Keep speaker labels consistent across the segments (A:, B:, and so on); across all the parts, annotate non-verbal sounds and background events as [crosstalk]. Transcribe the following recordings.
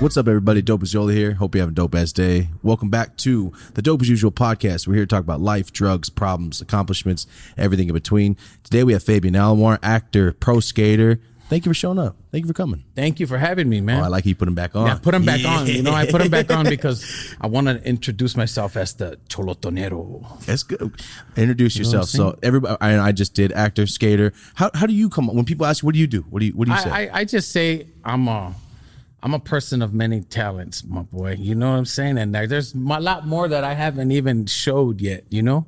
A: What's up, everybody? Dope as Yola here. Hope you have a dope ass day. Welcome back to the Dope as Usual podcast. We're here to talk about life, drugs, problems, accomplishments, everything in between. Today we have Fabian Alomar, actor, pro skater. Thank you for showing up. Thank you for coming.
B: Thank you for having me, man.
A: Oh, I like you put him back on.
B: Yeah, put them back on. You know, I put them back on because I want to introduce myself as the Cholotonero.
A: That's good. Introduce yourself. so everybody, and I just did actor, skater. How, how do you come when people ask you what do you do? What do you what do you say?
B: I, I, I just say I'm a I'm a person of many talents, my boy. You know what I'm saying? And there- there's a lot more that I haven't even showed yet. You know,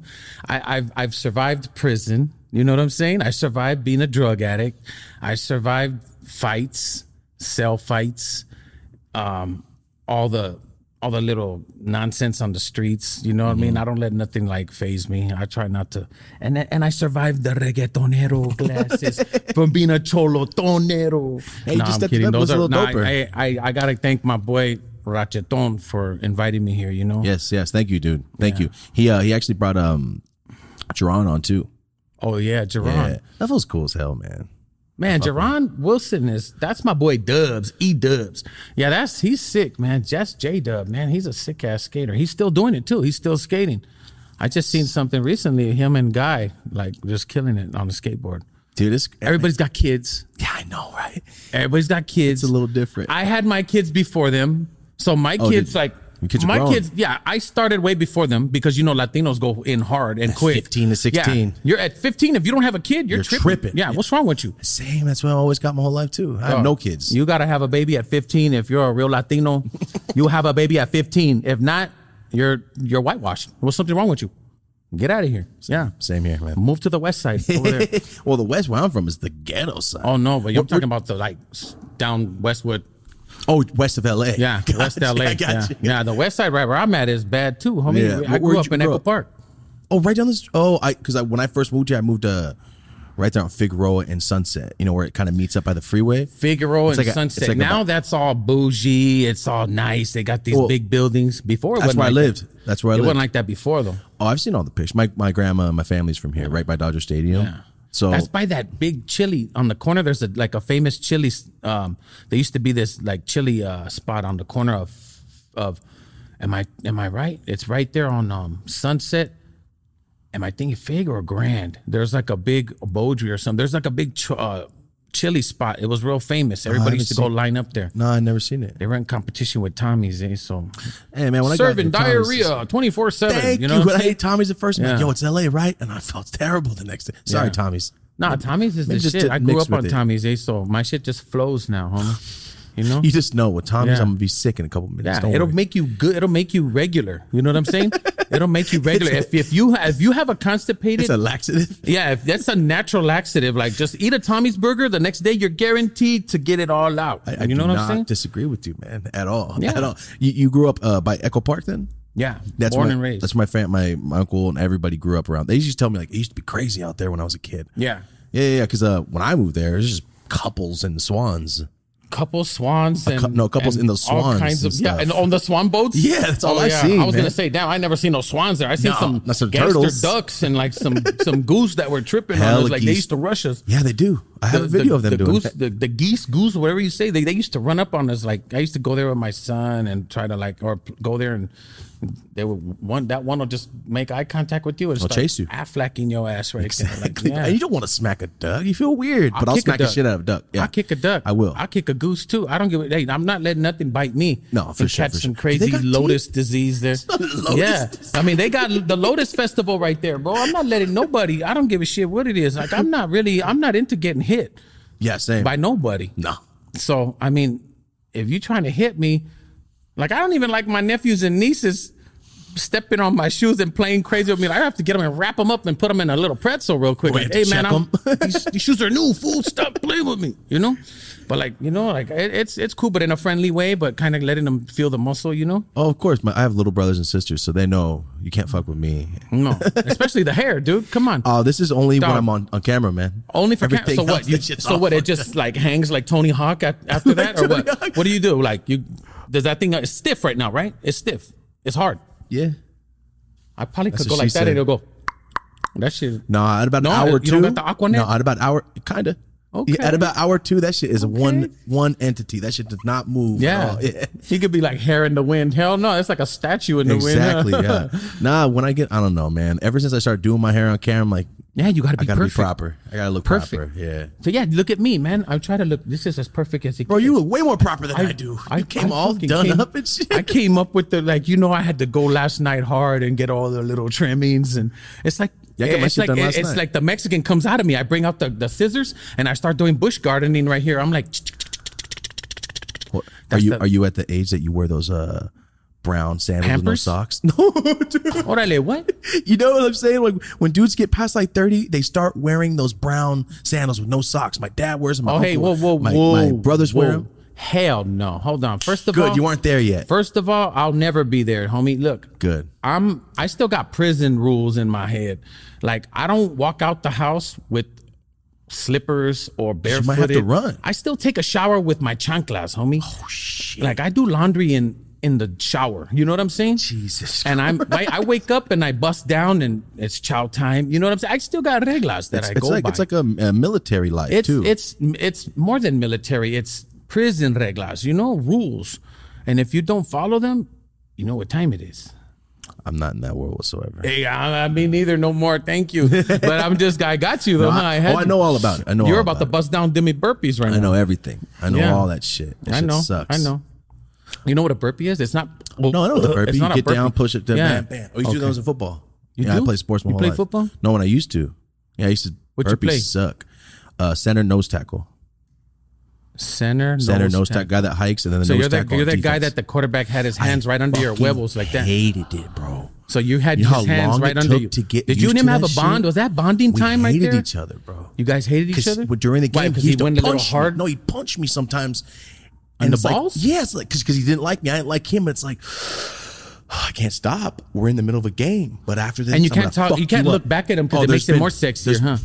B: I, I've I've survived prison. You know what I'm saying? I survived being a drug addict. I survived fights, cell fights. um, all the all the little nonsense on the streets. You know what I
A: Mm-hmm.
B: mean? I don't let nothing like phase me. I try not to. And and I survived
A: [laughs]
B: the reggaetonero classes from being a cholotonero.
A: Hey, you just stepped it up. It was a little
B: nah,
A: doper.
B: I, I I gotta thank my boy Racheton for inviting me here. You know?
A: yes, yes. Thank you, dude. Thank you. He uh, he actually brought um, Jerron on too.
B: Oh yeah, Jerron.
A: Yeah, that feels cool as hell, man.
B: Man, Jerron Wilson is that's my boy Dubs, E Dubs. Yeah, that's he's sick, man. That's J Dub, man. He's a sick ass skater. He's still doing it too. He's still skating. I just seen something recently, him and Guy, like just killing it on the skateboard.
A: Dude, it's
B: Everybody's got kids.
A: Yeah, I know, right?
B: Everybody's got kids.
A: It's a little different. Oh,
B: I had my kids before them. So my
A: did
B: kids
A: you?
B: like
A: Your kids are
B: my
A: grown.
B: kids, yeah, I started way before them because you know Latinos go in hard and quick.
A: 15 to 16.
B: Yeah, you're at 15. If you don't have a kid, you're,
A: You're
B: tripping.
A: tripping.
B: Yeah, what's wrong with you?
A: Same. That's what I always got my whole life too. I have no kids.
B: Oh. Uh, You gotta have a baby at 15. If you're a
A: [laughs]
B: real Latino, you have a baby at 15. If not, you're you're whitewashed. What's something wrong with you? Get out of here. Yeah.
A: Same here, man. [laughs]
B: Move to the west side over there.
A: well, the West where I'm from is the ghetto side.
B: oh no, but you're talking about the like s- down Westwood.
A: Oh, west of LA.
B: Yeah,
A: [laughs] Gotcha,
B: West LA.
A: I got
B: yeah.
A: you.
B: yeah, the west side right where I'm at is bad too, homie.
A: Yeah.
B: I
A: Where'd
B: grew
A: you
B: up in
A: grow
B: Echo
A: up?
B: Park.
A: Oh, right down this. Oh, I because I, when I first moved here, I moved uh, right there on Figueroa and Sunset. You know where it kind of meets up by the freeway.
B: Figaro
A: It's
B: and
A: like a- it's
B: Sunset.
A: like a
B: now
A: bu-
B: that's all bougie. It's all nice. They got these
A: Well,
B: big buildings. Before it
A: That's
B: wasn't
A: where I
B: like
A: lived.
B: That.
A: That's where I
B: It
A: lived.
B: wasn't like that before though.
A: oh, I've seen all the pictures. My my grandma and my family's from here, right by Dodger Stadium.
B: Yeah.
A: So
B: That's by that big chili on the corner. There's a like a famous chili. Um, there used to be this like chili uh, spot on the corner of of. Am I am I right? It's right there on um, Sunset. Am I thinking Fig or Grand? There's like a big Beaudry or something. There's like a big ch- uh, chili spot. It was real famous.
A: Uh,
B: Everybody used to
A: haven't
B: go line up there.
A: no, I never seen it.
B: They were in competition with Tommy's, eh? So
A: Hey man, when I got
B: serving
A: here, Tommy's is-
B: diarrhea twenty four seven.
A: Thank you.
B: know what
A: When
B: I'm
A: I
B: saying?
A: ate Tommy's at first, I'm like,
B: Yeah.
A: yo, it's LA, right? And I felt [laughs] terrible the next day. Sorry,
B: Yeah.
A: Tommy's.
B: Nah, Tommy's is the
A: Maybe just
B: shit.
A: didn't
B: I grew
A: mix
B: up on
A: with it.
B: Tommy's, eh? So my shit just flows now, homie. You know?
A: You just know with Tommy's,
B: Yeah.
A: I'm gonna be sick in a couple minutes.
B: yeah,
A: Don't
B: it'll
A: worry.
B: make you good. It'll make you regular. You know what I'm saying? it'll make
A: [laughs]
B: you regular. If, if you if you have a constipated,
A: it's a laxative.
B: [laughs] yeah, if that's a natural laxative, like just eat a Tommy's burger. The next day, you're guaranteed to get it all out.
A: I, I
B: you know
A: do
B: what
A: not
B: I'm saying?
A: disagree with you, man, at all.
B: Yeah.
A: At all. You, you grew up uh, by Echo Park then?
B: yeah,
A: That's
B: born
A: my,
B: and raised.
A: That's my fam, my my uncle and everybody grew up around. They used to tell me like it used to be crazy out there when I was a kid.
B: yeah,
A: yeah, yeah. Because uh, when I moved there, it was just couples and swans.
B: couple swans and
A: cou- no, couples
B: and
A: in the
B: all
A: swans
B: kinds
A: and
B: of yeah,
A: stuff.
B: and on the swan boats. Oh,
A: Yeah, that's all I
B: I
A: seen,
B: was
A: man.
B: gonna say, damn, I never seen no swans there. I seen
A: No,
B: some,
A: not some
B: gangster
A: turtles.
B: ducks and like some [laughs] some goose that were tripping on
A: Hella
B: us. Like they
A: geese.
B: used to rush us.
A: Yeah, they do. I have a video of them
B: the
A: doing
B: goose,
A: that. [laughs]
B: the, the geese, goose, whatever you say. They, they used to run up on us. Like I used to go there with my son and try to like, or p- go there and they would one that one will just make eye contact with you and start
A: chase you.
B: afflacking your ass right
A: Exactly.
B: there. Like,
A: And
B: yeah.
A: you don't want to smack a duck. You feel weird, but I'll
B: kick a
A: smack the
B: duck.
A: shit out of a duck. Yeah.
B: I kick a duck.
A: I will.
B: I kick a goose too. I don't give a. Hey, I'm not letting nothing bite me.
A: No, for
B: and
A: sure,
B: Catch
A: for
B: some
A: sure. Do they
B: crazy
A: got teeth?
B: lotus disease
A: [laughs]
B: there.
A: Lotus
B: yeah,
A: disease.
B: I mean they got the lotus festival right there, bro. I'm not letting nobody. I don't give a shit what it is. Like I'm not really. I'm not into getting hit
A: yeah, same.
B: by nobody.
A: no.
B: So I mean, if you're trying to hit me, like I don't even like my nephews and nieces stepping on my shoes and playing crazy with me. Like, I have to get them and wrap them up and put them in a little pretzel real quick.
A: Wait,
B: Like,
A: to
B: hey man,
A: check
B: I'm,
A: 'em? [laughs]
B: these, these shoes are new. Fool, stop playing with me. You know, but like you know, like it, it's it's cool, but in a friendly way, but kind of letting them feel the muscle. You know,
A: Oh, of course. My, I have little brothers and sisters, so they know you can't fuck with me.
B: no, [laughs] especially the hair, dude. Come on.
A: Oh, this is only when
B: Dog.
A: I'm on, on camera, man.
B: Only for cam-
A: Everything
B: so
A: else,
B: what? You,
A: that shit's
B: so
A: all
B: what? It
A: fucked
B: just like hangs like Tony
A: [laughs]
B: Hawk at, after that, or
A: Tony
B: what?
A: Hawk.
B: What do you do? Like you does that thing? It's stiff right now, right? It's stiff. It's hard.
A: Yeah.
B: I probably could
A: That's
B: go
A: what
B: like
A: she
B: that,
A: said.
B: and it'll go. That shit.
A: No, at about
B: No,
A: an hour
B: you
A: or
B: don't
A: two.
B: got the Aquanet?
A: No, at about hour, kinda.
B: Okay.
A: Yeah, at about hour two, that shit is one one entity. That shit does not move. at
B: Yeah.
A: all. Oh, yeah.
B: He could be like hair in the wind. Hell no, it's like a statue in the
A: Exactly.
B: wind.
A: [laughs] Yeah. Nah. When I get, I don't know, man. Ever since I started doing my hair on camera, I'm like,
B: [laughs] Yeah, you gotta be
A: I gotta
B: perfect.
A: be proper. I gotta look proper.
B: Perfect.
A: Yeah.
B: So yeah, look at me, man. I try to look this is as perfect as it
A: Bro, you look way more proper than I, do.
B: I-
A: you came
B: I
A: all
B: fucking
A: done
B: came-
A: up and shit.
B: I came up with the like, you know, I had to go last night hard and get all the little trimmings, and it's like.
A: Yeah, I got my
B: it's
A: shit
B: like
A: done last
B: it's
A: night.
B: like the Mexican comes out of me. I bring out the, the scissors and I start doing bush gardening right here. I'm like, [laughs]
A: What- are you
B: the-
A: are you at the age that you wear those uh brown sandals with no
B: Pampers?
A: socks? [laughs] No, dude.
B: orale, what?
A: You know what I'm saying? Like when dudes get past like 30, they start wearing those brown sandals with no socks. My dad wears them. My
B: Oh, hey, whoa,
A: uncle-
B: whoa,
A: my,
B: whoa.
A: my brothers wear
B: whoa.
A: them.
B: Hell no. Hold on. First of all,
A: Good, you weren't there yet.
B: First of all, I'll never be there, homie. Look,
A: Good.
B: I'm I still got prison rules in my head. Like I don't walk out the house with slippers or
A: have
B: barefooted.
A: to run.
B: I still take a shower with my chanclas, homie. Oh shit! Like I do laundry in in the shower. You know what I'm saying?
A: Jesus
B: And
A: [laughs]
B: I'm I, I wake up and I bust down and it's chow time. You know what I'm saying? I still got reglas that I
A: It's
B: go
A: like
B: by.
A: it's like a, a military life
B: It's
A: too.
B: it's it's more than military. It's prison reglas, you know, rules. And if you don't follow them, you know what time it is.
A: I'm not in that world whatsoever.
B: Hey, I, I mean, neither no more. Thank you. But I'm just I
A: [laughs]
B: got you though. huh?
A: I,
B: had
A: oh, I
B: you.
A: know all about it. I know
B: You're
A: all
B: about to
A: it.
B: bust down Demi burpees right
A: I
B: now.
A: know everything. I know
B: Yeah.
A: all that shit. That
B: I
A: shit
B: know.
A: sucks.
B: I know. You know what a burpee is? It's not. uh,
A: No, I know the burpee.
B: It's
A: You
B: not a
A: get
B: burpee.
A: down, push it, then
B: Yeah.
A: bam, bam. Oh, you do those in football.
B: You
A: yeah, I
B: do?
A: play sports my
B: You
A: whole
B: play
A: life.
B: football?
A: No, when I used to. Yeah, I used to.
B: What you
A: burpees
B: play?
A: suck. Uh, center nose tackle.
B: Center,
A: Center
B: nose,
A: nose,
B: tackle.
A: tackle. Guy that hikes and then the
B: So
A: nose
B: you're that
A: tackle.
B: you're
A: on
B: that guy
A: defense.
B: that the quarterback had his hands right under your
A: Fucking
B: huevos like that.
A: Hated it, bro.
B: So you had
A: You know how
B: his hands
A: long
B: right
A: it
B: under
A: took
B: you.
A: to get
B: Did you
A: used
B: and him
A: to
B: have
A: that
B: a bond?
A: shit?
B: Was that bonding
A: We
B: time right
A: hated
B: there?
A: each other, bro.
B: You guys hated each
A: Because
B: other
A: during the
B: Why?
A: game,
B: because
A: he
B: he
A: used
B: went
A: to
B: a little
A: punch
B: hard.
A: Me. No, he punched me sometimes.
B: the
A: it's like-
B: balls?
A: yes, like because he didn't like me. I didn't like him. It's like [sighs] I can't stop. We're in the middle of a game, but after this,
B: and you
A: I'm
B: can't
A: gonna
B: talk.
A: fuck
B: You can't
A: up.
B: look back at him because
A: Oh,
B: it
A: there's
B: makes it
A: been-
B: more
A: [laughs]
B: sexier, huh?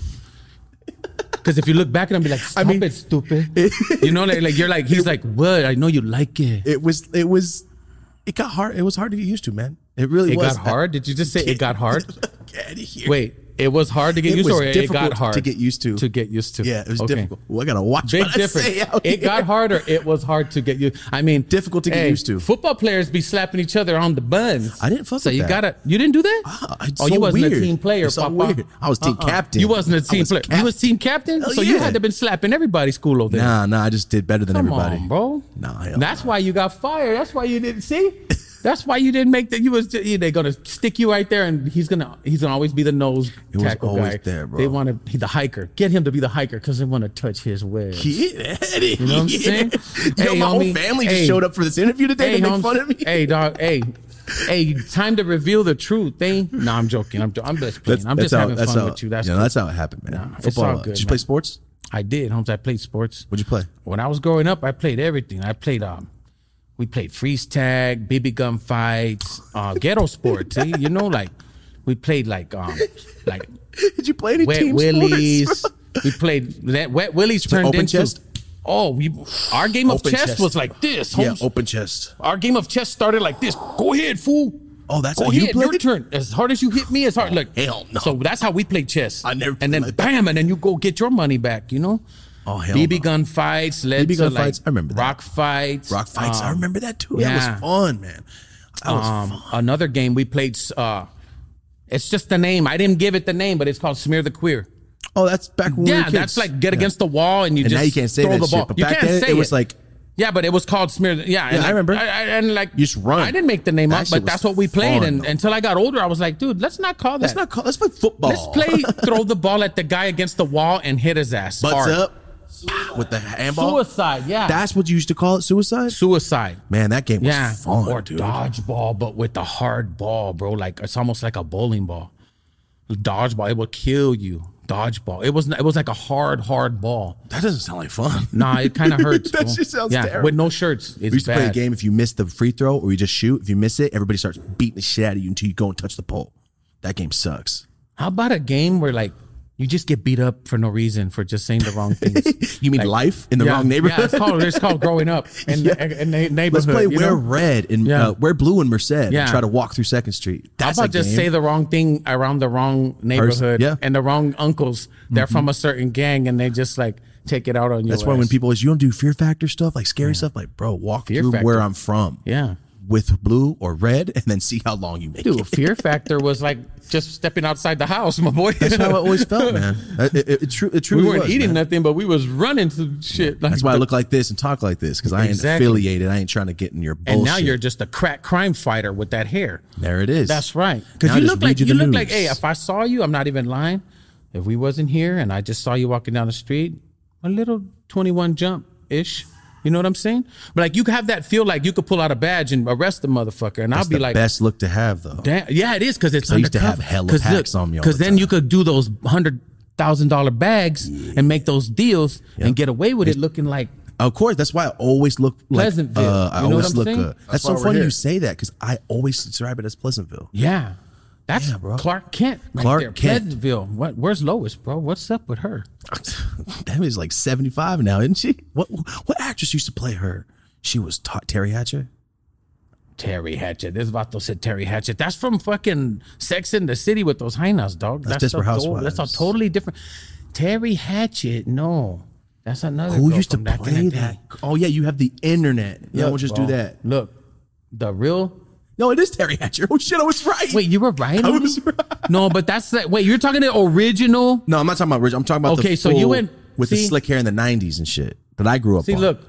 B: Because if you look back at him, be like, "Stop
A: mean-
B: it, stupid." you know, like, like you're like he's like, "What? I know you like it."
A: It was. It was. It got hard. It was hard to get used to, man. It really
B: It
A: was.
B: got hard. Did you just say it
A: [laughs]
B: got hard?
A: Get out of here.
B: Wait, it was hard to get
A: It
B: used to,
A: was
B: or it
A: difficult
B: got
A: to
B: hard
A: get used to.
B: To get used to.
A: Yeah, it was
B: Okay.
A: difficult. Well, I gotta watch.
B: Big
A: what I say
B: difference.
A: out
B: It
A: here.
B: got harder. It was hard to get you. I mean,
A: Difficult to get used to.
B: Football players be slapping each other on the buns.
A: I didn't fuck
B: So
A: with
B: you
A: that.
B: gotta. You didn't do that.
A: Ah, it's
B: oh,
A: so
B: you wasn't
A: weird.
B: a team player,
A: It's so
B: Papa. Uh-uh.
A: weird. I was team captain.
B: You wasn't
A: I
B: a team
A: was
B: player. You was
A: captain.
B: team captain.
A: Hell
B: so you
A: yeah.
B: had to been slapping everybody's school over there.
A: Nah, nah. I just did better than
B: Come
A: everybody,
B: on, bro.
A: Nah, hell
B: That's why you got fired. That's why you
A: [laughs]
B: didn't see. That's why you didn't make that. You was they're gonna stick you right there, and he's gonna he's gonna always be the nose
A: It was
B: tackle
A: always
B: guy.
A: there, bro.
B: They want to the hiker. Get him to be the hiker because they want to touch his webs.
A: Get at it. You
B: know what I'm saying?
A: [laughs] Yo,
B: Hey,
A: my whole
B: homie.
A: family just
B: Hey.
A: showed up for this interview today to make
B: homes-
A: fun of me.
B: Hey, dog. Hey, hey. Time to reveal the truth. They. No, I'm joking. I'm, jo- I'm just playing. I'm just having fun
A: how,
B: with you. That's,
A: yeah,
B: cool.
A: that's how it happened, man.
B: it's
A: Football.
B: all
A: uh,
B: good,
A: did you play
B: man.
A: sports?
B: I did, Holmes. I played sports.
A: What'd you
B: [laughs]
A: play?
B: When I was growing up, I played everything. I played um, we played freeze tag, BB gun fights, uh, ghetto sports. eh, you know, like we played like um, like
A: Did you play any
B: wet
A: team
B: willies. [laughs]
A: sports?
B: We played that wet willies turned
A: open
B: into.
A: chest?
B: Oh, we our game of
A: Open
B: chess
A: chest.
B: was like this.
A: bro? Yeah,
B: Holmes.
A: open chest.
B: Our game of chess started like this. Go ahead, fool.
A: Oh, that's
B: Go
A: how you
B: ahead, your
A: played? Oh,
B: turn. As hard as you hit me, as hard. Look,
A: hell no.
B: So that's how we play chess.
A: I never played
B: And then
A: like that.
B: bam, and then you go get your money back. You know.
A: Oh, hell
B: BB
A: no.
B: gun fights led
A: BB
B: to
A: gun
B: like
A: fights, I remember that.
B: rock fights.
A: Rock fights. I remember that too.
B: Um, yeah.
A: That was fun, man. That was fun.
B: Um, another game we played. Uh, it's just the name. I didn't give it the name, but it's called Smear the Queer.
A: Oh, that's back when we were
B: yeah,
A: kids.
B: that's like get against the wall and you
A: And
B: just
A: now you can't say
B: throw
A: that
B: the
A: shit,
B: ball.
A: but
B: you
A: back
B: can't
A: then
B: say
A: it was like-
B: yeah, but it was called smear. the- Yeah, and
A: I
B: like,
A: remember.
B: and like
A: You just run.
B: I didn't make the name
A: That
B: up,
A: shit
B: but
A: was
B: that's what we played.
A: fun,
B: and
A: though.
B: until I got older, I was like, dude, let's not call that.
A: Let's not call. Let's play football.
B: Let's play. throw the ball at the guy against the wall and hit his
A: [laughs]
B: ass.
A: Butts
B: hard.
A: up with the handball.
B: Suicide. Yeah.
A: That's what you used to call it. Suicide.
B: suicide.
A: Man, that game was
B: Yeah.
A: fun,
B: or
A: dude.
B: dodgeball, but with the hard ball, bro. Like it's almost like a bowling ball. Dodgeball, it will kill you. Dodgeball. It was it was like a hard, hard ball.
A: That doesn't sound like fun.
B: Nah, it
A: [laughs]
B: kind of hurts.
A: That
B: bro.
A: shit sounds
B: yeah,
A: terrible.
B: With no shirts, it's
A: We used to
B: bad.
A: play a game. If you miss the free throw or you just shoot, if you miss it, everybody starts beating the shit out of you until you go and touch the pole. That game sucks. [laughs]
B: How about a game where like you just get beat up for no reason for just saying the
A: [laughs]
B: wrong things?
A: You mean life in the
B: yeah,
A: wrong neighborhood?
B: Yeah, it's called it's called growing up in,
A: Yeah.
B: in, in the
A: [laughs]
B: neighborhood.
A: Let's play
B: you know?
A: wear red and
B: Yeah.
A: uh, wear blue in Merced and
B: Yeah.
A: try to walk through Second Street.
B: How
A: That's
B: about
A: a
B: just
A: game.
B: say the wrong thing around the wrong neighborhood
A: yeah. Mm-hmm.
B: and the wrong uncles? They're from a certain gang and they just like take it out on you.
A: That's why when people is you don't do fear factor stuff like scary stuff, like bro, walk
B: Fear
A: through
B: factor.
A: where I'm from,
B: yeah.
A: with blue or red, [laughs] and then see how long you make
B: Dude,
A: it.
B: fear factor was like just stepping outside the house, my boy.
A: That's
B: [laughs]
A: how I always felt, man. It, it, it, tru- it
B: we
A: truly
B: weren't
A: was,
B: eating
A: man.
B: nothing, but we was running to shit. Like,
A: That's why I look like this and talk like this because I ain't
B: Exactly.
A: affiliated. I ain't trying to get in your bullshit.
B: and now you're just a crack crime fighter with that hair.
A: there. It is.
B: That's right.
A: Now
B: Because you
A: just
B: look
A: read
B: like
A: you
B: you,
A: the
B: look like.
A: news.
B: Hey, if I saw you, I'm not even lying. If we wasn't here and I just saw you walking down the street, a little 21 jump ish. You know what I'm saying? But like you have that feel like you could pull out a badge and arrest the motherfucker, and
A: That's
B: I'll be
A: the
B: like.
A: best look to have though.
B: Damn, yeah, it is because it's.
A: I used to have
B: undercover.
A: hella
B: 'Cause
A: packs on me all the
B: then you could do those hundred thousand dollar bags and make those deals and get away with it, looking like
A: Of course, that's why I always look like.
B: Pleasantville.
A: Uh, I
B: You know what
A: always
B: I'm
A: look.
B: saying?
A: Uh, that's
C: why
A: so
C: we're
A: funny
C: here.
A: you say that because I always describe it as Pleasantville. [laughs]
B: yeah, that's
A: Yeah, bro.
B: Clark Kent. Right
A: Clark
B: there.
A: Kent.
B: Pleasantville. What? Where's Lois, bro? What's up with her?
A: that is like seventy five now, isn't she? What what actress used to play her? She was Ta- Terry Hatcher.
B: Terry Hatchet. This vato said Terry Hatchet. That's from fucking Sex in the City with those hyenas, dog.
A: That's
B: a
A: Desperate
B: to- That's
A: Housewives.
B: a totally different. Terry Hatchet. No, that's another.
A: Who
B: girl
A: used to
B: from back in
A: play
B: the day.
A: that? Oh yeah, you have the internet. Yeah, we'll just do
B: bro.
A: that.
B: Look, the real.
A: No, it is Terry Hatcher. Oh shit, I was right.
B: Wait, you were right.
A: I
B: on
A: was [laughs]
B: me?
A: right.
B: No, but that's that. Wait, you're talking the original.
A: No, I'm not talking about Rich. I'm talking about the
B: Okay, so you
A: full-
B: went-
A: with the
B: see?
A: slick hair in the '90s and shit that I grew up.
B: See,
A: on.
B: look.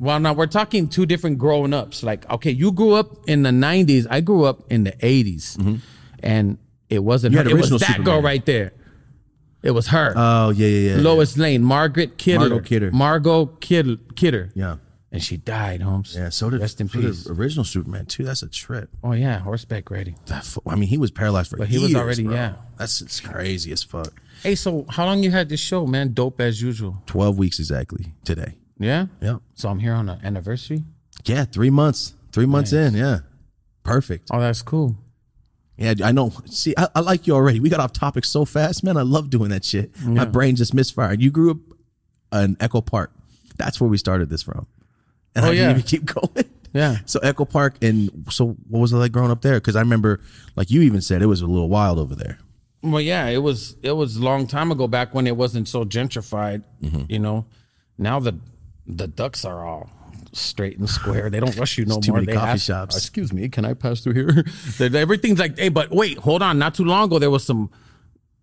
B: Well, now we're talking two different grown ups. Like, okay, you grew up in the '90s. I grew up in the '80s, and it
A: Mm-hmm.
B: wasn't.
A: You
B: her.
A: had
B: It was
A: original
B: that girl
A: Superman.
B: right there. It was her.
A: Oh yeah, yeah, yeah.
B: Lois Lane, Margaret Kidder,
A: Margot Kidder.
B: Margot Kid- Kidder,
A: Yeah.
B: and she died, Holmes.
A: Yeah, so did,
B: rest in
A: so did
B: peace.
A: original Superman too. That's a trip.
B: oh yeah, horseback riding.
A: That fu- I mean, he was paralyzed for. But
B: he was already- yeah.
A: That's it's crazy as fuck.
B: Hey, so how long you had this show, man? Dope as usual.
A: Twelve weeks exactly today.
B: Yeah.
A: Yeah,
B: So I'm here on an anniversary.
A: yeah. Three months. Three months in. Yeah, perfect.
B: Oh, that's cool.
A: Yeah, I know. See, I, I like you already. We got off topic so fast, man. I love doing that shit. My brain just misfired. You grew up in Echo Park. That's where we started this from. And
B: Oh,
A: I
B: yeah.
A: didn't even keep [laughs] going.
B: Yeah.
A: So Echo Park, and so what was it like growing up there? Because I remember, like you even said, it was a little wild over there.
B: Well, yeah, it was it was a long time ago back when it wasn't so gentrified.
A: Mm-hmm.
B: You know, now the the ducks are all straight and square. They
A: [laughs]
B: don't rush you no
A: too
B: more.
A: many
B: they
A: coffee
B: ask,
A: shops.
B: Excuse me, can I pass through here? [laughs] They- they- Everything's like, hey, but wait, hold on. Not too long ago, there was some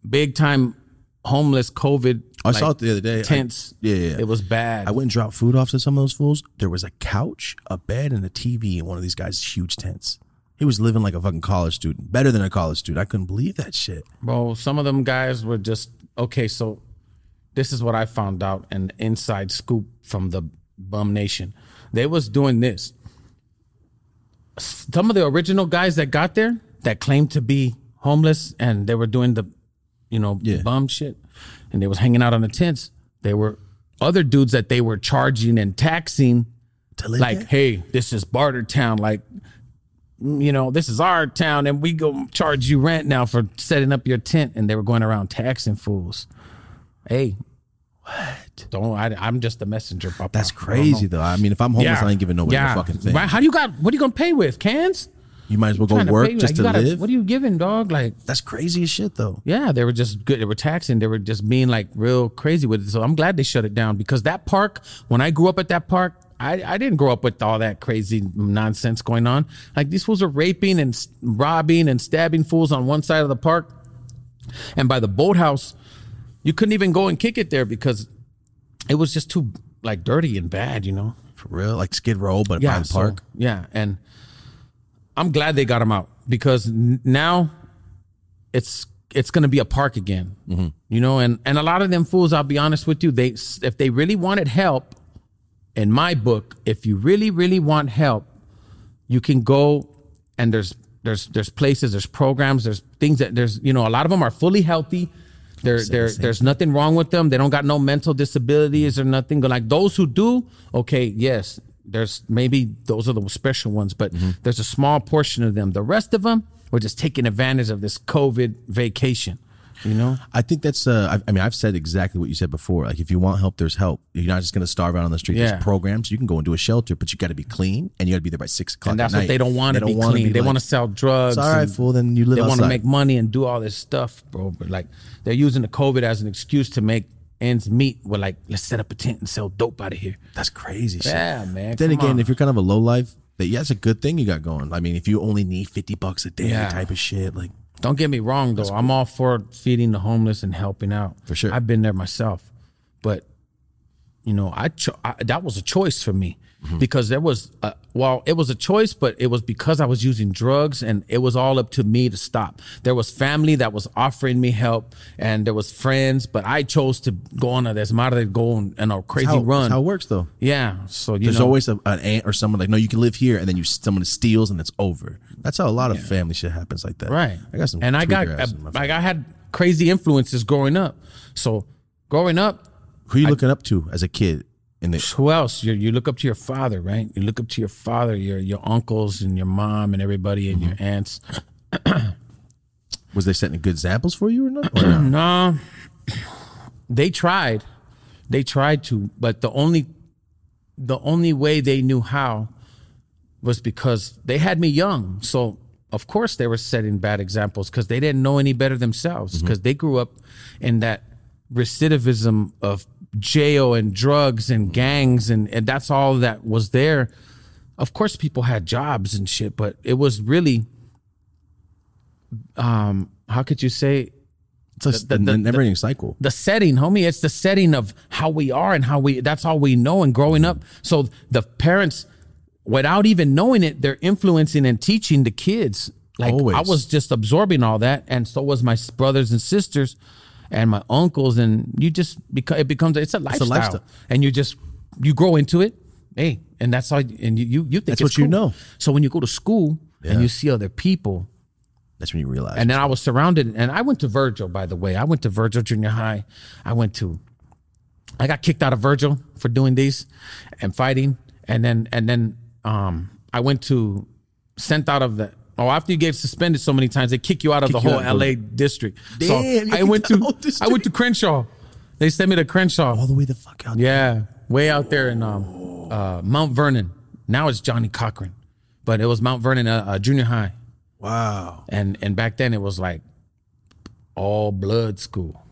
B: big time homeless COVID.
A: I saw it the other day. I-
B: Tents.
A: Yeah, yeah, yeah.
B: it was bad.
A: I went and dropped food off to some of those fools. There was a couch, a bed, and a TV in one of these guys' huge tents. He was living like a fucking college student, better than a college student. I couldn't believe that shit.
B: Bro, some of them guys were just okay. So, this is what I found out an inside scoop from the Bum Nation. They was doing this. Some of the original guys that got there that claimed to be homeless and they were doing the, you know,
A: Yeah.
B: bum shit, and they was hanging out on the tents. They were other dudes that they were charging and taxing
A: To live
B: like,
A: there?
B: hey, this is barter town. Like, you know, this is our town, and we go charge you rent now for setting up your tent. And they were going around taxing fools. Hey, what? Don't I? I'm just the messenger. Papa.
A: that's
B: I don't know.
A: crazy though. I mean, if I'm homeless, I ain't giving nobody a fucking thing.
B: Right? How do you got? What are you gonna pay with cans?
A: You might as well go
B: Trying to
A: work
B: pay,
A: just
B: like,
A: to
B: you gotta-
A: live.
B: What are you giving, dog? Like,
A: that's crazy as shit though.
B: yeah, they were just good. They were taxing. They were just being like real crazy with it. So I'm glad they shut it down because that park, when I grew up at that park, I, I didn't grow up with all that crazy nonsense going on. Like these fools are raping and s- robbing and stabbing fools on one side of the park. And by the boathouse, you couldn't even go and kick it there because it was just too like dirty and bad, you know?
A: For real, like Skid Row, but by the
B: so-
A: park.
B: yeah, and I'm glad they got him out because n- now it's it's going to be a park again.
A: Mm-hmm.
B: You know, and and a lot of them fools. I'll be honest with you. They if they really wanted help, in my book, if you really really want help, you can go and there's there's there's places, there's programs, there's things that there's you know a lot of them are fully healthy. There, there, there's nothing wrong with them. They don't got no mental disabilities or nothing. But like those who do, okay, yes, there's maybe those are the special ones, but
A: Mm-hmm.
B: there's a small portion of them. The rest of them were just taking advantage of this COVID vacation. You know,
A: I think that's. Uh, I, I mean, I've said exactly what you said before. Like, if you want help, there's help. You're not just gonna starve out on the street.
B: Yeah.
A: There's programs. You can go into a shelter, but you got to be clean and you got to be there by six o'clock.
B: and that's
A: at
B: what
A: night.
B: they don't want to be
A: wanna
B: clean. they
A: like,
B: want to sell drugs.
A: It's all right,
B: and-
A: fool. Then you live
B: they
A: outside.
B: want to make money and do all this stuff, bro. But like they're using the COVID as an excuse to make ends meet, we're like, let's set up a tent and sell dope out of here.
A: That's crazy. shit.
B: Yeah, man.
A: Then
B: come
A: again,
B: on.
A: if you're kind of a low life, that yeah, that's a good thing you got going. I mean, if you only need fifty bucks a day,
B: Yeah.
A: type of shit, like
B: Don't get me wrong though. I'm all for feeding the homeless and helping out.
A: For sure.
B: I've been there myself. But you know, I, cho- I that was a choice for me
A: Mm-hmm.
B: because there was a, well, it was a choice, but it was because I was using drugs and it was all up to me to stop. There was family that was offering me help and there was friends, but I chose to go on a desmadre, go on, on a crazy
A: how,
B: run.
A: how it works though.
B: yeah. So you
A: There's
B: know,
A: always a, an aunt or someone like, no, you can live here, and then you someone steals and it's over. That's how a lot of family shit happens like that.
B: Right.
A: I got some,
B: And I got,
A: tweaker ass in my
B: like, I had crazy influences growing up. So growing up,
A: Who you looking up to as a kid? In the
B: who else? You, you look up to your father, right? You look up to your father, your your uncles and your mom and everybody and your aunts.
A: was they setting good examples for you or not? [clears throat]
B: [clears throat] [coughs]
A: Or no?
B: No, they tried, they tried to, but the only the only way they knew how was because they had me young. So of course they were setting bad examples because they didn't know any better themselves because they grew up in that recidivism of jail and drugs and gangs and, and that's all that was there. Of course people had jobs and shit, but it was really um how could you say
A: It's a
B: the- the-
A: never-ending cycle.
B: the setting, homie. It's the setting of how we are and how we. That's all we know. And growing up, so the parents, without even knowing it, they're influencing and teaching the kids. Like
A: Always.
B: I was just absorbing all that, and so was my s- brothers and sisters, and my uncles. And you just because it becomes it's a lifestyle,
A: lifestyle.
B: and you just you grow into it. Hey, and that's all. And you you, you think
A: That's
B: it's
A: what you
B: cool.
A: know.
B: So when you go to school
A: Yeah.
B: and you see other people,
A: That's when you realize.
B: and then I was surrounded, and I went to Virgil, by the way. I went to Virgil Junior High. I went to, I got kicked out of Virgil for doing these and fighting. And then, and then, um, I went to, sent out of the, oh, after you get suspended so many times, they kick you out of the
A: you
B: whole
A: out of
B: LA district.
A: Damn, you
B: so I
A: kicked
B: went
A: out the whole
B: to, I
A: district.
B: went to Crenshaw. They sent me to Crenshaw.
A: all the way the fuck out.
B: Yeah, way out there in um, uh, Mount Vernon. Now it's Johnny Cochran, but it was Mount Vernon uh, uh, Junior High
A: Wow.
B: and and back then it was like all blood school.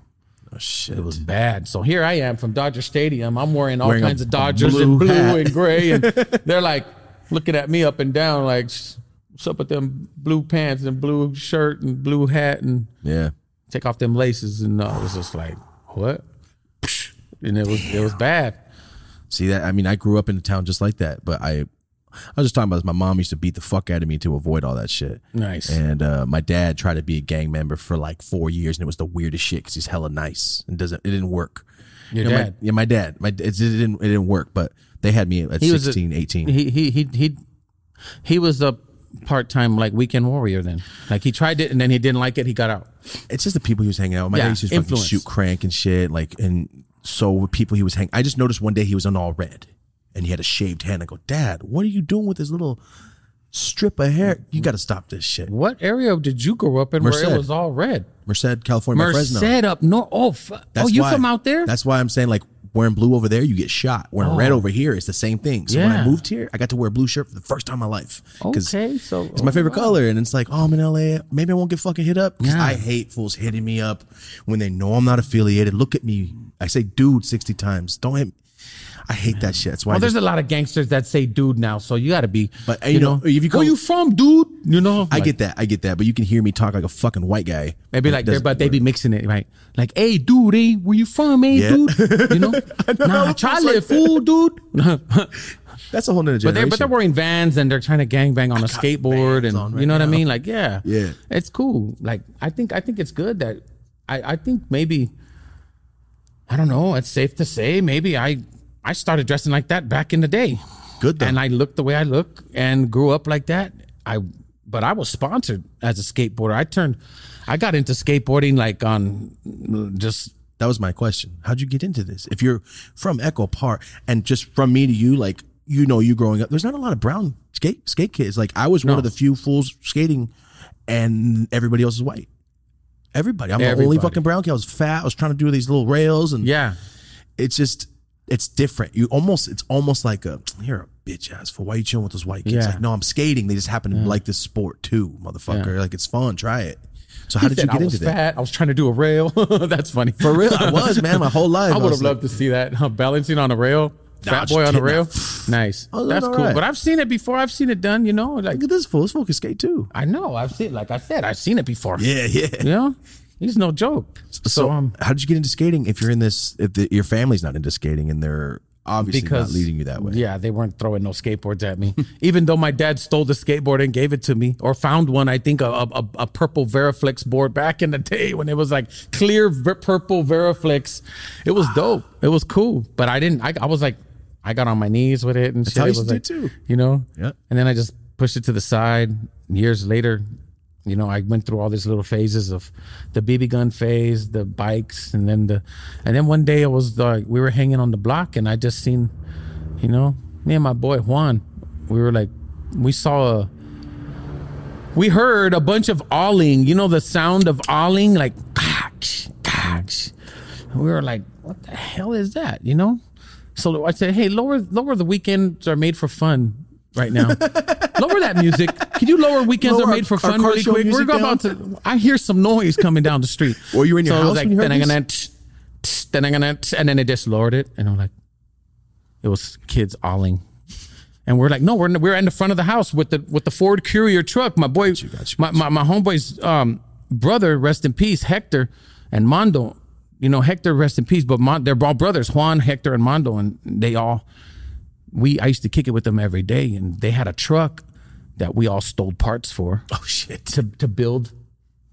A: Oh, shit.
B: It was bad. So here I am from Dodger Stadium. I'm wearing all
A: Wearing a-
B: kinds
A: a
B: of Dodgers
A: blue
B: and blue
A: hat.
B: and
A: [laughs]
B: gray, and they're like looking at me up and down, like what's up with them blue pants and blue shirt and blue hat and
A: yeah.
B: take off them laces and uh, it was just like what, [laughs] and it was it was bad.
A: See that? I mean, I grew up in a town just like that, but I, I was just talking about this. My mom used to beat the fuck out of me to avoid all that shit.
B: Nice.
A: And uh, my dad tried to be a gang member for like four years, and it was the weirdest shit because he's hella nice and doesn't. It didn't work.
B: Your
A: And my-
B: dad?
A: yeah, my dad. My it, it didn't. It didn't work. But they had me at
B: He was a-
A: 16, 18.
B: He he he he he was a part time like weekend warrior then. Like he tried it and then he didn't like it. He got out.
A: it's just the people he was hanging out with. My
B: Yeah,
A: dad used to fucking
B: influence.
A: shoot crank and shit. Like, and so with people he was hanging. I just noticed one day he was on all red, and he had a shaved head. And I go, Dad, what are you doing with this little strip of hair? You got to stop this shit.
B: What area did you grow up in where
A: Merced.
B: it was all red?
A: Merced, California, by
B: Merced
A: Fresno.
B: up north. Oh, fu- oh,
A: That's
B: you
A: why-
B: from out there? Oh.
A: That's why I'm saying like wearing blue over there, you get shot. Wearing red over here, it's the same thing. So when I
B: Yeah.
A: moved here, I got to wear a blue shirt for the first time in my life. 'Cause
B: Okay, so-
A: it's my favorite color, and it's like, oh, I'm in LA. Maybe I won't get fucking hit up. 'Cause
B: Yeah.
A: I hate fools hitting me up when they know I'm not affiliated. Look at me. I say, dude, sixty times. Don't hit. me. I hate that shit. That's why.
B: well,
A: I
B: there's
A: just-
B: a lot of gangsters that say "dude" now, so you got to be.
A: But, you know, if you
B: where
A: go-
B: you from, dude? You know,
A: I get that. I get that. But you can hear me talk like a fucking white guy.
B: maybe
A: It
B: like there,
A: doesn't
B: but they
A: work.
B: be mixing it right. Like, hey, dude, hey, where you from, hey,
A: Yeah. [laughs]
B: dude? You know, nah, try live fool, dude. [laughs] but
A: That's a whole nother
B: they're
A: generation.
B: but they're wearing Vans and they're trying to gangbang on a skateboard,
A: Vans
B: and
A: on
B: you
A: right
B: know what I
A: now.
B: mean? Like, yeah,
A: Yeah.
B: it's cool. Like, I think I think it's good that I I think maybe I don't know. It's safe to say maybe I I started dressing like that back in the day.
A: Good though.
B: And I looked the way I look and grew up like that. I but I was sponsored as a skateboarder. I turned I got into skateboarding like on just
A: That was my question. How'd you get into this? If you're from Echo Park and just from me to you, like you know, you growing up, there's not a lot of brown skate skate kids. Like I was one of the few fools skating, and everybody else is white. Everybody, I'm the only
B: Everybody.
A: fucking brown kid. I was fat. I was trying to do these little rails, and
B: yeah.
A: it's just it's different. You almost it's almost like a you're a bitch ass for why you chilling with those white kids?
B: Yeah.
A: Like no, I'm skating. They just happen to like this sport too, motherfucker. Like it's fun. Try it. So how
B: He
A: did you
B: said
A: get
B: I was
A: into that?
B: Fat. I was trying to do a rail. [laughs] That's funny.
A: For real, I was man my whole life.
B: [laughs] I would
A: was
B: have loved to see that balancing on a rail.
A: Nah,
B: fat
A: just
B: boy on a
A: kidding.
B: rail.
A: [sighs]
B: Nice.
A: Oh,
B: That's
A: all
B: cool.
A: right.
B: But I've seen it before. I've seen it done. You know, like
A: Look at this fool. This fool can skate too.
B: I know. I've seen. Like I said, I've seen it before.
A: Yeah, yeah.
B: You know, he's no joke.
A: So,
B: um,
A: how did you get into skating? If you're in this, if the, your family's not into skating and they're obviously not leading you that way.
B: Yeah, they weren't throwing no skateboards at me. [laughs] Even though my dad stole the skateboard and gave it to me, or found one, I think a, a, a purple Veriflex board back in the day when it was like clear ver- purple Veriflex. It was dope. It was cool, but I didn't. I, I was like, I got on my knees with it and shit.
A: how
B: It
A: you should
B: was
A: do
B: like,
A: too.
B: [laughs] You know.
A: Yeah.
B: And then I just pushed it to the side. Years later, you know, I went through all these little phases of the BB gun phase, the bikes, and then the, and then one day I was like, we were hanging on the block, and I just seen, you know, me and my boy Juan, we were like, we saw a. We heard a bunch of awling, you know, the sound of awling, like, gosh, gosh. And we were like, what the hell is that? You know? So I said, hey, lower lower the weekends are made for fun
A: [laughs]
B: right now. lower that music. Can you lower weekends
A: Lower
B: are
A: our-
B: made for
A: our
B: fun
A: car
B: really
A: show
B: quick? We're
A: music
B: about to I hear some noise coming down
A: [laughs]
B: the street.
A: Were you in your
B: so I
A: house
B: was like,
A: when you heard
B: then I'm gonna then I'm gonna and then it just lowered it and I'm like it was kids awling. And we're like, no, we're in, we're in the front of the house with the with the Ford Courier truck. My boy,
A: got you,
B: my, my my homeboy's um, brother, rest in peace, Hector and Mondo. You know, Hector, rest in peace. But Mon- they're all brothers, Juan, Hector, and Mondo, and they all. We I used to kick it with them every day, and they had a truck that we all stole parts for
A: Oh shit.
B: to to build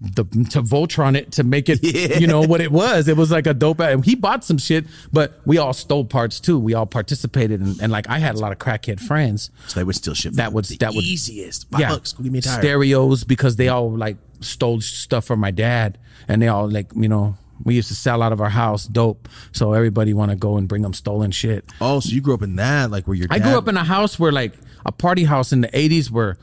B: the to Voltron it to make it you know what it was. It was like a dope. And he bought some shit, but we all stole parts too. We all participated, and, and like I had a lot of crackhead friends.
A: So they would still ship
B: That would-
A: the
B: that would-
A: easiest. Five bucks. Go get me a tire.
B: Stereos because they all like stole stuff from my dad, and they all like you know we used to sell out of our house dope, so everybody want to go and bring them stolen shit.
A: oh, so you grew up in that, like where your
B: I
A: dad-
B: grew up in a house where like a party house in the eighties where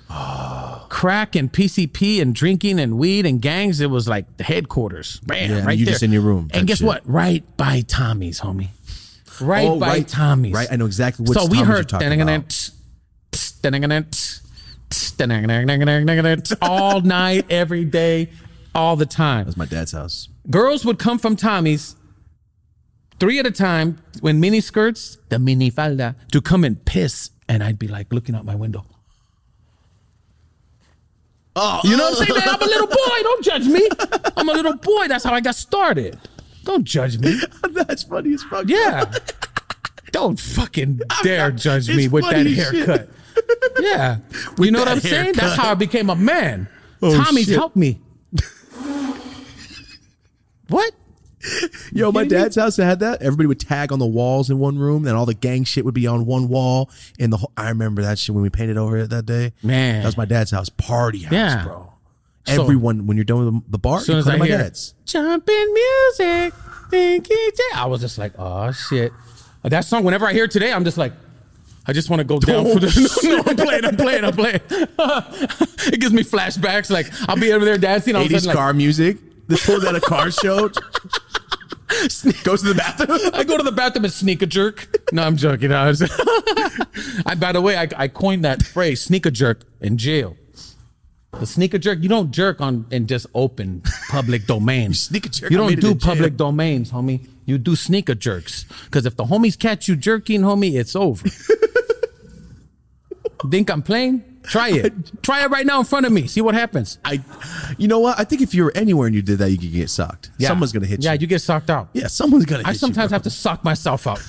B: crack and PCP and drinking and weed and gangs. It was like the headquarters. Bam,
A: Yeah, and
B: right
A: you
B: there.
A: just in your room type
B: And guess
A: shit.
B: what? Right by Tommy's, homie. Right
A: Oh,
B: by
A: right,
B: Tommy's.
A: right. I know exactly which
B: So we
A: Tommy's you're
B: heard
A: talking about.
B: all night, every day, all the time
A: That's my dad's house.
B: girls would come from Tommy's three at a time when mini skirts, the mini falda, to come and piss. And I'd be like looking out my window.
A: Oh,
B: You know what I'm saying? Man, I'm a little boy. Don't judge me. I'm a little boy. That's how I got started. Don't judge me.
A: [laughs] That's funny as fuck.
B: Yeah. Don't fucking dare judge me
A: it's
B: with that
A: funny as shit.
B: haircut.
A: [laughs]
B: Yeah. you know what I'm
A: that
B: saying? That's
A: haircut. Oh,
B: how I became a man. Tommy's
A: shit. [laughs]
B: helped me. what?
A: Yo, my
B: kidding me?
A: dad's house had that. Everybody would tag on the walls in one room, and all the gang shit would be on one wall. And the whole, I remember that shit when we painted over it that day.
B: Man.
A: that was my dad's house party house,
B: Yeah.
A: bro.
B: So-
A: Everyone, when you're done with the- the bar,
B: soon
A: you
B: as
A: come
B: I
A: to my
B: hear
A: dad's.
B: jumping music, Pinky J- I was just like, oh shit. That song, whenever I hear it today, I'm just like, I just want to go down for the. [laughs] No, no, I'm playing, I'm playing, I'm playing. [laughs] it gives me flashbacks. Like, I'll be over there dancing. All of a
A: 80s
B: sudden, like,
A: car [laughs] music. This was at a car [laughs] show. Goes to the bathroom.
B: I go to the bathroom and sneak a jerk. No, I'm joking. I, was, [laughs] I by the way, I, I coined that phrase, sneak a jerk, in jail. The sneaker jerk, you don't jerk on in just open public domain.
A: sneak a jerk, I
B: You don't
A: made it
B: do
A: in jail.
B: public domains, homie. You do sneaker jerks. Because if the homies catch you jerking, homie,
A: [laughs]
B: it's over. Think I'm playing? Try it. Try it right now in front of me. See what happens.
A: I, you know what? I think if you were anywhere and you did that, you could get socked. Someone's gonna hit you.
B: yeah, Yeah, you get socked out.
A: Yeah, someone's gonna.
B: I
A: hit
B: sometimes
A: you,
B: have to sock myself out.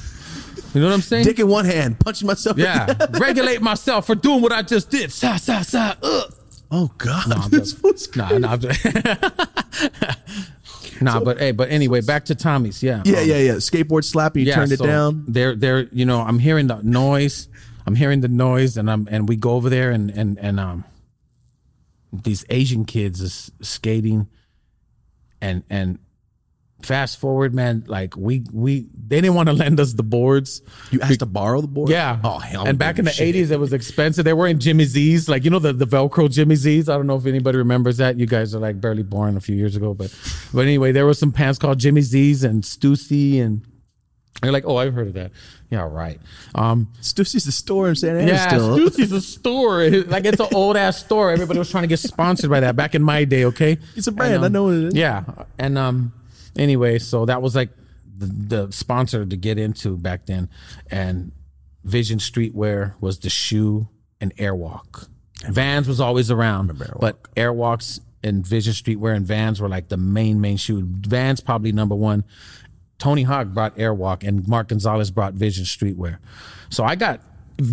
B: You know what I'm saying?
A: bro. dick in one hand, punching myself. in [laughs] the-
B: yeah. Regulate myself for doing what I just did. Sa, sa, sa. Ugh.
A: Oh God, [laughs]
B: I'm
A: this
B: joking.
A: was crazy.
B: [laughs] Nah, nah, I'm just- [laughs] nah. but hey, but anyway, back to Tommy's. Yeah,
A: Yeah,
B: Um,
A: yeah, yeah. Skateboard slapping. You turned
B: so
A: it down.
B: There, there. You know, I'm hearing the noise. I'm hearing the noise, and I'm and we go over there, and and and um, these Asian kids is skating, and and fast forward, man. Like we we they didn't want to lend us the boards.
A: You asked to borrow the board.
B: Yeah.
A: Oh hell.
B: And back in the
A: shit.
B: 80s, it was expensive. They were in Jimmy Z's, like you know the, the Velcro Jimmy Z's. I don't know if anybody remembers that. You guys are like barely born a few years ago, but but anyway, there were some pants called Jimmy Z's and Stussy and You're like, oh, I've heard of that. Yeah, right. Um,
A: Stoosie's the store in San Ana
B: yeah,
A: still.
B: Stoosie's a store. [laughs] Like it's an old ass store. Everybody was trying to get sponsored by that back in my day. Okay,
A: It's a brand. I know what it is.
B: Yeah, and um, anyway, so that was like the, the sponsor to get into back then, and Vision Streetwear was the shoe and Airwalk. Vans was always around, but Airwalks and Vision Streetwear and Vans were like the main main shoe. Vans probably number one. Tony Hawk brought Airwalk and Mark Gonzalez brought Vision Streetwear. So I got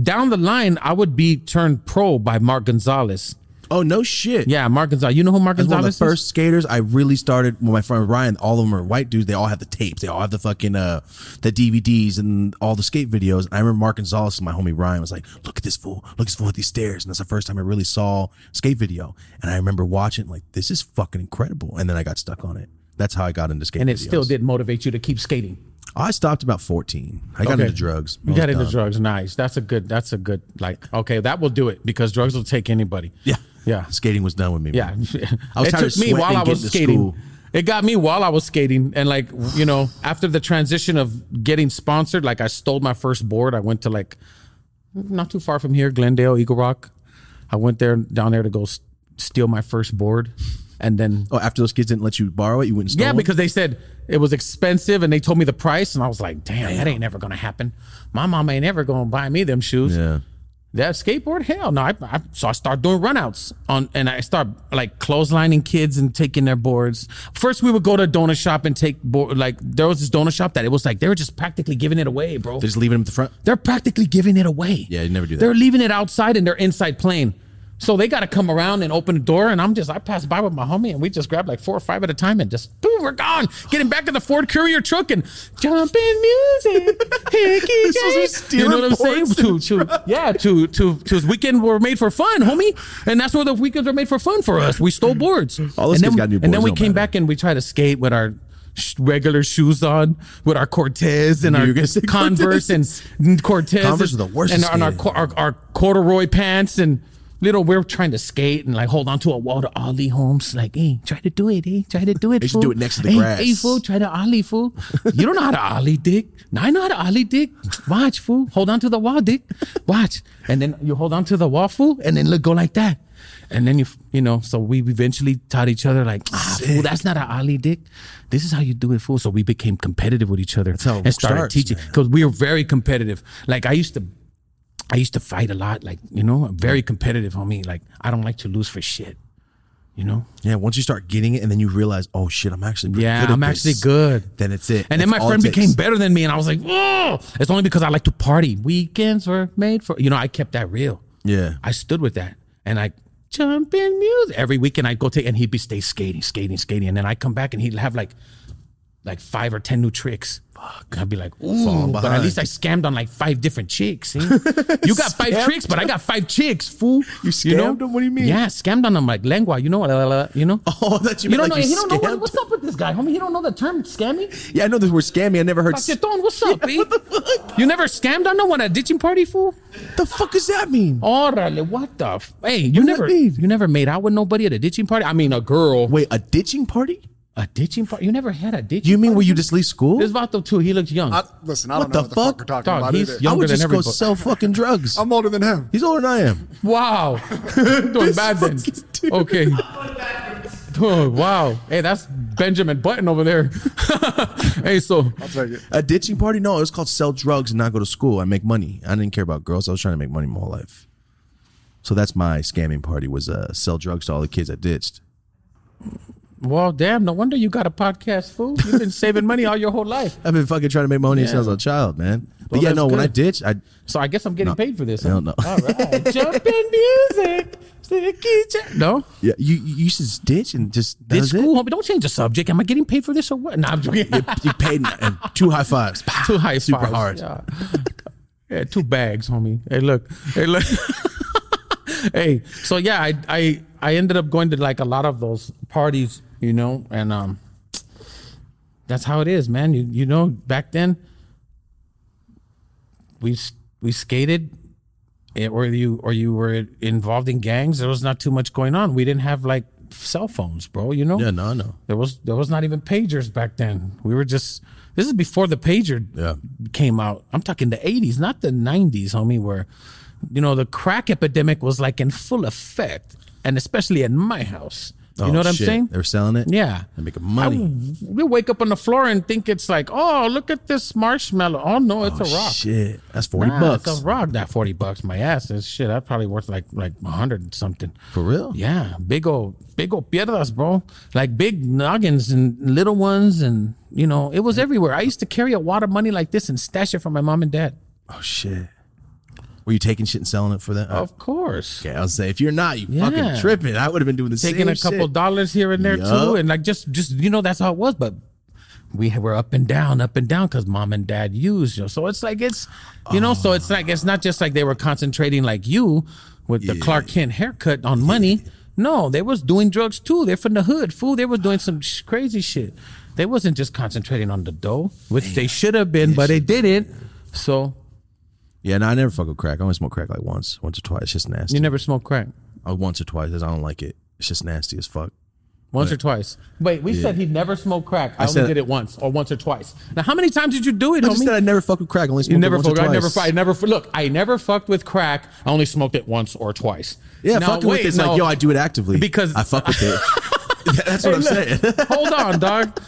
B: down the line, I would be turned pro by Mark Gonzalez.
A: Oh no shit.
B: Yeah, Mark Gonzalez. You know who Mark
A: One of the
B: Gonzalez is?
A: first skaters I really started when my friend Ryan, all of them are white dudes. They all have the tapes. They all have the fucking uh the DVDs and all the skate videos. And I remember Mark Gonzalez, my homie Ryan, was like, "Look at this fool! Look at this fool at these stairs!" And that's the first time I really saw skate video. And I remember watching like, "This is fucking incredible!" And then I got stuck on it. That's how I got into skate.
B: And it
A: videos.
B: still did motivate you to keep skating.
A: I stopped about fourteen. I got
B: Okay.
A: into drugs. I
B: You
A: was
B: got into
A: done.
B: drugs. Nice. That's a good. That's a good. Like, okay, that will do it because drugs will take anybody.
A: Yeah,
B: Yeah.
A: Skating was done with me.
B: Yeah. [laughs]
A: man. I was
B: it
A: tired of
B: took me
A: sweating
B: while
A: and
B: I was
A: getting to
B: skating.
A: school.
B: It got me while I was skating, and like you know, after the transition of getting sponsored, like I stole my first board. I went to like not too far from here, Glendale, Eagle Rock. I went there down there to go s- steal my first board, and then
A: Oh, after those kids didn't let you borrow it, you wouldn't.
B: yeah, because they said it was expensive and they told me the price, and I was like, damn, that ain't never gonna happen. My mom ain't ever gonna buy me them shoes.
A: Yeah.
B: That skateboard, hell no. I, I so I start doing runouts on, and I start like clotheslining kids and taking their boards. First, we would go to a donut shop and take board. Like there was this donut shop that it was like they were just practically giving it away, bro.
A: They're just leaving them at the front.
B: They're practically giving it away.
A: Yeah, you never do that.
B: They're leaving it outside in their inside plane. So they got to come around and open the door. And I'm just, I pass by with my homie and we just grab like four or five at a time and just, boom, we're gone. Getting back in the Ford Courier truck and jumping
A: [laughs]
B: music. Hickey
A: This was
B: Jane.
A: stealing ports in
B: To, to, yeah, to, to, to weekend were made for fun, homie. And that's where the weekends were made for fun for us. We stole boards.
A: All those
B: and
A: kids
B: then,
A: got new
B: And then
A: boards,
B: we
A: no
B: came
A: matter.
B: back and we tried to skate with our sh- regular shoes on, with our Cortez and
A: You were
B: our
A: gonna say
B: Converse and Cortez.
A: Converse are the worst
B: And
A: at
B: on our,
A: skating.
B: our our corduroy pants and little, we're trying to skate and like hold on to a wall to ollie Holmes. Like, hey, try to do it, hey, try to do it.
A: They should
B: fool.
A: do it next to the
B: hey,
A: grass."
B: Hey, fool, try to ollie, fool. You don't know how to ollie, dick. Now I know how to ollie, dick. Watch, fool. Hold on to the wall, dick. Watch, and then you hold on to the wall, fool, and then look, go like that. And then you, you know, so we eventually taught each other like, ah, fool, that's not how ollie, dick. This is how you do it, fool. So we became competitive with each other
A: how it
B: and started
A: starts,
B: teaching because we were very competitive. Like I used to, I used to fight a lot. Like you know, I'm
A: Mm.
B: very competitive, homie. Like I don't like to lose for shit. You know,
A: Yeah, once you start getting it, and then you realize, oh shit, I'm actually pretty
B: Yeah,
A: good at
B: I'm
A: this,
B: actually good.
A: Then it's it.
B: and then
A: That's
B: my
A: all it
B: friend became
A: takes.
B: better than me, and I was like, oh, it's only because I like to party. Weekends were made for you know. I kept that real.
A: Yeah.
B: I stood with that, and I jump in music every weekend. I'd go take, and he'd be stay skating, skating, skating, and then I come back and he'd have like, like five or ten new tricks. Fuck, I'd be like, ooh,
A: Falling
B: but at
A: behind.
B: least I scammed on like five different chicks.
A: [laughs]
B: See? You got five
A: Scammed
B: tricks, but I got five chicks, fool.
A: You scammed 'em? What do you mean?
B: Yeah, scammed on them like lengua. You know what? la, la, la, You know.
A: [laughs] Oh, that you,
B: You don't know.
A: like
B: He don't know what,
A: scammed.
B: what's up with this guy, homie. He don't know the term scamming.
A: Yeah, I know this word scammy. I never heard. s-
B: Paquetón, what's up, B? You never scammed on no one at a ditching party, fool?
A: the fuck does that mean?
B: Orale, what the? F- hey, you
A: does
B: never,
A: that mean?
B: you never made out with nobody at a ditching party. I mean, a girl,
A: Wait, a ditching party?
B: a ditching party. You never had a ditching.
A: You mean where you just leave school?
B: This Vato too. He looks young.
C: I, listen, I
A: What
C: don't know
A: the
C: what the fuck,
A: fuck?
C: we're talking
B: Dog,
C: about
B: he's
C: either.
A: I
B: younger
A: would
B: than
A: just go
B: everybody.
A: sell fucking [laughs] drugs.
C: I'm older than him.
A: He's older than I am. [laughs]
B: wow, doing bad then.
A: fucking dude. [laughs]
B: Okay. Oh, wow. Hey, that's Benjamin Button over there. [laughs] hey, so
C: I'll take it.
A: A ditching party? No, it was called sell drugs and not go to school. I make money. I didn't care about girls. I was trying to make money my whole life. So that's my scamming party was uh, sell drugs to all the kids I ditched.
B: well, damn. No wonder you got a podcast, fool. You've been saving money all your whole life.
A: I've been fucking trying to make money since I was
B: Yeah.
A: a child, man. But
B: Well,
A: yeah,
B: that's
A: no, when I
B: good.
A: ditched, I
B: So I guess I'm getting paid for this. huh?
A: hell no.
B: All [laughs] right. Jumping music. Sticky j- No,
A: [laughs] yeah, you you should just ditch and just that
B: it's
A: was it.
B: cool. Homie. Don't change the subject. Am I getting paid for this or what? No, I'm joking.
A: you paid me- and two high fives.
B: [laughs]
A: Pow.
B: two high
A: Super hard.
B: fives. Yeah. [laughs] Yeah, two bags, homie. Hey, look. Hey, look. [laughs] hey. So yeah, I I I ended up going to like a lot of those parties, you know, and um, that's how it is, man. You you know, back then, we s- we skated. eh, Or you or you were involved in gangs. There was not too much going on. We didn't have like cell phones, bro. You know,
A: Yeah, no, no.
B: there was there was not even pagers back then. We were just this is before the pager
A: Yeah.
B: came out. I'm talking the 80s, not the 90s, homie. Where you know the crack epidemic was like in full effect, and especially in my house. You
A: Oh,
B: know what I'm
A: shit.
B: saying?
A: They're selling it.
B: Yeah.
A: They're making money.
B: We wake up on the floor and think it's like, oh, look at this marshmallow. Oh no, it's a rock.
A: Shit, that's forty
B: Nah, It's
A: bucks
B: a rock. That forty bucks. My ass is shit. That's probably worth like like a hundred something.
A: for real.
B: Yeah, big old big old piedras, bro. Like big noggins and little ones, and you know it was everywhere. I used to carry a wad of money like this and stash it from my mom and dad.
A: Oh shit. Were you taking shit and selling it for that?
B: Of course,
A: Okay, I was say if you're not, you
B: Yeah.
A: fucking tripping. I would have been doing the
B: taking
A: same
B: a couple
A: shit.
B: dollars here and there too,
A: Yup.
B: and like just just you know that's how it was, but. We were up and down, up and down, because mom and dad used you. So it's like it's, you know, so it's like it's not just like they were concentrating like you with the Clark Kent haircut on money. No, they was doing drugs too. They're from the hood, fool. They was doing some sh- crazy shit. They wasn't just concentrating on the dough, which they should have been, but they didn't. So
A: Yeah, no, I never fuck with crack. I only smoke crack like once, once or twice. It's just nasty.
B: you never smoked crack
A: Uh, once or twice, 'cause I don't like it. It's just nasty as fuck.
B: once or twice. Wait, we said he never smoked crack. I, only
A: said-
B: did it once or once or twice. Now, how many times did you do it,
A: I just
B: homie?
A: said I never fuck with crack. I Only smoked
B: You never
A: it once
B: fucked.
A: or
B: I never.
A: twice.
B: fu- I never. fu- Look, I never fucked with crack. I only smoked it once or twice.
A: Yeah,
B: Now,
A: fucking with
B: wait,
A: it's
B: no.
A: like
B: [laughs]
A: yo, I do it actively
B: Because-
A: I fuck with
B: [laughs]
A: it. That's what I'm saying. [laughs]
B: Hold on, dog.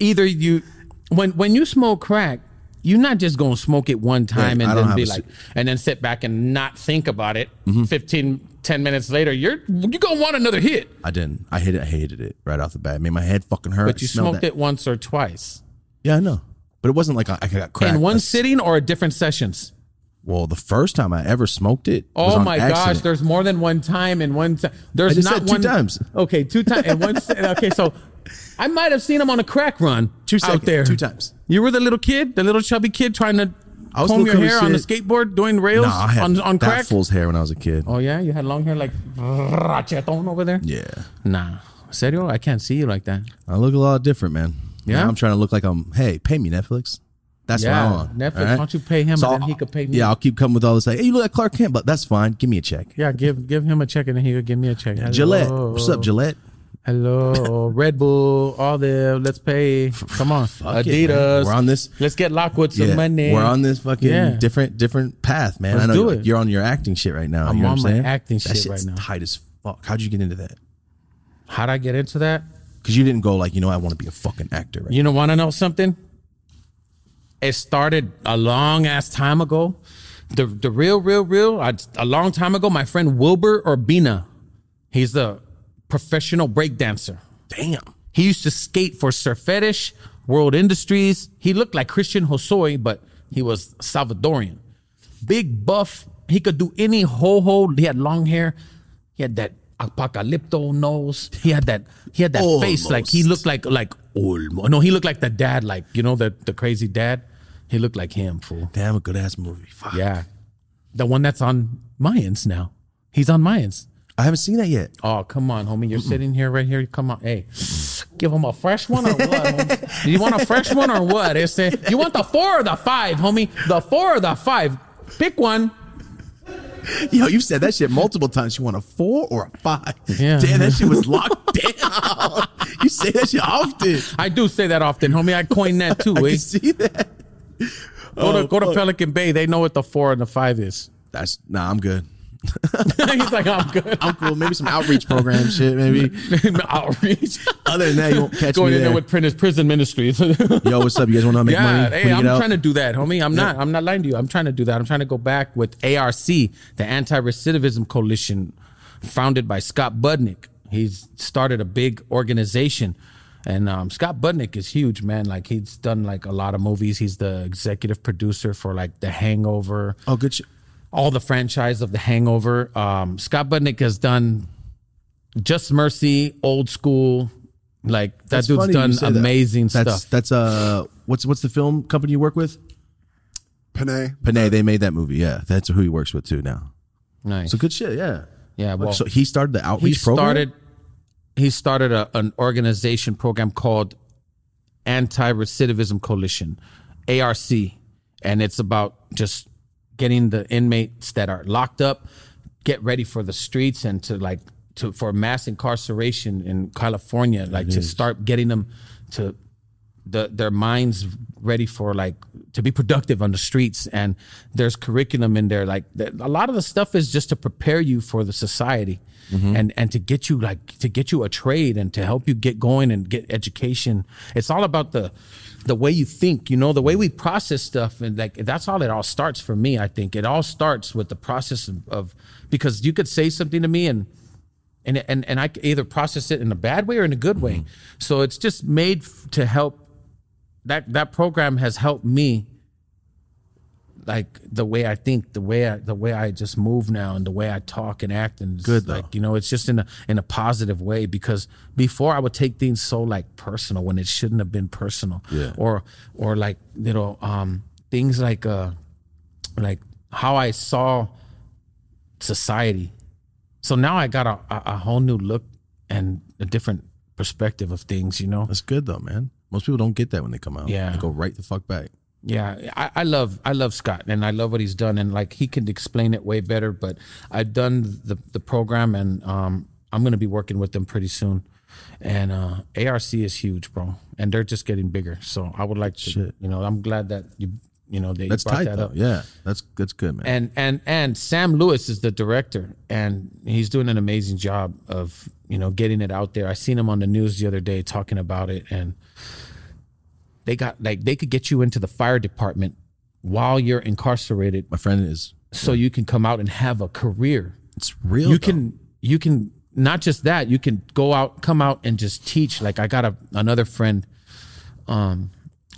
B: Either you, when when you smoke crack, you're not just gonna smoke it one time
A: Yeah, I don't
B: and then
A: have
B: be
A: a Mm-hmm.
B: like,
A: su-
B: and then sit back and not think about it. 15, 10 minutes later, you're you're gonna want another hit.
A: I didn't. I hated. I hated it right off the bat. It made my head fucking hurt.
B: But you smoked it once or twice
A: Yeah, I know. But it wasn't like I, I got cracked.
B: in one
A: That's-
B: sitting or different sessions.
A: Well, the first time I ever smoked it. was
B: Oh
A: on
B: my gosh,
A: accident.
B: there's more than one time in one time. There's
A: I just
B: not
A: said two
B: one
A: times.
B: Okay, two times and one se- okay, so I might have seen him on a crack run
A: Two
B: out
A: seconds,
B: there.
A: two times.
B: You were the little kid, the little chubby kid trying to
A: I was
B: comb your
A: little
B: hair
A: chubby
B: on the
A: shit.
B: skateboard doing rails
A: Nah, I had
B: on on
A: that
B: crack.
A: fool's hair when I was a kid.
B: Oh yeah, you had long hair like Racheton over there?
A: Yeah,
B: Nah. Serio? I can't see you like that.
A: I look a lot different, man.
B: Yeah?
A: Now I'm trying to look like I'm. Hey, pay me Netflix. That's
B: Yeah,
A: what I want.
B: Netflix,
A: all
B: why don't you pay him and then he could pay me?
A: Yeah, I'll keep coming with all this. Like, hey, you look like Clark Kent, but that's fine. Give me a check.
B: Yeah, give give him a check and then he'll give me a check. Hello.
A: Gillette, what's up, Gillette?
B: Hello, Red Bull, all the let's pay. Come on,
A: it,
B: Adidas.
A: man. We're on this-
B: Let's get Lockwood some
A: Yeah,
B: money.
A: We're on this fucking
B: Yeah.
A: different different path, man.
B: Let's
A: I know
B: do
A: you're,
B: it.
A: you're on your acting shit right now.
B: I'm
A: you know
B: on
A: what
B: my
A: I'm saying?
B: acting
A: that
B: shit right
A: shit's
B: now.
A: Tight as fuck. How'd you get into that?
B: How'd I get into that?
A: Because you didn't go like, you know, I want to be a fucking actor. Right?
B: You know, want to know something? It started a long ass time ago. The the real, real, real. I, a long time ago, my friend Wilbur Urbina, he's a professional breakdancer.
A: Damn.
B: He used to skate for Sir Fetish, World Industries. He looked like Christian Hosoi, but he was Salvadorian. Big buff. He could do any ho ho. He had long hair. He had that apocalypto nose. He had that. He had that face. Like he
A: Almost.
B: looked like like Olmo. No, he looked like the dad. Like you know the the crazy dad. He looked like him. Fool.
A: Damn, a good ass movie. Fuck.
B: Yeah, the one that's on Mayans now. He's on Mayans.
A: I haven't seen that yet.
B: Oh, come on, homie. You're sitting here right here. Come on. Hey, give him a fresh one or what? homie? you want a fresh one or what? It's a, you want the four or the five, homie? The four or the five? Pick one.
A: Yo, you said that shit multiple times. You want a four or a five?
B: Yeah.
A: Damn, that shit was locked [laughs] down. you say that shit often.
B: I do say that often, homie. I coined that too.
A: [laughs] I
B: eh?
A: can see that. Oh,
B: Go, to, go to
A: fuck.
B: Pelican Bay. They know what the four and the five is. [laughs]
A: That's nah. I'm good.
B: He's like, I'm good.
A: [laughs]
B: [laughs]
A: I'm cool. Maybe some outreach program shit. Maybe.
B: Outreach.
A: [laughs] Other than that, you won't catch
B: Going
A: me
B: in there
A: there.
B: with Prentice Prison
A: [laughs]
B: Ministries. [laughs]
A: Yo, what's up? You guys want to make
B: Yeah,
A: money?
B: hey, I'm
A: Bring it out?
B: trying to do that, homie. I'm not. I'm not lying to you. I'm trying to do that. I'm trying to go back with ARC, the Anti-Recidivism Coalition, founded by Scott Budnick. He's started a big organization, and um, Scott Budnick is huge, man. Like he's done like a lot of movies. He's the executive producer for like The Hangover,
A: Oh, good shit.
B: all the franchise of The Hangover. Um, Scott Budnick has done Just Mercy, Old School. Like that
A: That's
B: dude's
A: funny you
B: done
A: say that.
B: amazing
A: That's
B: stuff.
A: that's uh, what's what's the film company you work with?
C: Panay.
A: Panay. They made that movie. Yeah, that's who he works with too now.
B: Nice.
A: So good shit. Yeah.
B: yeah. Well,
A: so he started the
B: he
A: outreach program.
B: started he started a, an organization program called anti-recidivism coalition arc and it's about just getting the inmates that are locked up get ready for the streets and to like to for mass incarceration in California, like to start getting them to the, their minds ready for like to be productive on the streets and there's curriculum in there like that, a lot of the stuff is just to prepare you for the society and and to get you like to get you a trade and to help you get going and get education it's all about the the way you think you know the way we process stuff and like that's all it all starts for me i think it all starts with the process of, of because you could say something to me and and and and I c- either process it in a bad way or in a good
A: Mm-hmm.
B: way. So it's just made f- to help. That that program has helped me, like the way I think, the way I, the way I just move now, and the way I talk and act, and it's
A: Good, though.
B: like you know, it's just in a in a positive way because before I would take things so like personal when it shouldn't have been personal,
A: Yeah.
B: or or like you know, um, things like uh, like how I saw society so now I got a, a, a whole new look and a different perspective of things, you know?
A: That's good though, man. Most people don't get that when they come out.
B: Yeah.
A: They go right the fuck back.
B: Yeah. I, I love I love Scott and I love what he's done and like he can explain it way better, but I've done the, the program and um I'm gonna be working with them pretty soon. And uh ARC is huge, bro. And they're just getting bigger. So I would like to you know, I'm glad that you you know that
A: That's
B: you brought
A: tight
B: that
A: though.
B: up.
A: Yeah. That's that's good, man.
B: and and and Sam Lewis is the director, and he's doing an amazing job of you know getting it out there. I seen him on the news the other day talking about it, and they got like they could get you into the fire department while you're incarcerated,
A: My friend is
B: so you can come out and have a career.
A: it's real.
B: You
A: though.
B: can you can not just that you can go out, come out, and just teach. Like I got a another friend um,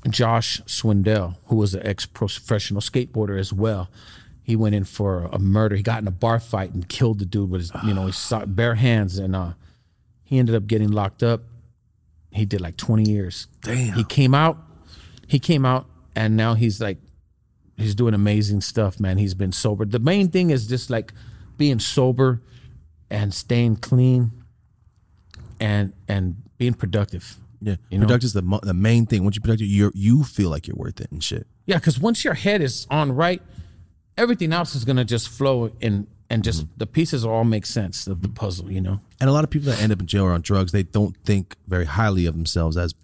B: Josh Swindell, who was an ex professional skateboarder as well. He went in for a murder. He got in a bar fight and killed the dude with his, you know, his so- bare hands, and uh, he ended up getting locked up. He did like twenty years. Damn. He came out. He came out, and now he's like, he's doing amazing stuff, man. He's been sober. The main thing is just like being sober and staying clean, and and being productive.
A: Yeah,
B: You know?
A: product is the mo- the main thing. Once you product, you you feel like you're worth it and shit.
B: Yeah, because once your head is on right, everything else is gonna just flow and and just the pieces all make sense of the puzzle, you know.
A: And a lot of people that end up in jail or on drugs, they don't think very highly of themselves as,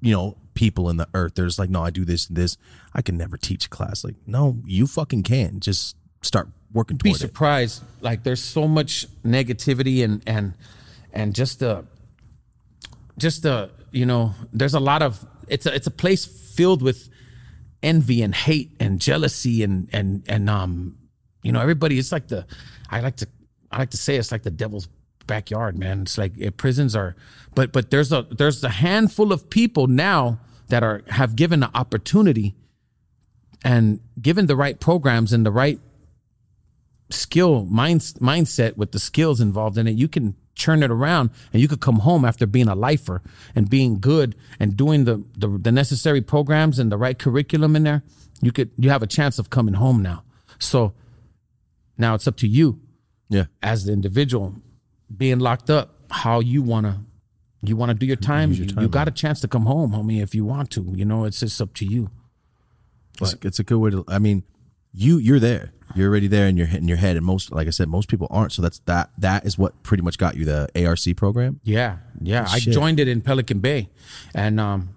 A: you know, people in the earth. They're just like, no, I do this and this. I can never teach a class. Like, no, you fucking can. Just start working
B: Be
A: toward it.
B: surprised, like there's so much negativity and and and just the just the you know there's a lot of it's a it's a place filled with envy and hate and jealousy and and and um you know everybody it's like the i like to i like to say it's like the devil's backyard man it's like eh, prisons are but but there's a there's a handful of people now that are have given the opportunity and given the right programs and the right skill mind, mindset with the skills involved in it, you can turn it around and you could come home after being a lifer and being good and doing the, the, the necessary programs and the right curriculum in there. You could you have a chance of coming home now. So now it's up to you
A: Yeah,
B: as the individual being locked up how you want to you want to do your time, You- you got a chance to come home homie if you want to you know it's just up to you
A: it's, it's a good way to. I mean, you you're there. You're already there in your he- in your head. And most, like I said, most people aren't. So that's that. That is what pretty much got you the ARC program.
B: Yeah, yeah. I
A: Shit.
B: joined it in Pelican Bay, and um,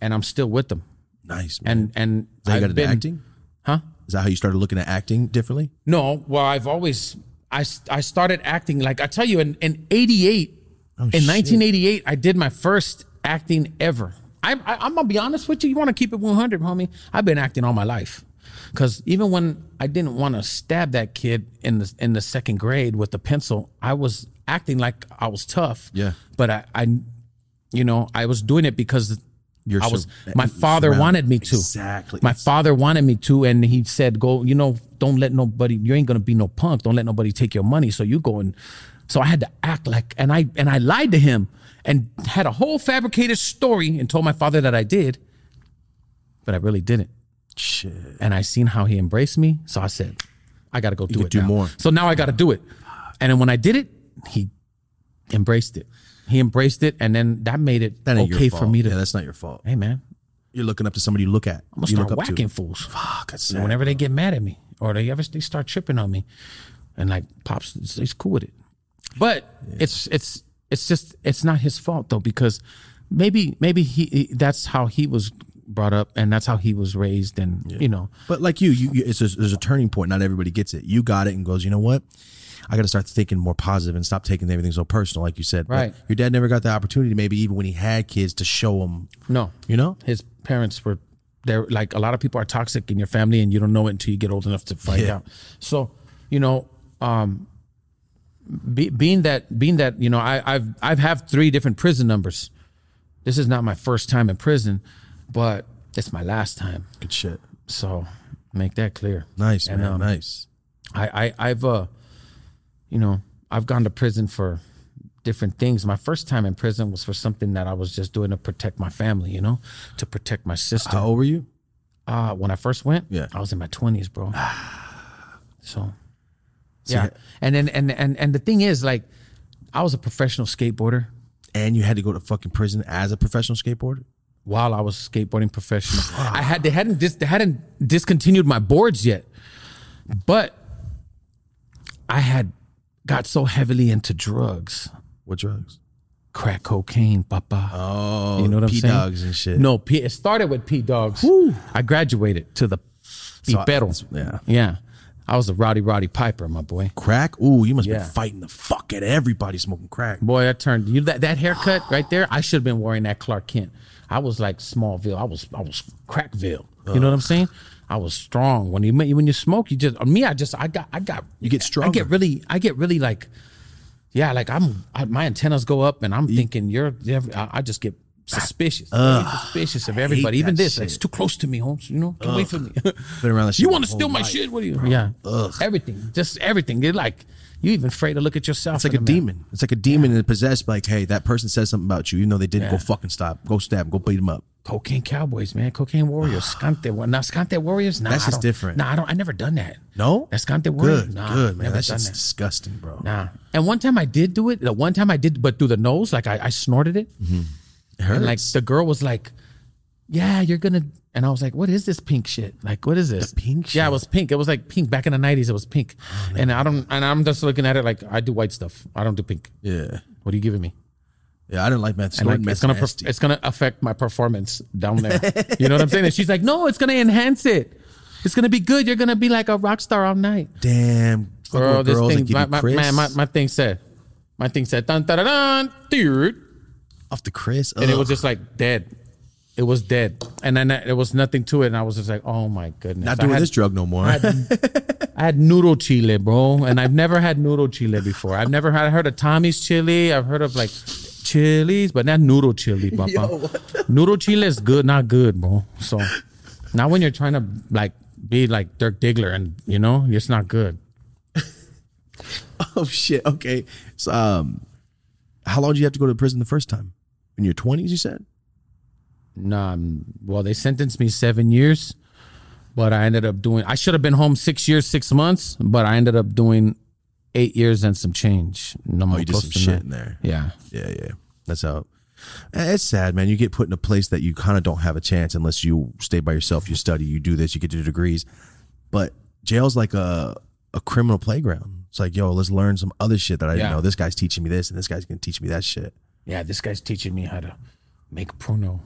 B: and I'm still with them.
A: Nice. Man.
B: And and
A: is that how you
B: I've
A: got into
B: been-
A: acting?
B: huh?
A: Is that how you started looking at acting differently?
B: No, well, I've always I s- I started acting like I tell you in in '88, in
A: shit.
B: 1988, I did my first acting ever. I, I I'm gonna be honest with you. You want to keep it 100, homie? I've been acting all my life. Cause even when I didn't want to stab that kid in the in the second grade with a pencil, I was acting like I was tough.
A: Yeah.
B: But I, I you know, I was doing it because
A: You're
B: I was
A: sur-
B: my father
A: surrounded-
B: wanted me to.
A: Exactly.
B: My father wanted me to, and he said, "Go, you know, don't let nobody. You ain't gonna be no punk. Don't let nobody take your money." So you go and, so I had to act like, and I and I lied to him and had a whole fabricated story and told my father that I did, but I really didn't.
A: Shit.
B: And I seen how he embraced me, so I said, "I gotta go do
A: could
B: it.
A: do
B: now."
A: more.
B: So now I gotta do it. And then when I did it, he embraced it. He embraced it, and then that made it
A: That ain't
B: okay
A: your
B: for
A: fault.
B: me to.
A: Yeah, that's not your fault.
B: hey man,
A: You're looking up to somebody you look at.
B: I'm gonna
A: you
B: start
A: look up
B: whacking
A: to.
B: fools.
A: Fuck, that's sad.
B: whenever they get mad at me or they ever they start tripping on me, and like pops, he's cool with it. But it's it's it's just it's not his fault though because maybe maybe he, he- that's how he was brought up and that's how he was raised and you know
A: But like you, you, you it's a, there's a turning point. Not everybody gets it. You got it and goes, you know what? I got to start thinking more positive and stop taking everything so personal, like you said. But
B: Right.
A: your dad never got the opportunity, maybe even when he had kids, to show them.
B: no
A: You know?
B: his parents were there like a lot of people are toxic in your family and you don't know it until you get old enough to find
A: Yeah.
B: out so you know um be, being that being that you know I, i've i've have three different prison numbers this is not my first time in prison but it's my last time
A: Good shit.
B: so make that clear
A: Nice,
B: And,
A: man.
B: um,
A: nice.
B: I, I I've uh, you know, I've gone to prison for different things. My first time in prison was for something that I was just doing to protect my family, you know, to protect my sister.
A: How old were you?
B: Uh, when I first went,
A: Yeah. Ah.
B: I was in my twenties, bro. so,
A: See,
B: yeah, and then and and and the thing is, like, I was a professional skateboarder
A: And you had to go to fucking prison as a professional skateboarder?
B: while I was skateboarding professional. I had they hadn't dis, they hadn't discontinued my boards yet, but I had got so heavily into drugs.
A: What drugs?
B: crack cocaine, papa.
A: Oh,
B: you know what I'm
A: P
B: saying?
A: dogs and shit.
B: No, P, it started with P dogs. I graduated to the pipero.
A: yeah.
B: yeah, I was a rowdy, rowdy piper, my boy.
A: Crack? Ooh, you must be
B: Yeah.
A: fighting the fuck out of everybody smoking crack.
B: Boy, that turned you that, that haircut right there. I should have been wearing that Clark Kent. I was like Smallville. I was I was Crackville. You know what I'm saying? I was strong when you when you smoke. You just me. I just I got I got
A: You get
B: I
A: stronger.
B: get really I get really like yeah like I'm I, my antennas go up and I'm thinking you're I I just get suspicious Very suspicious of everybody even
A: that
B: this it's too close to me Holmes you know get away from me
A: Been around that shit
B: [laughs] you
A: my
B: want to
A: whole
B: steal my
A: life,
B: shit what do you yeah everything just everything you're like you even afraid to look at yourself
A: It's like a demon. It's like a demon and possessed. Like, hey, that person said something about you, even though they didn't. Go fucking stop. Go stab. 'em. Go beat him up.
B: cocaine cowboys, man.
A: [sighs]
B: Cocaine warriors, Scante. wa- Now Scante warriors, nah,
A: That's
B: I
A: just
B: don't-
A: different.
B: Nah, I don't. I never done that.
A: No,
B: that's Scante warriors.
A: good.
B: nah,
A: good man.
B: Never
A: That's
B: done
A: just
B: that.
A: disgusting, bro.
B: Nah. And one time I did do it. The one time I did, but through the nose, like I, I snorted it.
A: It hurts.
B: And like the girl was like, "Yeah, you're gonna." And I was like, "What is this pink shit? Like, what is this
A: pink Oh,
B: Yeah, it was pink. It was like pink back in the '90s. It was pink. and I don't. And I'm just looking at it like I do white stuff. I don't do pink.
A: yeah,
B: What are you giving me?
A: yeah. I didn't like math.
B: and like it's gonna perf-
A: nasty.
B: it's gonna affect my performance down there. you know what I'm saying? And she's like, no, it's gonna enhance it. It's gonna be good. You're gonna be like a rock star all night.
A: Damn, fucking
B: Girl,
A: with
B: this
A: girls
B: thing,
A: and give
B: my,
A: you
B: my,
A: Chris
B: man, my, my thing said, my thing said, dun dun dun dun, dude,
A: off the Chris.
B: and it
A: Ugh.
B: was just like dead. It was dead, and then there was nothing to it, and I was just like, oh my goodness,
A: not
B: I
A: doing
B: had,
A: this drug no more. [laughs]
B: I had noodle chile, bro, and I've never had noodle chile before. I've never had I heard of Tommy's chili. I've heard of like chilies, but not
A: [laughs]
B: noodle chili, papa. Noodle chile is good, not good, bro. So not when you're trying to like be like Dirk Diggler, and you know it's not good.
A: oh shit. Okay. So, um, how long did you have to go to prison the first time? In your twenties, you said.
B: Nah, I'm- well they sentenced me seven years, but I ended up doing. I should have been home six years, six months, but I ended up doing eight years and some change. No more
A: Oh, you did
B: close
A: some
B: to
A: shit
B: nine.
A: in there.
B: Yeah.
A: Yeah, yeah. That's how. Eh, It's sad, man. You get put in a place that you kind of don't have a chance unless you stay by yourself, you study, you do this, you get your degrees. But jail's like a a criminal playground. It's like, yo, let's learn some other shit that I didn't
B: Yeah.
A: know. This guy's teaching me this, and this guy's gonna teach me that shit.
B: Yeah, this guy's teaching me how to make pruno.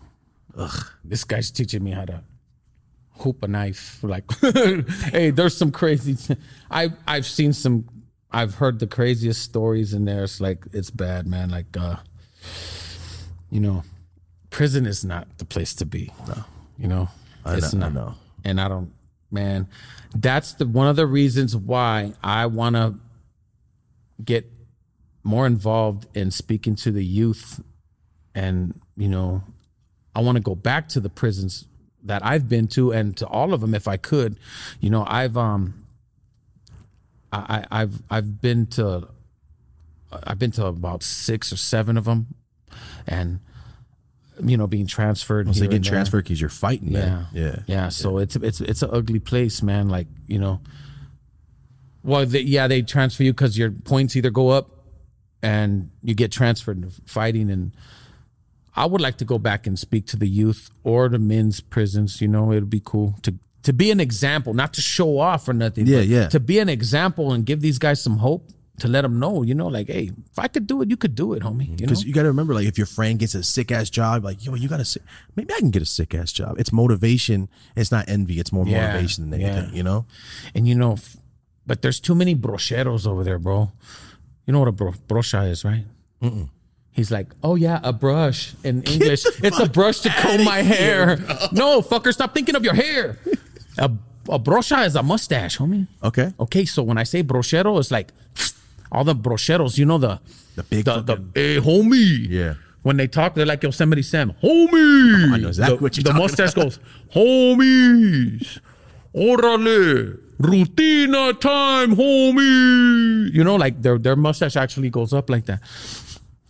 B: Ugh. This guy's teaching me how to hoop a knife. Like, [laughs] hey, there's some crazy. I I've seen some. I've heard the craziest stories in there. It's like it's bad, man. Like, uh, you know, prison is not the place to be. No, you know, it's
A: know, I
B: not.
A: know.
B: And I don't, man. That's the one of the reasons why I want to get more involved in speaking to the youth and you know i want to go back to the prisons that i've been to and to all of them if i could you know i've um i, I i've i've been to i've been to about six or seven of them and you know being transferred
A: So
B: here
A: you get
B: and there.
A: transferred because you're fighting, man.
B: Yeah.
A: Yeah.
B: Yeah. So it's it's it's an ugly place, man. Like you know, well, they, yeah, they transfer you because your points either go up, and you get transferred to fighting. And I would like to go back and speak to the youth or the men's prisons. You know, it'd be cool to to be an example, not to show off or nothing.
A: Yeah,
B: but
A: yeah.
B: To be an example and give these guys some hope. to let them know, you know, like, hey, if I could do it, you could do it, homie. You know?
A: Because you got to remember, like, if your friend gets a sick ass job, like, yo, you got to sick. Maybe I can get a sick ass job. It's motivation. It's not envy. It's more
B: Yeah,
A: motivation than
B: yeah.
A: anything. You know,
B: And you know, f- but there's too many brocheros over there, bro. You know what a bro- brocha is, right? He's like, oh yeah, a brush in English. It's a brush to comb my hair. no, fucker, stop thinking of your hair. a, a brocha is a mustache, homie.
A: Okay.
B: Okay, so when I say brochero, it's like [sniffs] all the brocheros, you know the
A: The big
B: the, the
A: fucking-
B: hey, homie.
A: Yeah.
B: When they talk, they're like Yosemite Sam, homie.
A: I know exactly
B: the,
A: what you're
B: The
A: talking
B: mustache goes, homies, orale, rutina time, homie. You know, like their their mustache actually goes up like that.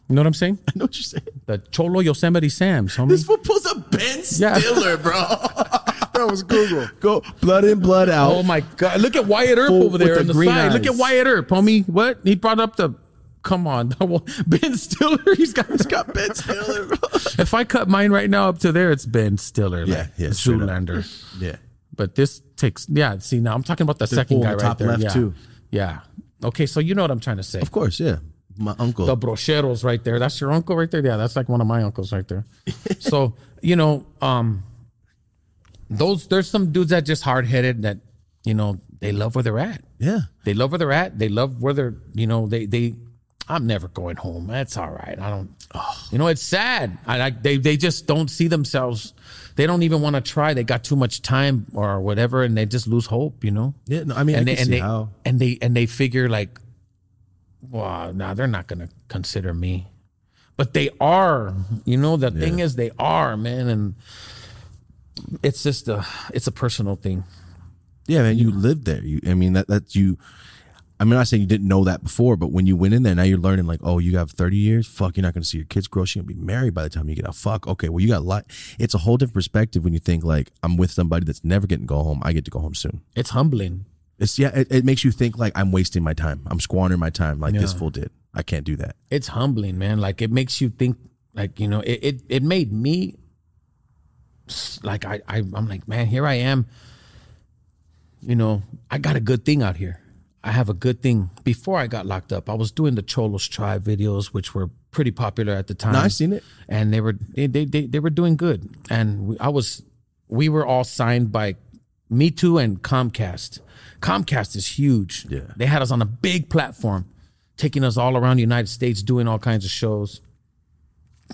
B: You know what I'm saying?
A: I know what you're saying.
B: The Cholo Yosemite Sam's, homie.
A: This fool pulls a Ben
B: Yeah.
A: Stiller, bro. [laughs]
C: That was Google.
A: Go blood in, blood out.
B: Oh my God! Look at Wyatt Earp
A: Fool
B: over there
A: with
B: on
A: the
B: the
A: green
B: side. Look
A: eyes.
B: at Wyatt Earp, homie. What he brought up the? Come on, [laughs] Ben Stiller. He's got. He's
A: got Ben Stiller, bro.
B: If I cut mine right now up to there, it's Ben Stiller.
A: Yeah,
B: like
A: yeah, straight up.
B: Zoolander.
A: yeah.
B: But this takes. Yeah, see now I'm talking about the second
A: full
B: guy
A: on the
B: right
A: top
B: there.
A: left,
B: yeah.
A: too.
B: Yeah. Okay, so you know what I'm trying to say.
A: Of course, yeah. My uncle.
B: The brocheros right there. That's your uncle right there. Yeah, that's like one of my uncles right there. [laughs] so you know, um, those there's some dudes that just hard headed that you know they love where they're at.
A: yeah.
B: They love where they're at. They love where they're, you know, they they I'm never going home. That's all right. I don't you know, it's sad. I like they they just don't see themselves. They don't even want to try. They got too much time or whatever and they just lose hope, you know?
A: Yeah. No, I mean,
B: and
A: I
B: they
A: can
B: and
A: see
B: they
A: how.
B: and they and they figure like wow, nah, they're not gonna consider me. But they are, you know, the thing is they are, man, and it's just a it's a personal thing.
A: Yeah, man, you lived there. You, I mean, that that you. I'm not saying you didn't know that before, but when you went in there, now you're learning like, oh, you have 30 years. Fuck, you're not going to see your kids grow. She's going to be married by the time you get out. Fuck, okay, well, you got a lot. It's a whole different perspective when you think like, I'm with somebody that's never getting to go home. I get to go home soon.
B: It's humbling.
A: It's yeah, it, it makes you think like I'm wasting my time. I'm squandering my time like this fool did. I can't do that.
B: it's humbling, man. Like it makes you think, like you know, it it, it made me s- like I, I I'm like, man, here I am. You know, I got a good thing out here. I have a good thing. Before I got locked up, I was doing the Cholos Tribe videos, which were pretty popular at the time.
A: No, I seen it.
B: and they were they they they, they were doing good. And we, I was, we were all signed by Me Too and Comcast. Comcast is huge.
A: Yeah.
B: They had us on a big platform, taking us all around the United States, doing all kinds of shows.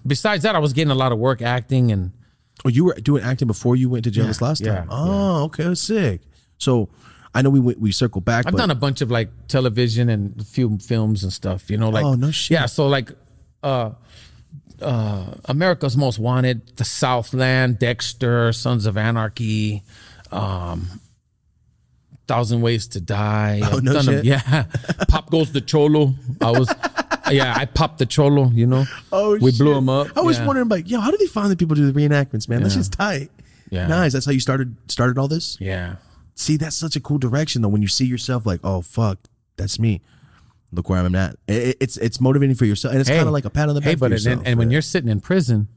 B: Besides that, I was getting a lot of work acting and
A: Oh, you were doing acting before you went to jail this last time.
B: yeah,
A: Oh, okay, that's sick. So I know we went, we circle back.
B: I've
A: but
B: done a bunch of like television and a few films and stuff, you know, like
A: Oh, no shit.
B: Yeah, so like uh uh America's Most Wanted, The Southland, Dexter, Sons of Anarchy, um Thousand Ways to Die.
A: Oh,
B: I've
A: no
B: done a-
A: shit.
B: [laughs] yeah. Pop goes the cholo.
A: [laughs]
B: I was yeah, I popped the cholo, you know.
A: Oh,
B: we blew
A: shit.
B: him up.
A: I was
B: yeah.
A: wondering, like, yo, how do they find the people to do the reenactments, man? That's
B: Yeah.
A: just tight.
B: Yeah.
A: Nice. That's how you started started all this.
B: Yeah.
A: See, that's such a cool direction though. When you see yourself, like, oh fuck, that's me. Look where I'm at. It, it- it's it's motivating for yourself, and it's kind of like a pat on the back.
B: Hey, but
A: for
B: and, then-
A: yourself,
B: and when
A: man.
B: you're sitting in prison,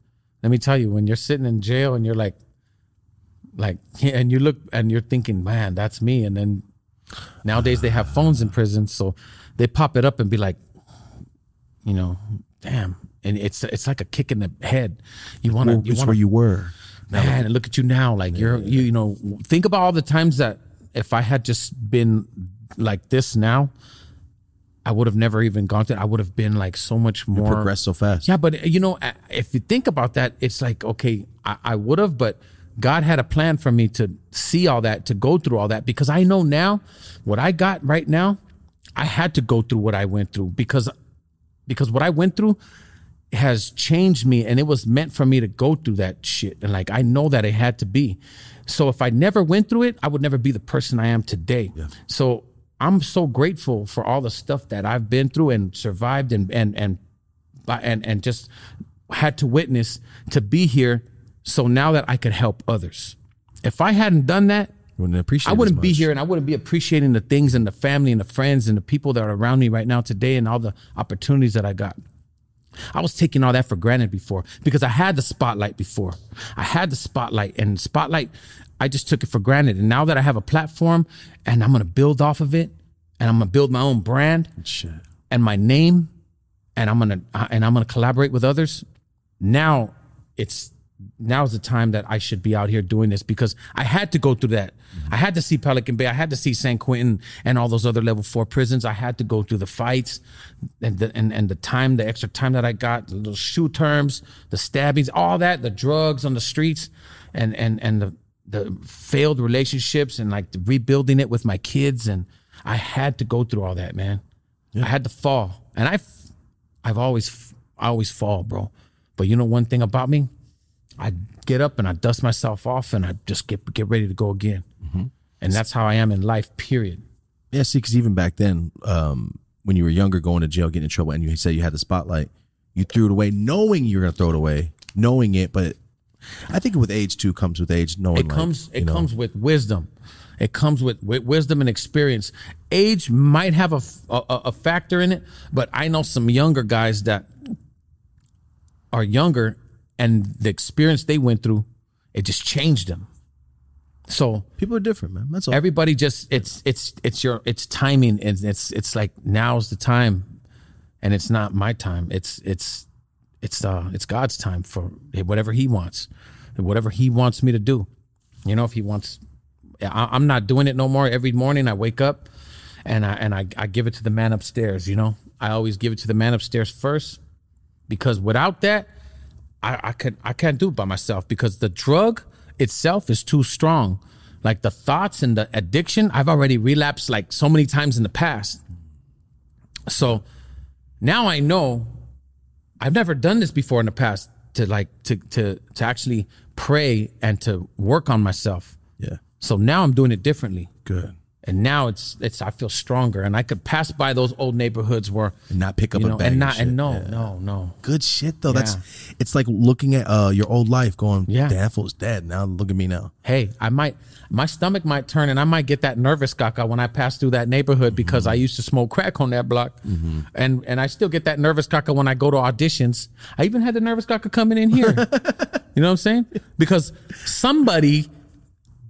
B: let me tell you, when you're sitting in jail and you're like, like, [laughs] and you look and you're thinking, man, that's me. And then nowadays they have phones in prison, so they pop it up and be like, you know, damn. And it's it's like a kick in the head. You want to,
A: Well,
B: you
A: it's
B: want
A: where
B: to,
A: you were.
B: man, and look at you now. Like you're, you, you know, think about all the times that if I had just been like this now. I would have never even gone to. I would have been like so much more
A: Progress so fast.
B: yeah, but uh, you know, a- if you think about that, it's like, okay, I, I would have, but God had a plan for me to see all that, to go through all that, because I know now what I got right now, I had to go through what I went through because because what I went through has changed me and it was meant for me to go through that shit. And like I know that it had to be. So if I never went through it, I would never be the person I am today. So I'm so grateful for all the stuff that I've been through and survived and and and and and just had to witness to be here. So now that I could help others. If I hadn't done that,
A: You wouldn't appreciate.
B: I
A: it as
B: wouldn't be
A: much.
B: here and I wouldn't be appreciating the things and the family and the friends and the people that are around me right now today and all the opportunities that I got. I was taking all that for granted before because I had the spotlight before. I had the spotlight and spotlight, I just took it for granted. And now that I have a platform and I'm going to build off of it, and I'm gonna build my own brand
A: Shit.
B: and my name, and I'm gonna and I'm gonna collaborate with others. Now it's now's the time that I should be out here doing this because I had to go through that. I had to see Pelican Bay. I had to see San Quentin and all those other level four prisons. I had to go through the fights and the and, and the time, the extra time that I got, the little shoe terms, the stabbings, all that, the drugs on the streets and and and the the failed relationships and like the rebuilding it with my kids and I had to go through all that, man. I had to fall, and I, I've always, I always fall, bro. But you know one thing about me, I get up and I dust myself off, and I just get get ready to go again.
A: Mm-hmm.
B: And that's how I am in life. Period.
A: Yeah, see, because even back then, um, when you were younger, going to jail, getting in trouble, and you said you had the spotlight, you threw it away, knowing you were gonna throw it away, knowing it. But I think with age too comes with age, knowing
B: It
A: like,
B: comes.
A: you
B: It
A: know,
B: comes with wisdom. It comes with, with wisdom and experience. Age might have a, f- a- a- a factor in it, but I know some younger guys that are younger, and the experience they went through, it just changed them. So
A: People are different, man. That's all.
B: everybody just it's it's it's your it's timing and it's it's like now's the time and it's not my time it's it's it's uh it's god's time for whatever he wants whatever he wants me to do you know if he wants I, i'm not doing it no more every morning i wake up and i and I, I give it to the man upstairs you know i always give it to the man upstairs first because without that I, I could I can't do it by myself because the drug itself is too strong. Like the thoughts and the addiction, I've already relapsed like so many times in the past. So now I know I've never done this before in the past to like to to to actually pray and to work on myself.
A: yeah,
B: So now I'm doing it differently.
A: good.
B: And now it's it's I feel stronger and I could pass by those old neighborhoods where
A: And not pick up
B: you
A: a
B: know
A: bag
B: and not
A: shit.
B: and no,
A: Yeah.
B: no, no.
A: good shit though. That's
B: Yeah.
A: it's like looking at uh your old life, going, yeah,
B: Yeah.
A: damn, fool's dead. Now look at me now. [laughs]
B: hey, I might my stomach might turn and I might get that nervous caca when I pass through that neighborhood because I used to smoke crack on that block. And and I still get that nervous caca when I go to auditions. I even had the nervous caca coming in here. you know what I'm saying? Because somebody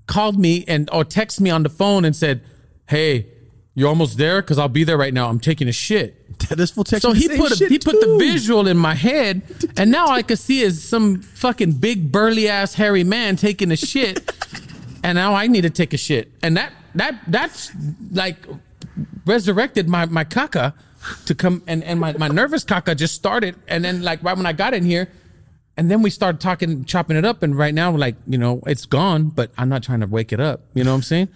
B: called me and or texted me on the phone and said, "Hey, you're almost there cuz I'll be there right now. I'm taking a shit."
A: This fool text
B: So
A: me
B: he
A: the same
B: put a,
A: shit,
B: he put the
A: too.
B: visual in my head, and now I could see is some fucking big burly ass hairy man taking a shit, [laughs] and now I need to take a shit, and that that that's like resurrected my my caca to come and and my my nervous caca just started, and then like right when I got in here. And then we started talking, chopping it up, and right now, like you know, it's gone. But I'm not trying to wake it up. You know what I'm saying?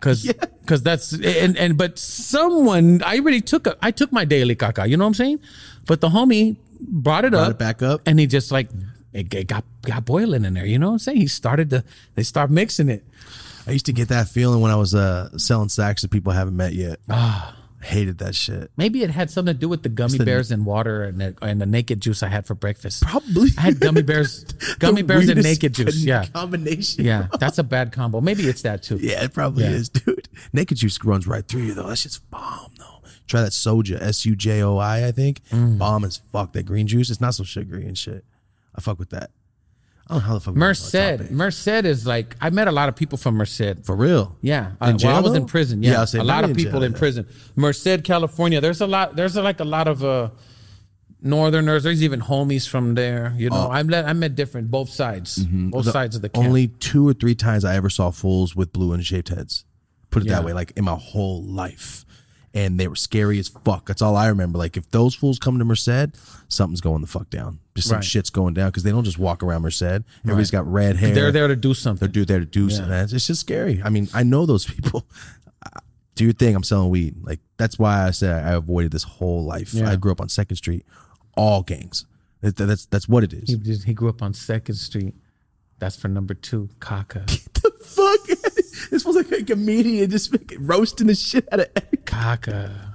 B: because because that's and and but someone I already took a I took my daily caca, you know what I'm saying? But the homie brought it up,
A: it back up.
B: and he just like it, it got got boiling in there, you know what I'm saying? He started to they start mixing it.
A: I used to get that feeling when I was uh selling sacks to people I haven't met yet. Ah, hated that shit.
B: Maybe it had something to do with the gummy
A: the-
B: bears and water and the, and the naked juice I had for
A: [laughs]
B: breakfast.
A: Probably.
B: I had gummy bears, gummy
A: The
B: bears and
A: weirdest
B: naked juice.
A: con-
B: Yeah,
A: combination.
B: yeah, that's a bad combo. Maybe it's that too.
A: Yeah, it probably
B: Yeah.
A: is, dude. Naked juice runs right through you though. That shit's bomb though. Try that soja, S U J O I, I think.
B: Mm.
A: Bomb as fuck. That green juice. It's not so sugary and shit. I fuck with that. I don't know how the fuck. we got on that
B: Merced,
A: topic.
B: Merced is like I met a lot of people from Merced.
A: for real.
B: Yeah,
A: In
B: I, well, I
A: jail,
B: was in
A: though?
B: prison.
A: I
B: Yeah,
A: was saying
B: a lot
A: maybe
B: of people
A: jail,
B: in
A: yeah.
B: prison. Merced, California. There's a lot. There's like a lot of uh, northerners. There's even homies from there. You know, I met I met different both sides, both sides of the camp.
A: Only two or three times I ever saw fools with blue and shaved heads. Put it
B: Yeah.
A: that way, like in my whole life. And they were scary as fuck. That's all I remember. Like if those fools come to Merced, something's going the fuck down. Just some
B: Right.
A: shit's going down because they don't just walk around Merced. Everybody's got red hair.
B: They're there to do something.
A: do there to do something. It's just scary. I mean, I know those [laughs] people. I- Do your thing. I'm selling weed. Like that's why I said I avoided this whole life.
B: Yeah.
A: I grew up on Second Street, all gangs. That- that- That's that's what it is.
B: He, just- he grew up on Second Street. That's for number two, Kaka.
A: the fuck? [laughs] this was like a comedian just fucking roasting the shit out of
B: Kaka.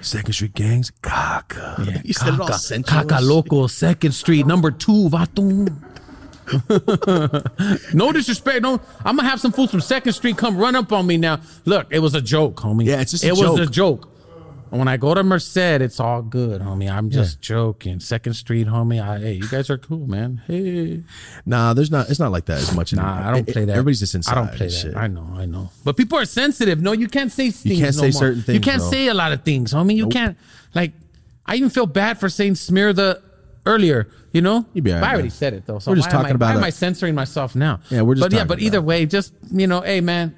A: Second Street gangs. Caca.
B: Yeah,
A: [laughs] you said it all
B: Kaka.
A: sensual.
B: Kaka Loco, Second Street, number two, Vatum. [laughs] no disrespect. No, I'm gonna have some fools from Second Street come run up on me now. Look, it was a joke, homie.
A: Yeah, it's just a
B: it
A: joke.
B: was a joke. When I go to Merced, it's all good, homie. I'm just joking. Second Street, homie. I, hey, you guys are cool, man. Hey.
A: Nah, there's not. It's not like that as much. anymore.
B: Nah, I don't
A: It- it-
B: play that.
A: Everybody's just inside.
B: I don't play
A: and
B: that.
A: shit.
B: I know, I know. But people are sensitive. No, you can't say things.
A: can't
B: no
A: say
B: more.
A: certain
B: You
A: things,
B: can't
A: bro.
B: say a lot of things, homie. You can't. Like, I even feel bad for saying smear the earlier. You know,
A: You be all
B: But
A: right,
B: I already
A: man.
B: said it though. So
A: We're just
B: why am
A: talking
B: I-
A: about
B: Why am
A: it.
B: I censoring myself now?
A: Yeah, we're just
B: But yeah,
A: talking
B: but
A: about
B: either
A: it.
B: way, just you know, hey man,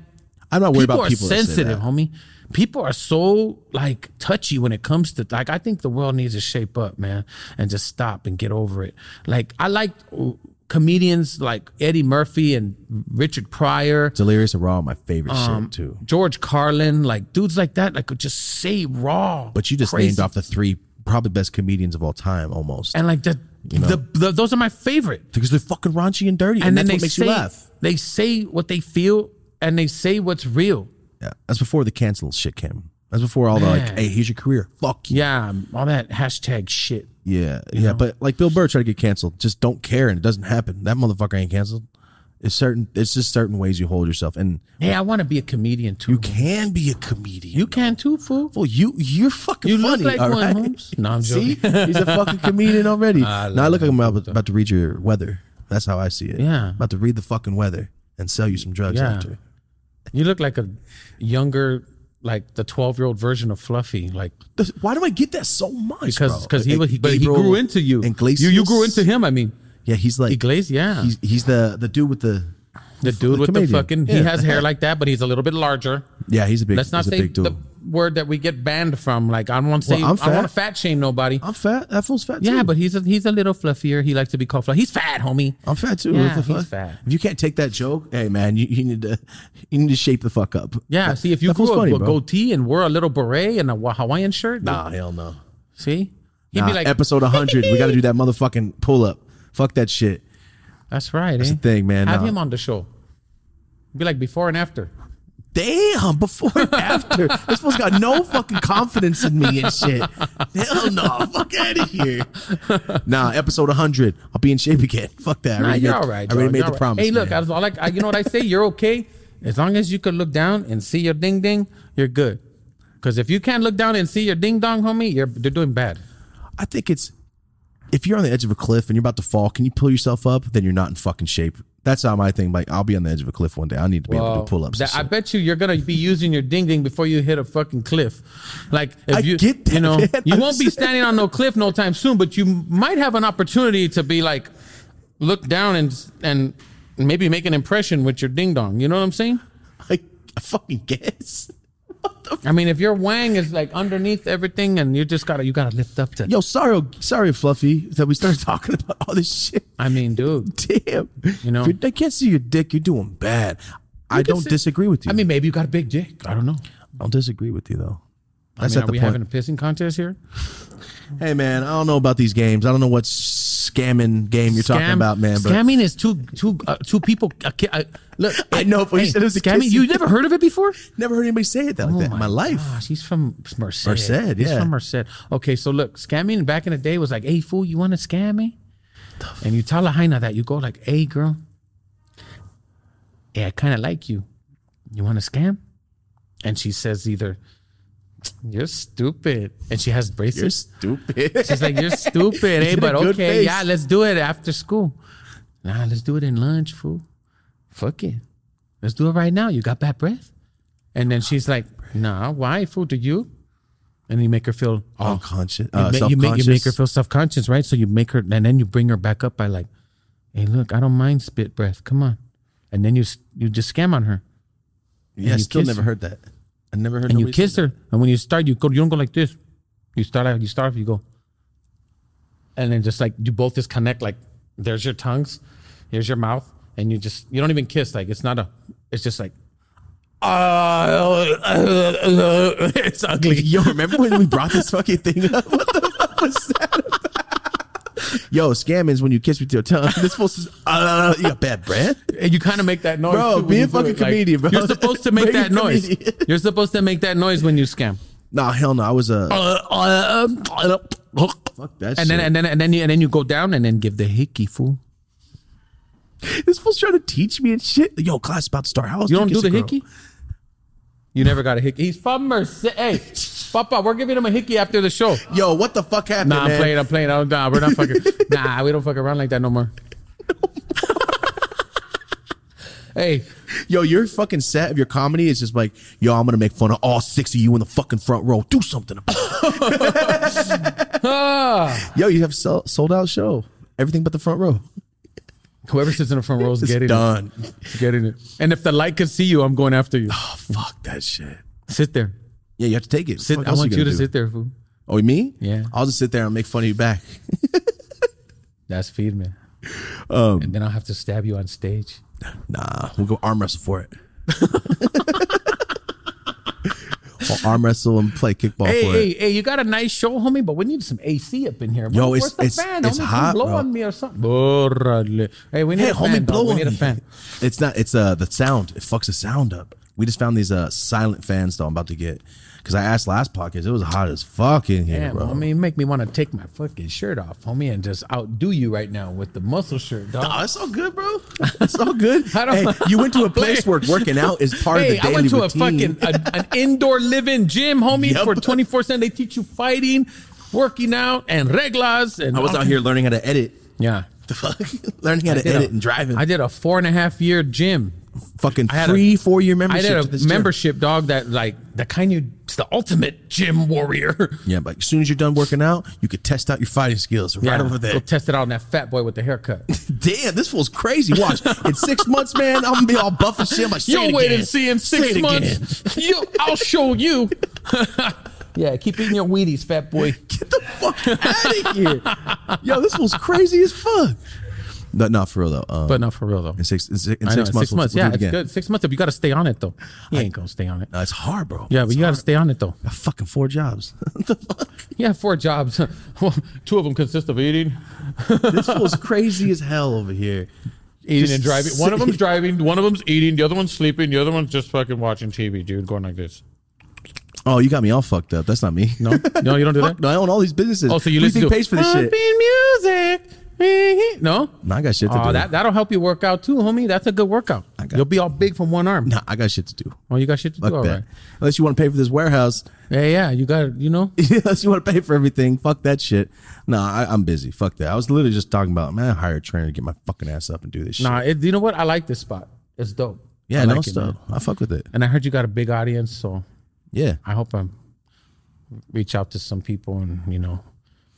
A: I'm not worried
B: people
A: about
B: are
A: people that say
B: sensitive,
A: that.
B: homie. People are so like touchy when it comes to like I think the world needs to shape up, man, and just stop and get over it. Like I like uh, comedians like Eddie Murphy and Richard Pryor,
A: Delirious and Raw, are my favorite
B: Um,
A: shit too.
B: George Carlin, like dudes like that, like could just say raw.
A: But you just
B: crazy-
A: named off the three probably best comedians of all time, almost.
B: and like the, the, the those are my favorite.
A: because they're fucking raunchy and dirty, and,
B: And, then
A: that's
B: they
A: what makes
B: say
A: you laugh.
B: they say what they feel and they say what's real.
A: Yeah, that's before the cancel shit came. That's before all the like,
B: Man.
A: hey, here's your career. Fuck you.
B: Yeah, all that hashtag shit.
A: Yeah, yeah. But like Bill Burr tried to get canceled, just don't care, and it doesn't happen. That motherfucker ain't canceled. It's certain. It's just certain ways you hold yourself, and
B: Hey, I want to be a comedian too.
A: you can be a comedian.
B: You can too, fool.
A: Well, you you're fucking
B: You look
A: funny.
B: like
A: all
B: one,
A: right?
B: Holmes. No,
A: [laughs]
B: I'm
A: See,
B: joking. [laughs]
A: he's a fucking comedian already. now I
B: I love
A: look like I'm about, about to read your weather. That's how I see it.
B: Yeah.
A: about to read the fucking weather and sell you some drugs
B: Yeah.
A: after.
B: You look like a younger, like the 12 year old version of Fluffy. Like
A: This- Why do I get that so much?
B: because
A: bro? eh,
B: because he
A: Like,
B: was, he, but he
A: Gabriel
B: grew into you.
A: Iglesias.
B: You you grew into him. I mean,
A: Yeah, he's like
B: Iglesias. Yeah,
A: he's he's the the dude with the
B: the dude with
A: comedian.
B: the fucking.
A: Yeah.
B: He has hair like that, but he's a little bit larger.
A: yeah. He's a big.
B: Let's not
A: he's a
B: say
A: big dude.
B: the word that we get banned from. Like I don't want to say
A: Well, I'm
B: I don't want
A: fat.
B: to fat shame nobody.
A: I'm fat. That fool's fat.
B: yeah,
A: too.
B: but he's a, he's a little fluffier. He likes to be called fluffy. He's fat, homie.
A: I'm fat too.
B: Yeah,
A: What the
B: he's
A: fuck?
B: fat.
A: If you can't take that joke, hey man, you, you need to you need to shape the fuck up.
B: Yeah, see if you
A: That
B: grew
A: fool's
B: a,
A: funny,
B: a
A: bro.
B: goatee and wore a little beret and a wa- Hawaiian shirt.
A: Nah, hell no.
B: See? He'd
A: Nah,
B: be like,
A: episode 100. we got to do that motherfucking pull up. Fuck that shit.
B: that's right.
A: That's
B: eh?
A: the thing, man.
B: Have
A: Nah.
B: him on the show. Be like before and after.
A: Damn, before and
B: [laughs]
A: after. this fool's got no fucking confidence in me and shit. Hell no. Fuck out of here. Nah, episode 100. I'll be in shape again. Fuck that. I
B: Nah,
A: already
B: you're
A: made-
B: all right.
A: I already
B: dog.
A: made
B: You're
A: the
B: all right.
A: promise.
B: Hey, look,
A: man.
B: I was all like, I- you know what I say? You're okay. As long as you could look down and see your ding ding, you're good. Because if you can't look down and see your ding dong, homie, you're they're doing bad.
A: I think it's if you're on the edge of a cliff and you're about to fall, can you pull yourself up? Then you're not in fucking shape. That's how my thing. Like I'll be on the edge of a cliff one day. I need to be able to do pull ups.
B: Uh, That-
A: [laughs]
B: I bet you you're gonna be using your ding ding before you hit a fucking cliff. Like if
A: I
B: you
A: get that,
B: you know
A: man.
B: you
A: I'm
B: won't be
A: saying-
B: standing on no cliff no time soon, but you might have an opportunity to be like look down and and maybe make an impression with your ding dong. You know what I'm saying?
A: I, I fucking guess.
B: I mean, if your wang is like underneath everything and you just gotta you gotta lift up to.
A: Yo, sorry, sorry, Fluffy, that we started [laughs] talking about all this shit. [laughs]
B: I mean, dude.
A: Damn,
B: You know?
A: If you- I can't see your dick. You're doing bad. I
B: can
A: don't
B: see-
A: disagree with you.
B: I mean, maybe you got a big dick. I don't know.
A: I don't disagree with you though.
B: I
A: That's at
B: mean, are
A: the
B: we
A: point.
B: having a pissing contest here?
A: hey man, I don't know about these games. I don't know what scamming game you're talking
B: Scam-
A: about, man. But
B: scamming is two two uh, two people. Uh, ki- uh, look,
A: I know, but he said it was a
B: scamming.
A: kissing-
B: You never heard of it before?
A: never heard anybody say it that like that in my life.
B: Oh Gosh, he's from Merced.
A: Merced,
B: he's
A: yeah.
B: from Merced. Okay, so look, scamming back in the day was like, "Hey fool, you want to scam me?" And you tell a hyena that you go like, "Hey girl, yeah, I kind of like you. You want to scam?" And she says either, "You're stupid," and she has braces.
A: You're stupid.
B: She's like, "You're stupid, eh?
A: did a
B: But okay,
A: good face.
B: yeah, let's do it after school. Nah, let's do it in lunch, fool. Fuck it, let's do it right now. You got bad breath." And then she's like, "Nah, why, fool? Do you?" And you make her feel oh,
A: Unconscious.
B: you,
A: Uh,
B: ma- you make you make her
A: self-conscious.
B: feel self conscious, right? So you make her, and then you bring her back up by like, "Hey, look, I don't mind spit breath. Come on." And then you s- you just scam on her,
A: Yeah, I
B: you
A: still
B: kiss
A: never
B: her.
A: heard that. I never heard.
B: and you
A: nobody say
B: kiss her. And when you start, you go you don't go like this. You start out, you start off, you go, and then just like you both just connect. Like there's your tongues, here's your mouth, and you just you don't even kiss. Like it's not a. It's just like. [laughs] Uh, it's
A: that.
B: ugly.
A: Yo, [laughs] remember when we brought this fucking thing up? [laughs] What the fuck was that? About? Yo, scamming is when you kiss with your tongue. [laughs] This fool says, uh, "You got bad breath."
B: And you kind of make that noise.
A: Bro,
B: too when
A: be a
B: you do
A: fucking
B: it. Like,
A: comedian, bro.
B: You're supposed to make
A: [laughs] Be a
B: that noise.
A: comedian.
B: You're supposed to make that noise when you scam.
A: Nah, hell no. I was a uh, fuck that.
B: And
A: shit.
B: then and then and then you and then you go down and then give the hickey fool.
A: this fool's trying to teach me and shit. Yo, class about to start. How else
B: You don't
A: kiss
B: do the
A: a girl?
B: hickey? You never got a hickey. He's from Merced. Hey, Papa, we're giving him a hickey after the show.
A: Yo, what the fuck happened?
B: Nah, I'm
A: man?
B: playing. I'm playing. I don't, nah, we're not fucking. nah, we don't fuck around like that no
A: [laughs]
B: more. hey,
A: Yo, your fucking set of your comedy is just like, yo, I'm gonna make fun of all six of you in the fucking front row. Do something
B: [laughs]
A: about it.
B: ah,
A: [laughs] Yo, you have sell, sold out show. Everything but the front row.
B: whoever sits in the front row is
A: It's
B: getting
A: done.
B: it. Getting it. And if the light could see you, I'm going
A: [sighs]
B: after you.
A: Oh, fuck that shit.
B: Sit there.
A: Yeah, you have to take it.
B: Sit.
A: Fuck
B: I
A: else
B: want you
A: gonna
B: to
A: do?
B: sit there, fool.
A: Oh, me?
B: Yeah.
A: I'll just sit there and make fun of you back.
B: That's feed, man.
A: Um,
B: and then I'll have to stab you on stage.
A: Nah, we'll go arm wrestle
B: [laughs]
A: for it. we'll arm wrestle and play kickball
B: Hey,
A: for it.
B: hey, hey, you got a nice show, homie, but we need some AC up in here.
A: Yo,
B: Where's
A: it's-
B: the
A: it's-
B: fan?
A: it's
B: homie, Come
A: hot,
B: blow
A: bro.
B: on me or something. Órale. Hey, we need
A: Hey,
B: a fan,
A: homie,
B: dog.
A: blow
B: we
A: on
B: need a
A: me.
B: fan.
A: It's not. It's uh the sound. It fucks the sound up. We just found these uh silent fans though. I'm about to get because I asked last podcast. It was hot as fuck in here,
B: Damn,
A: bro.
B: homie, you make me want to take my fucking shirt off, homie, and just outdo you right now with the muscle shirt, dog.
A: Oh, it's all good,
B: [laughs]
A: bro. It's all good.
B: I don't-
A: hey, you went to a place
B: Play. [laughs]
A: where working out is part
B: Hey,
A: of the
B: I
A: daily
B: went to
A: routine.
B: a fucking
A: [laughs]
B: a, an indoor living gym, homie,
A: Yep.
B: for twenty four cent. They teach you fighting, working out, and reglas. And
A: I was
B: all-
A: out here learning how to edit.
B: yeah.
A: The fuck, [laughs] learning how to
B: Did a-
A: edit and driving.
B: I did a four and a half year gym.
A: fucking
B: had a-
A: free four year
B: I
A: membership.
B: did
A: to
B: a
A: this gym.
B: membership, dog. That like the kind you. It's the ultimate gym
A: [laughs]
B: warrior.
A: Yeah, but as soon as you're done working out, you could test out your fighting skills right over
B: Go
A: there.
B: test it out on that fat boy with
A: [laughs]
B: the haircut.
A: Damn, this fool's crazy.
B: [laughs]
A: Watch, in six months, man, I'm gonna be all buff and shit. I'm like, say it
B: You'll wait
A: again.
B: and see in
A: Say
B: six
A: it again.
B: months. You, I'll show you. yeah, keep eating your Wheaties, fat boy.
A: [laughs] Get the fuck out of here. Yo, this was crazy as fuck. No, not for real though. Um,
B: But no, for real though.
A: in six, in six, in
B: I know,
A: six
B: six
A: months,
B: months.
A: we'll- we'll
B: yeah,
A: do it
B: it's
A: again.
B: good. Six months. But you got to stay on it though. You ain't gonna stay on it.
A: No, it's hard, bro.
B: Yeah, but you got to stay on it though.
A: I got fucking four jobs. [laughs]
B: Yeah, four jobs. [laughs] Two of them consist of eating,
A: this fool's crazy as hell over here.
B: eating
A: Just
B: and driving. One of
A: sit- [laughs]
B: them's driving. One of them's eating. The other one's sleeping. The other one's just fucking watching TV, dude, going like this.
A: Oh, you got me all fucked up. That's not me.
B: No, no, you don't do that.
A: No, I own all these businesses.
B: Oh, so you
A: Who do
B: listen
A: think
B: to
A: pays for this shit?
B: Pumping music. No.
A: No, I got shit to
B: Oh,
A: do.
B: that that'll help you work out too, homie. That's a good workout.
A: got-
B: You'll be all big from one arm.
A: Nah, I got shit to do.
B: Oh, you got shit to
A: Fuck
B: do. All
A: that.
B: right.
A: Unless you want to pay for this warehouse, [laughs]
B: Yeah, yeah. You got. You know.
A: unless you want to pay for everything, fuck that shit. Nah, I, I'm busy. Fuck that. I was literally just talking about, man, hire a trainer to get my fucking ass up and do this shit.
B: Nah. It, you know what? I like this spot. It's dope.
A: Yeah,
B: I
A: no
B: like it,
A: stuff.
B: man.
A: I fuck with it.
B: And I heard you got a big audience, so
A: Yeah.
B: I hope I'm reach out to some people and you know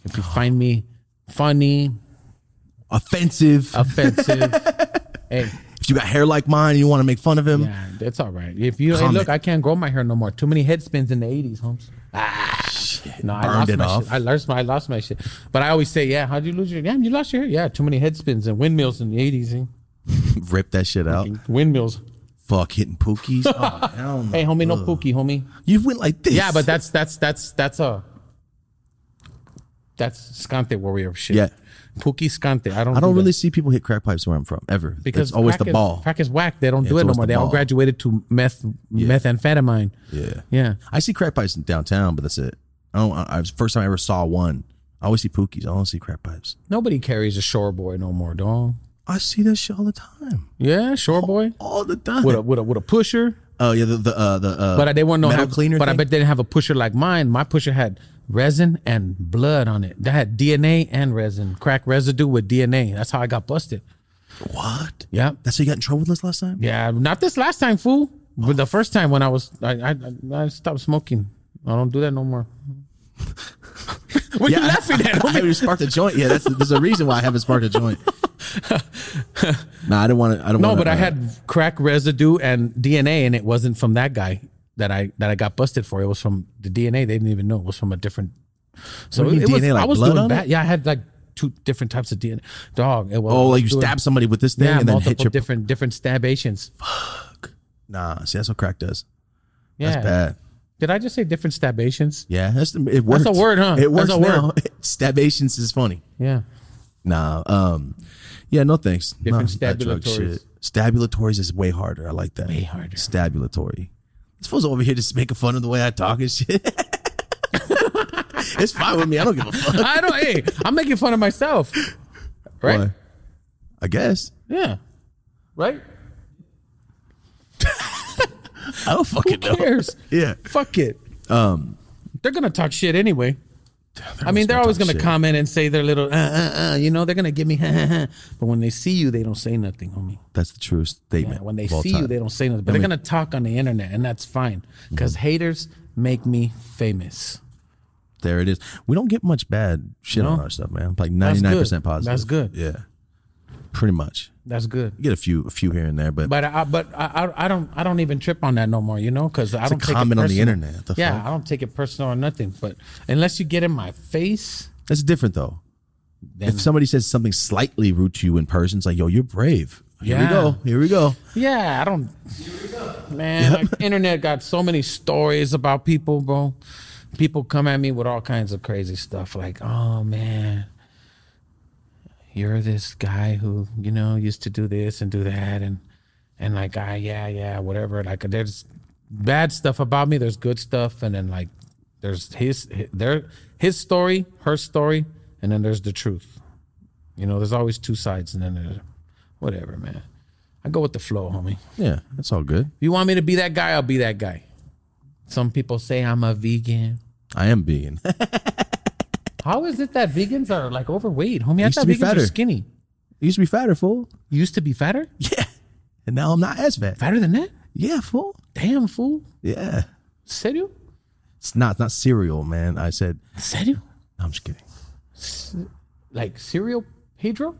B: if you find me funny,
A: Offensive.
B: Uh,
A: [laughs]
B: offensive. hey,
A: if you got hair like mine and you want to make fun of him,
B: yeah, that's all right. If you hey,
A: Comment.
B: look, I can't grow my hair no more. Too many head spins in the eighties, Holmes. No, I
A: Ah, Burned
B: lost
A: it
B: my
A: off.
B: shit. I lost my I lost my shit. But I always say, yeah, how'd you lose your? Yeah, you lost your hair. Yeah, too many head spins and windmills in the eighties.
A: [laughs]
B: eh?
A: rip that shit out.
B: Windmills.
A: Fuck hitting
B: [laughs]
A: pookies. Oh, hell no.
B: Hey, homie, no pookie, homie.
A: You went like this.
B: Yeah, but that's that's that's that's a that's Scante warrior shit.
A: Yeah.
B: Pookie Scante. I don't.
A: I don't
B: do that.
A: really see people hit crack pipes where I'm from ever. Because
B: because
A: it's always
B: crack
A: the
B: is-
A: ball.
B: Crack is whack. They don't do
A: it's
B: it no
A: always
B: more.
A: the
B: They all
A: ball.
B: graduated to meth, methamphetamine.
A: Yeah.
B: Yeah.
A: I see crack pipes in downtown, but that's it. I don't. I, I was- first time I ever saw one. I always see pookies. I don't see crack pipes.
B: Nobody carries a shore boy no more, dog.
A: I see that shit all the time.
B: Yeah, shore boy
A: All the time.
B: with a with a with a pusher.
A: oh yeah, the the uh, the uh,
B: But I they wouldn't know
A: metal
B: how,
A: cleaner.
B: But I
A: thing?
B: bet they didn't have a pusher like mine. My pusher had resin and blood on it. That had DNA and resin, crack residue with DNA. That's how I got busted.
A: what?
B: Yeah,
A: That's how you got in trouble with us last time.
B: yeah. Not this last time, fool. But the first time when I was, I I, I stopped smoking. I don't do that no more. [laughs] what you laughing
A: [laughs]
B: at?
A: I haven't sparked a joint. Yeah, that's there's a reason why I haven't sparked a
B: [laughs]
A: joint. nah, I don't want to. I don't.
B: No,
A: wanna,
B: but I
A: uh,
B: had crack residue and DNA, and it wasn't from that guy that I that I got busted for. It was from the DNA. They didn't even know it was from a different. So
A: What do you
B: it
A: mean
B: was-
A: DNA, like
B: I was
A: blood
B: doing
A: on
B: bad.
A: it?
B: Yeah, I had like two different types of DNA. Dog. It was,
A: Oh, like you
B: doing-
A: stab somebody with this thing
B: Yeah,
A: and then
B: multiple
A: hit your.
B: different different stabations.
A: nah, see that's what crack does.
B: Yeah.
A: That's bad.
B: Did I just say different stabations?
A: Yeah, that's the, it works.
B: a word, huh?
A: It works
B: That's a word.
A: now. [laughs] Stabations is funny. [laughs]
B: Yeah.
A: Nah. Um. Yeah. No thanks.
B: Different
A: Nah, that drug
B: stabulatories.
A: shit. Stabulatories is way harder. I like that. Way
B: harder.
A: Stabulatory. This fool's over here just making fun of the way I talk and shit. [laughs] it's fine with me. I don't give a fuck.
B: I don't. hey, I'm making fun of myself. Right.
A: Why? I guess.
B: Yeah. Right.
A: I don't fucking
B: Who cares?
A: Yeah. Um,
B: Fuck it. they're gonna talk shit anyway. I mean, they're always
A: talk
B: gonna
A: shit.
B: comment and say their little, uh, uh, uh, you know, they're gonna give me, [laughs] but when they see you, they don't say nothing, homie.
A: That's the true statement.
B: Yeah, when they
A: of all
B: see
A: time.
B: you, they don't say nothing. But they're gonna talk on the internet, and that's fine, because
A: Mm-hmm.
B: haters make me famous.
A: there it is. We don't get much bad shit on our stuff, man. Like ninety
B: good.
A: nine percent positive.
B: That's good.
A: Yeah, pretty much.
B: That's good.
A: You get a few, a few here and there, but,
B: But I, but I, I- I don't, I don't even trip on that no more. You know, because I don't take it
A: comment on the
B: personal.
A: internet, the
B: yeah,
A: fuck?
B: I don't take it personal or nothing. But unless you get in my face,
A: that's different though. if somebody says something slightly rude to you in person, it's like, yo, you're brave. Here
B: Yeah.
A: we go. Here we go.
B: yeah, I don't. Man, like, internet got so many stories about people, bro. People come at me with all kinds of crazy stuff, like, oh man, you're this guy who you know used to do this and do that and and like ah yeah yeah whatever like there's bad stuff about me there's good stuff and then like there's his, his their his story her story and then there's the truth you know there's always two sides and then there's whatever man i go with the flow homie if
A: Yeah, that's all good.
B: you want me to be that guy i'll be that guy some people say i'm a vegan
A: I am vegan. [laughs]
B: how is it that vegans are like overweight homie i
A: Used to
B: thought
A: be
B: vegans
A: fatter.
B: were skinny
A: used to be fatter, fool.
B: you used to be fatter
A: Yeah. And now I'm not as fat.
B: fatter than that
A: Yeah, fool.
B: damn fool
A: Yeah.
B: serio
A: It's not it's not cereal, man. I said,
B: serio
A: no, I'm just kidding.
B: like serial Pedro?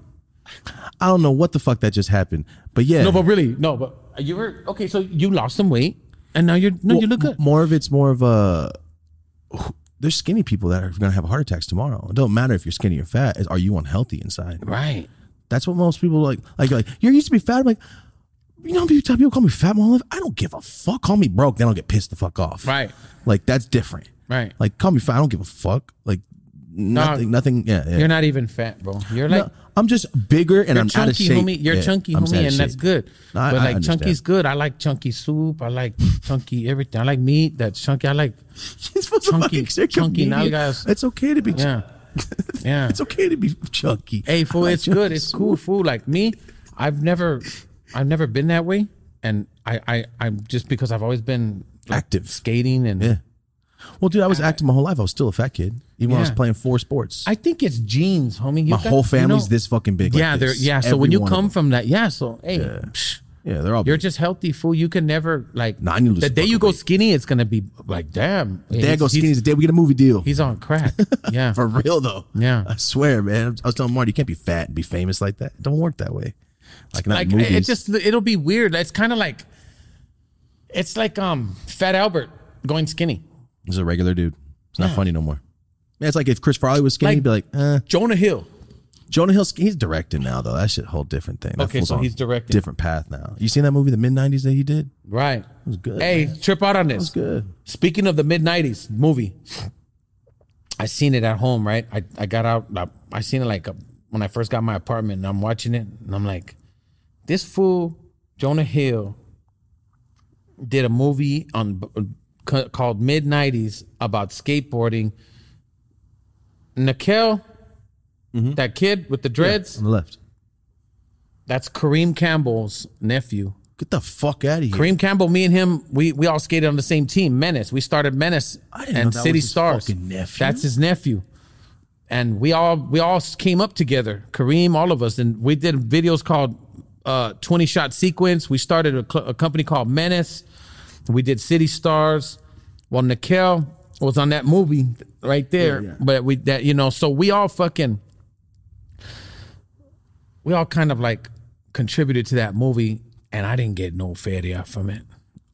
A: I don't know what the fuck that just happened, but yeah.
B: No, but really, no, but you were okay. So you lost some weight, and now you're no,
A: Well,
B: you look
A: m-
B: good.
A: More of it's more of a. There's skinny people that are going to have heart attacks tomorrow. It don't matter if you're skinny or fat. Is are you unhealthy inside?
B: Right.
A: That's what most people like. Like, like you used to be fat. I'm like, you know, how many times people call me fat my whole life. I don't give a fuck. Call me broke. Then I'll get pissed the fuck off.
B: Right.
A: Like that's different.
B: Right.
A: Like call me fat. I don't give a fuck. Like nothing. nothing. Yeah. yeah.
B: You're not even fat, bro. You're like
A: No, I'm just bigger and I'm out of
B: chunky,
A: shape.
B: homie. You're
A: Yeah,
B: chunky,
A: I'm just out
B: homie,
A: of
B: and that's
A: shape.
B: good.
A: No, I-
B: but
A: I
B: like
A: understand.
B: chunky's good. I like chunky soup. I like chunky everything. I like meat that's chunky. I like
A: [laughs] You're supposed to
B: Chunky-
A: fucking check your
B: chunky
A: media.
B: nalgas.
A: It's okay to be. [laughs]
B: yeah, yeah.
A: It's okay to be chunky.
B: hey, fool,
A: I
B: it's
A: like
B: good.
A: chunky
B: It's cool, fool. Like me, I've never, I've never been that way, and I, I, I'm just because I've always been like,
A: Active.
B: skating and
A: Yeah. Well, dude, I was active my whole life. I was still a fat kid, even when I was
B: Yeah.
A: playing four sports.
B: I think it's genes, homie. You
A: my
B: got-
A: whole
B: you
A: family's
B: know-
A: this fucking big. like
B: Yeah, they're
A: this.
B: yeah. So
A: Every
B: when you
A: one of
B: come
A: them.
B: from that, yeah. So hey, psh,
A: yeah, they're all.
B: you're
A: big.
B: just healthy fool. You can never like.
A: Nah, I need to lose
B: the
A: some
B: day you
A: fucking
B: go
A: weight.
B: skinny, it's gonna be like damn.
A: There
B: he's-
A: goes
B: he's-
A: skinny's the day we get a movie deal.
B: He's on crack.
A: [laughs]
B: Yeah.
A: For real though.
B: Yeah.
A: I swear, man. I was telling Marty, you can't be fat and be famous like that. It Don't work that way. Like not
B: like
A: in movies.
B: it just it'll be weird. It's kind of like, it's like um Fat Albert going skinny.
A: He's a regular dude. It's not funny no more. Man, it's like if Chris Farley was skinny, he'd be like, eh.
B: Jonah Hill.
A: Jonah Hill's he's directing now though. That shit a whole different thing. That
B: Okay,
A: fool's
B: so
A: on
B: he's directing.
A: different path now. You seen that movie, the mid nineties that he did? It
B: Right.
A: was good.
B: Hey,
A: man.
B: trip out on this.
A: it was good.
B: Speaking of the mid '90s movie, I seen it at home. Right, I, I got out. I, I seen it like uh when I first got my apartment, and I'm watching it, and I'm like, this fool Jonah Hill did a movie on ca- called mid '90s about skateboarding. Nikel, that kid with the dreads,
A: On the left.
B: that's Kareem Campbell's nephew.
A: Get the fuck out of here.
B: Kareem Campbell, me and him, we we all skated on the same team, Menace. We started Menace
A: I didn't know
B: and
A: that
B: City
A: was his
B: Stars.
A: fucking nephew.
B: That's his nephew. And we all we all came up together, Kareem, all of us, and we did videos called uh, 20 Shot Sequence. We started a, cl- a company called Menace. We did City Stars. Well, Nikel was on that movie right there, but we that you know, so we all fucking we all kind of like contributed to that movie, and I didn't get no fair from it.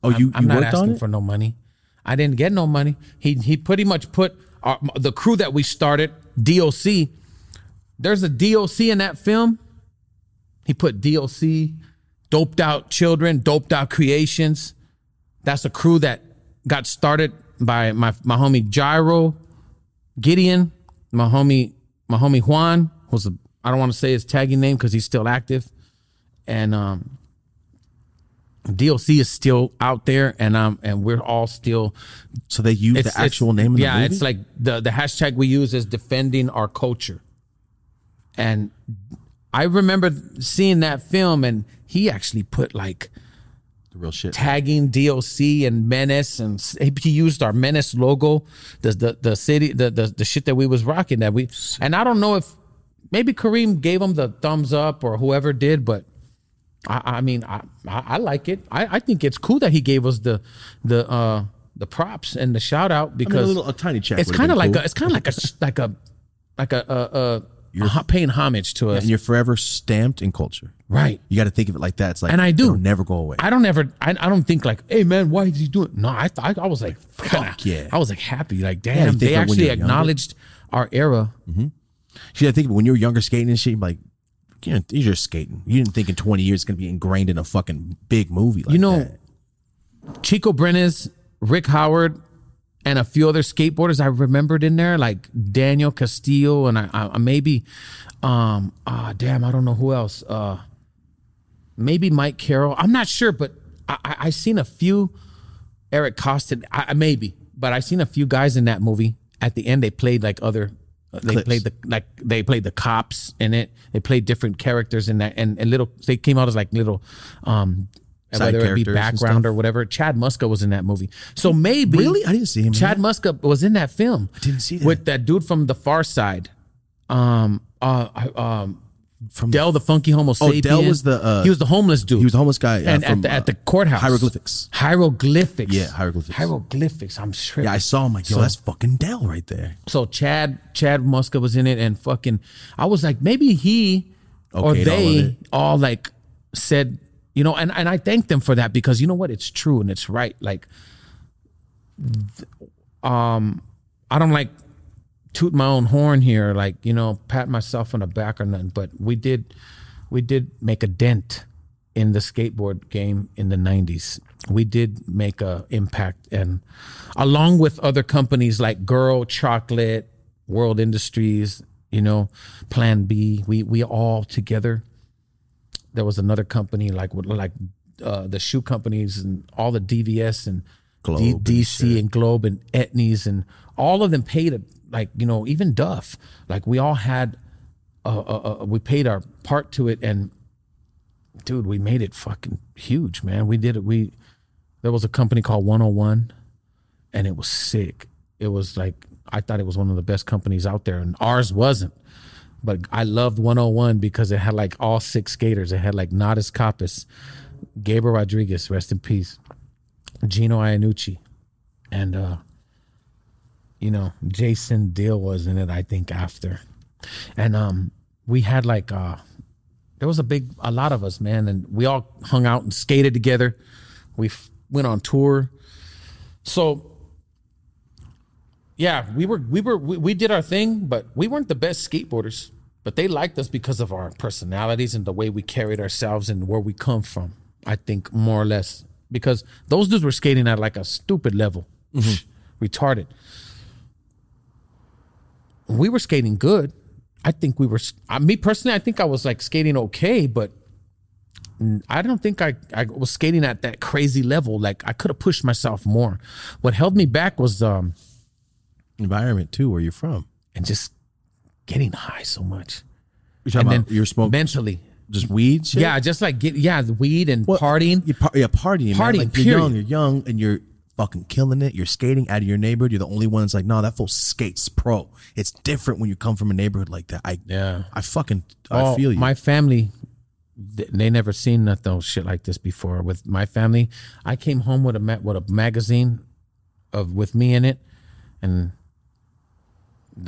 A: Oh, you,
B: I'm
A: you
B: not
A: worked on
B: asking
A: it?
B: for no money. I didn't get no money. He he pretty much put our, the crew that we started, DOC. There's a DOC in that film. He put DOC, doped out children, doped out creations. That's a crew that got started by my my homie Gyro, Gideon, my homie my homie Juan was a I don't want to say his tagging name because he's still active, and um, DLC is still out there, and um, and we're all still.
A: so they used the actual name of the
B: yeah,
A: movie?
B: it's like the the hashtag we use is defending our culture, and I remember seeing that film, and he actually put like
A: The real shit.
B: tagging DOC and Menace, and s- he used our Menace logo, the the, the city, the, the the shit that we was rocking that we. And I don't know if maybe Kareem gave him the thumbs up or whoever did, but I, I mean I, I I like it. I, I think it's cool that he gave us the the uh the props and the shout
A: I
B: out
A: mean, a
B: because
A: little a tiny check.
B: it's kind of like a, it's kind of like a like a like a uh uh you're paying homage to us,
A: and you're forever stamped in culture.
B: right?
A: You got to think of it like that. It's like
B: And I do.
A: it'll never go away.
B: I don't ever. I, I don't think like, hey man, why did you do it? No, I th- I, I was like,
A: fuck yeah.
B: I was like happy. Like
A: you
B: damn,
A: think
B: they
A: of when you're
B: actually
A: younger.
B: acknowledged our era.
A: See, I think when you were younger skating and shit, you're like, you know, you're just skating. You didn't think in 20 years it's going to be ingrained in a fucking big movie. Like
B: You know,
A: that.
B: Chico Brenes, Rick Howard, and a few other skateboarders I remembered in there, like Daniel Castillo, and I, I I maybe, um, ah, damn, I don't know who else. Uh, maybe Mike Carroll. I'm not sure, but I, I, I seen a few. Eric Costin, I, I- maybe, but I seen a few guys in that movie. At the end, they played like other. uh, They
A: Clips.
B: played the like they played the cops in it. They played different characters in that, and, and little they came out as like little, um,
A: Side
B: whether it be
A: characters and
B: background or whatever. Chad Muska was in that movie, so maybe
A: Really? I didn't see him in
B: Chad Muska was in that film. I
A: didn't see that.
B: with that dude from The Far Side. Um, uh, I- um,
A: From
B: from Dell the Funky Homo Sapien.
A: Del was the, uh,
B: he was the homeless dude.
A: he was a homeless guy. uh,
B: and
A: from,
B: at the,
A: uh,
B: at the courthouse
A: Hieroglyphics.
B: hieroglyphics.
A: Yeah, hieroglyphics.
B: Hieroglyphics. I'm sure.
A: Yeah, I saw him. Like, yo, that's fucking Dell right there.
B: so Chad Chad Muska was in it, and fucking, I was like, maybe he
A: Okayed
B: or
A: all of
B: they
A: it.
B: all, like said, you know, and and I thank them for that because you know what, it's true and it's right. Like, th- um, I don't like toot my own horn here, like you know, pat myself on the back or nothing, but we did we did make a dent in the skateboard game in the 90s. We did make a impact and along with other companies like Girl Chocolate, World Industries, you know, Plan B, we we all together there was another company like with- like uh, the shoe companies and all the DVS and
A: Globe
B: D-
A: and
B: DC and, Globe and Etnies and all of them paid a, like you know even Duff like we all had uh, uh, uh, we paid our part to it and dude we made it fucking huge man we did it we there was a company called 101 and it was sick it was like I thought it was one of the best companies out there and ours wasn't but I loved 101 because it had like all six skaters. It had like Nadas Kappas, Gabriel Rodriguez, rest in peace, Gino Iannucci, and uh, you know Jason Deal was in it. I think after, and um, we had like uh, there was a big a lot of us man, and we all hung out and skated together. We f- went on tour, so yeah, we were we were we, we did our thing, but we weren't the best skateboarders. But they liked us because of our personalities and the way we carried ourselves and where we come from. I think more or less because those dudes were skating at like a stupid level, retarded. We were skating good. I think we were. I, me personally, I think I was like skating okay, but I don't think I, I was skating at that crazy level. Like I could have pushed myself more. What held me back was um,
A: Environment, too, where you're from.
B: and just getting high so much.
A: You're talking
B: and
A: about you're smoking
B: mentally.
A: just weed shit?
B: Yeah, just like get yeah, the weed and
A: What-
B: partying.
A: You're par- yeah, partying. man.
B: Partying,
A: Like, you're young,
B: period.
A: you're young, and you're fucking killing it. You're skating out of your neighborhood. You're the only one that's like, no, that fool skates pro. It's different when you come from a neighborhood like that. I
B: Yeah.
A: I fucking I
B: Oh,
A: feel you.
B: My family, th- they never seen nothing no shit like this before. With my family, I came home with a ma- with a magazine of with me in it, and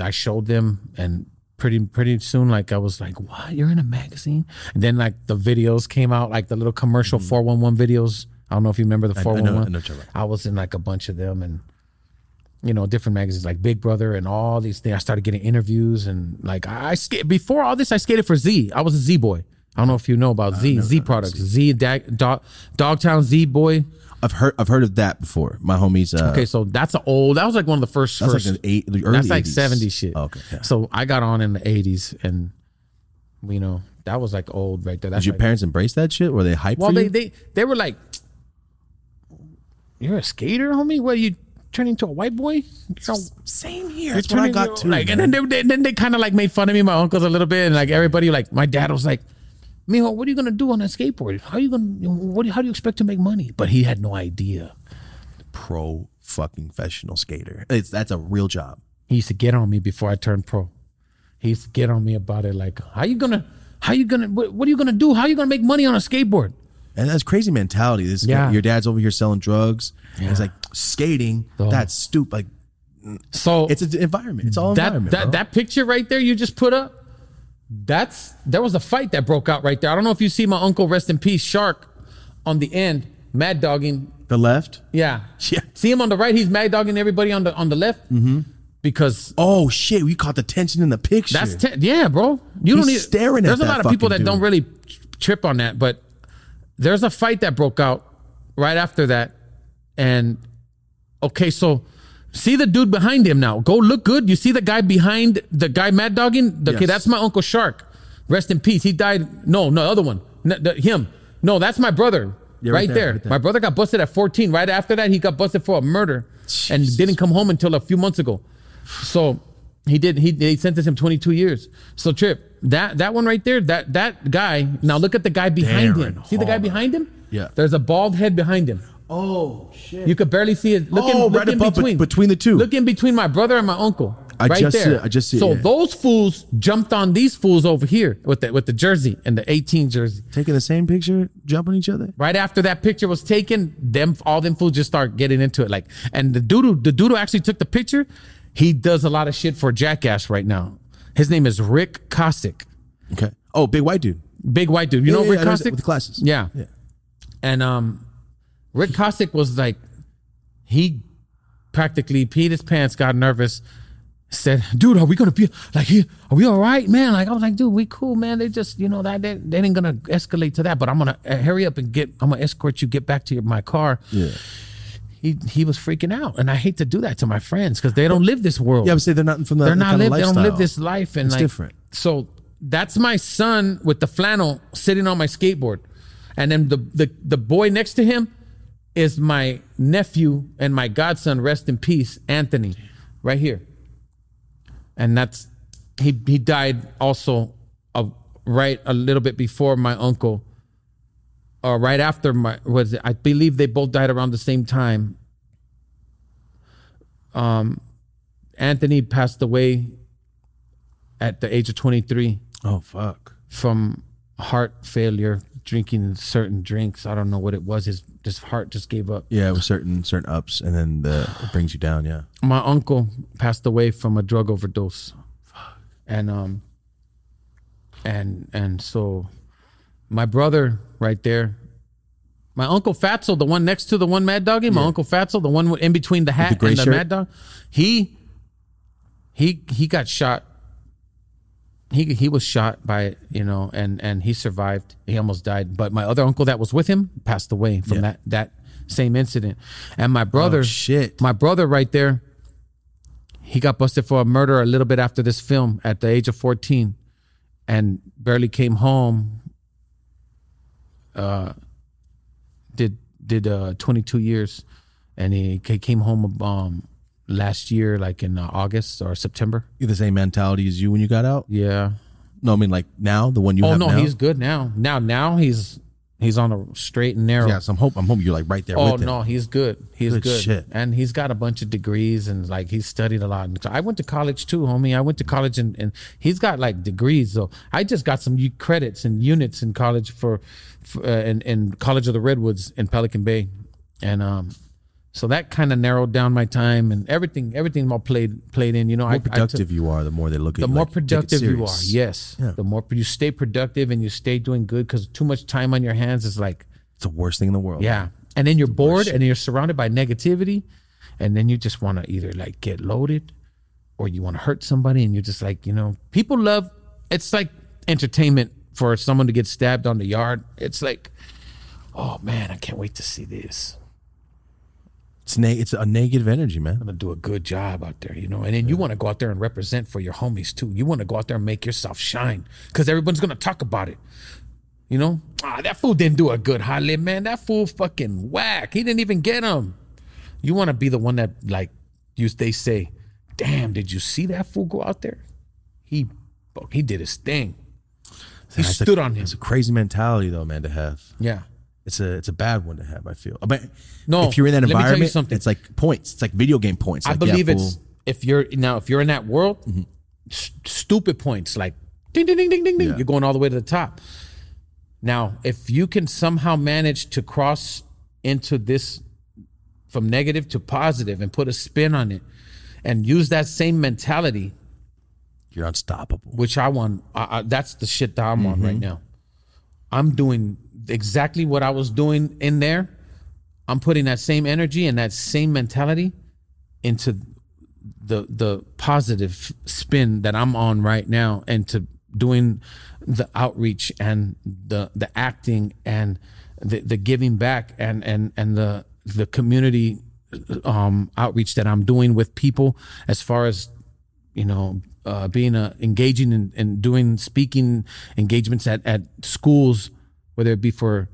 B: I showed them, and pretty pretty soon, like I was like, "What? You're in a magazine?" And then like the videos came out, like the little commercial four one one videos. I don't know if you remember the
A: Mm-hmm. I
B: four
A: know- I
B: one
A: know what
B: one.
A: you're talking
B: I was in like a bunch of them, and you know, different magazines like Big Brother and all these things. I started getting interviews and like I, I skated before all this. I skated for Z. I was a Z boy. I don't know if you know about Z Z products. Z Dag, Dog, Dogtown Z boy.
A: I've heard I've heard of that before. My homies. Uh,
B: Okay, so that's an old. That was like one of the first.
A: That's
B: first
A: like an eight, the early
B: that's like
A: 80s.
B: 70 shit.
A: Okay. yeah.
B: So I got on in the 80s and you know, that was like old right there. That's
A: Did your
B: like-
A: parents embrace that shit? Were they hyped
B: well
A: for
B: they,
A: you?
B: they they were like You're a skater, homie? What you turning into a white boy? You're a-
A: Same here.
B: It's what I got too. Like, and then they, then they kind of like made fun of me, my uncles a little bit, and like everybody, like my dad was like,
D: Mijo, what are you gonna do on a skateboard? How you gonna what? do- How do you expect to make money? But he had no idea.
A: Pro fucking professional skater. It's that's a real job.
B: He used to get on me before I turned pro. He used to get on me about it, like, how you gonna, how you gonna, what, what are you gonna do? How you gonna make money on a skateboard?
A: And that's crazy mentality. This guy-
B: Yeah.
A: your dad's over here selling drugs. And he's like skating. That's stupid. Like
B: So
A: it's an environment. It's all
B: that
A: environment.
B: that,
A: bro.
B: that picture right there you just put up, that's there was a fight that broke out right there. I don't know if you see my uncle, rest in peace, Shark, on the end, mad dogging.
A: the left. [laughs]
B: Yeah.
A: Yeah.
B: See him on the right, he's mad dogging everybody on the on the left. Mm-hmm. Because
A: Oh shit! We caught the tension in the picture.
B: That's te- yeah, bro.
A: He's
B: You don't need
A: staring at
B: There's
A: that
B: a lot of people that
A: fucking
B: don't
A: dude.
B: really trip on that, but there's a fight that broke out right after that, and okay, so see the dude behind him now. Go look good. You see the guy behind the guy mad dogging. The- Okay,
A: Yes.
B: that's my uncle Shark. Rest in peace. He died. No, no, other one. No, the- him. No, that's my brother.
A: Yeah,
B: right,
A: right there,
B: there.
A: right there.
B: My brother got busted at 14. Right after that, he got busted for a murder and didn't come home until a few months ago. So he did. He they sentenced him 22 years. So Trip, that that one right there, that that guy. Now look at the guy behind
A: Darren
B: him. See the guy
A: Hall.
B: behind him?
A: Yeah.
B: There's a bald head behind him.
A: oh shit!
B: You could barely see it. Look,
A: Oh,
B: in, look
A: right
B: in
A: above, but-
B: between.
A: between the two.
B: Look in between my brother and my uncle.
A: I
B: right
A: just see
B: there.
A: it, I just see it,
B: So
A: yeah.
B: those fools jumped on these fools over here with the with the jersey and the 18 jersey.
A: Taking the same picture, jumping each other.
B: Right after that picture was taken, them all them fools just start getting into it. Like, and the dude, who- the dude who actually took the picture, he does a lot of shit for Jackass right now. His name is Rick Cossack,
A: Okay. Oh, big white dude.
B: big white dude. You know
A: Yeah, yeah,
B: Rick
A: I know
B: Cossack
A: with the glasses.
B: Yeah.
A: Yeah.
B: And um, Rick Cossack was like, he practically peed his pants, got nervous, said, "Dude, are we gonna be like here? Are we all right, man?" Like I was like, "Dude, we cool, man. They just, you know, that they, they ain't gonna escalate to that, but I'm gonna uh, hurry up and get. I'm gonna escort you, get back to your, my car."
A: Yeah.
B: He he was freaking out, and I hate to do that to my friends because they don't live this world
A: Yeah, but say they're not from the.
B: they're
A: that
B: not
A: kind of
B: live, they don't
A: lifestyle.
B: live this life and
A: It's
B: like,
A: different.
B: so that's my son with the flannel sitting on my skateboard and then the, the the boy next to him is my nephew and my godson rest in peace anthony right here and that's he he died also a, right a little bit before my uncle or right after my was it, i believe they both died around the same time Um, Anthony passed away at the age of 23
A: Oh fuck.
B: from heart failure, drinking certain drinks. I don't know what it was. His his heart just gave up.
A: Yeah, with certain certain ups, and then the it brings you down. Yeah.
B: My uncle passed away from a drug overdose, and um, and and so my brother right there. My uncle Fatso, the one next to the one Mad Doggy, my uncle Fatso, the one in between the hat
A: gray
B: and the
A: shirt?
B: Mad Dog, he he he got shot he he was shot by you know and and he survived he almost died but my other uncle that was with him passed away from
A: Yeah.
B: that that same incident and my brother
A: Oh, shit.
B: my brother right there he got busted for a murder a little bit after this film at the age of 14 and barely came home uh did did uh 22 years and he ca- came home um last year like in uh, August or September
A: You the same mentality as you when you got out.
B: yeah
A: No, I mean like now the one you.
B: Oh
A: have
B: no,
A: now?
B: he's good now. Now now he's he's on a straight and narrow.
A: Yeah, so I'm hope I'm hoping you're like right there.
B: oh
A: with him.
B: no, he's good. He's
A: Good
B: good.
A: shit.
B: And he's got a bunch of degrees and like he's studied a lot. And so I went to college too, homie. I went to college and, and he's got like degrees. So I just got some u- credits and units in college for, for uh, in, in College of the Redwoods in Pelican Bay. And um so that kind of narrowed down my time and everything everything all played played in, you know,
A: The
B: I I
A: more
B: took-
A: productive you are, the more they look at
B: the
A: you.
B: more
A: like, take it
B: productive you are
A: serious.
B: yes the more you stay productive and you stay doing good because too much time on your hands is like
A: It's the worst thing in the world.
B: yeah and then you're bored and you're surrounded by negativity and then you just want to either like get loaded or you want to hurt somebody and you're just like you know people love it's like entertainment for someone to get stabbed on the yard it's like oh man i can't wait to see this
A: It's ne- it's a negative energy, man.
B: I'm gonna do a good job out there, you know. And then you want to go out there and represent for your homies too. You want to go out there and make yourself shine because everyone's gonna talk about it. You know, ah, that fool didn't do a good highlight, man. That fool fucking whack. He didn't even get him. You want to be the one that like you. They say, "Damn, did you see that fool go out there? He, fuck, he did his thing."
A: He
D: stood on him.
A: It's a crazy mentality though, man, to have.
B: Yeah.
A: It's a it's a bad one to have. I feel. But
B: No,
A: if you're in that
B: let me tell you
A: environment,
B: something.
A: it's like points. It's like video game points.
B: I
A: Like, yeah,
B: believe it's
A: fool. Mm-hmm.
B: if you're now if you're in that world, s- stupid points like ding ding ding ding ding ding.
A: Yeah.
B: You're going all the way to the top. Now, if you can somehow manage to cross into this from negative to positive and put a spin on it, and use that same mentality,
A: you're unstoppable.
B: which I want. I, I, that's the shit that I'm on right now. I'm doing exactly what I was doing in there. I'm putting that same energy and that same mentality into the the positive spin that I'm on right now, and to doing the outreach and the the acting and the the giving back and and and the the community um outreach that I'm doing with people as far as you know, uh, being uh, engaging and, and doing speaking engagements at, at schools, whether it be for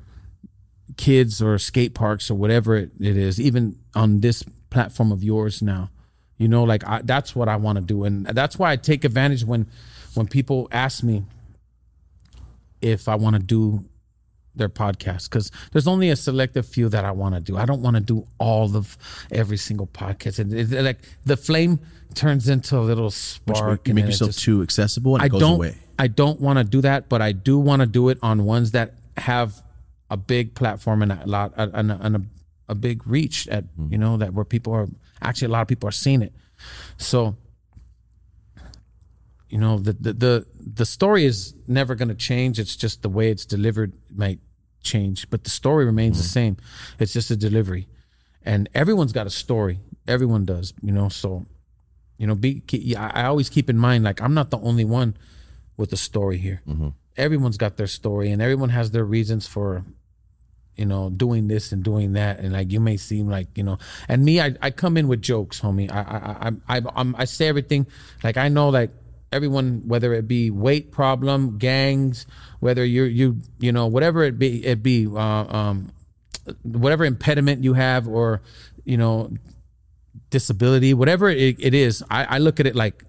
B: kids or skate parks or whatever it, it is, even on this platform of yours now, you know, like I, that's what I want to do. And that's why I take advantage when, when people ask me if I want to do their podcast because there's only a selective few that I want to do. I don't want to do all of every single podcast. And it, like the flame turns into a little spark.
A: You
B: and
A: make
B: then it
A: yourself
B: just-
A: too accessible and it
B: I
A: goes
B: don't.
A: away.
B: I don't want to do that, but I do want to do it on ones that have a big platform and a lot uh, and a, and a, a big reach. At
A: Hmm.
B: you know that where people are actually a lot of people are seeing it. So you know the the the, the story is never going to change. It's just the way it's delivered might change, but the story remains
A: Hmm.
B: the same. It's just a delivery, and everyone's got a story. Everyone does, you know. So you know, be ke- yeah, I I always keep in mind like I'm not the only one with a story here. Everyone's got their story, and everyone has their reasons for, you know, doing this and doing that. And like you may seem like you know, and me, I, I come in with jokes, homie. I I I I, I'm, I say everything like I know like everyone whether it be weight problem gangs whether you're you you know whatever it be it be uh, um whatever impediment you have or you know disability, whatever it, it is, I, I look at it like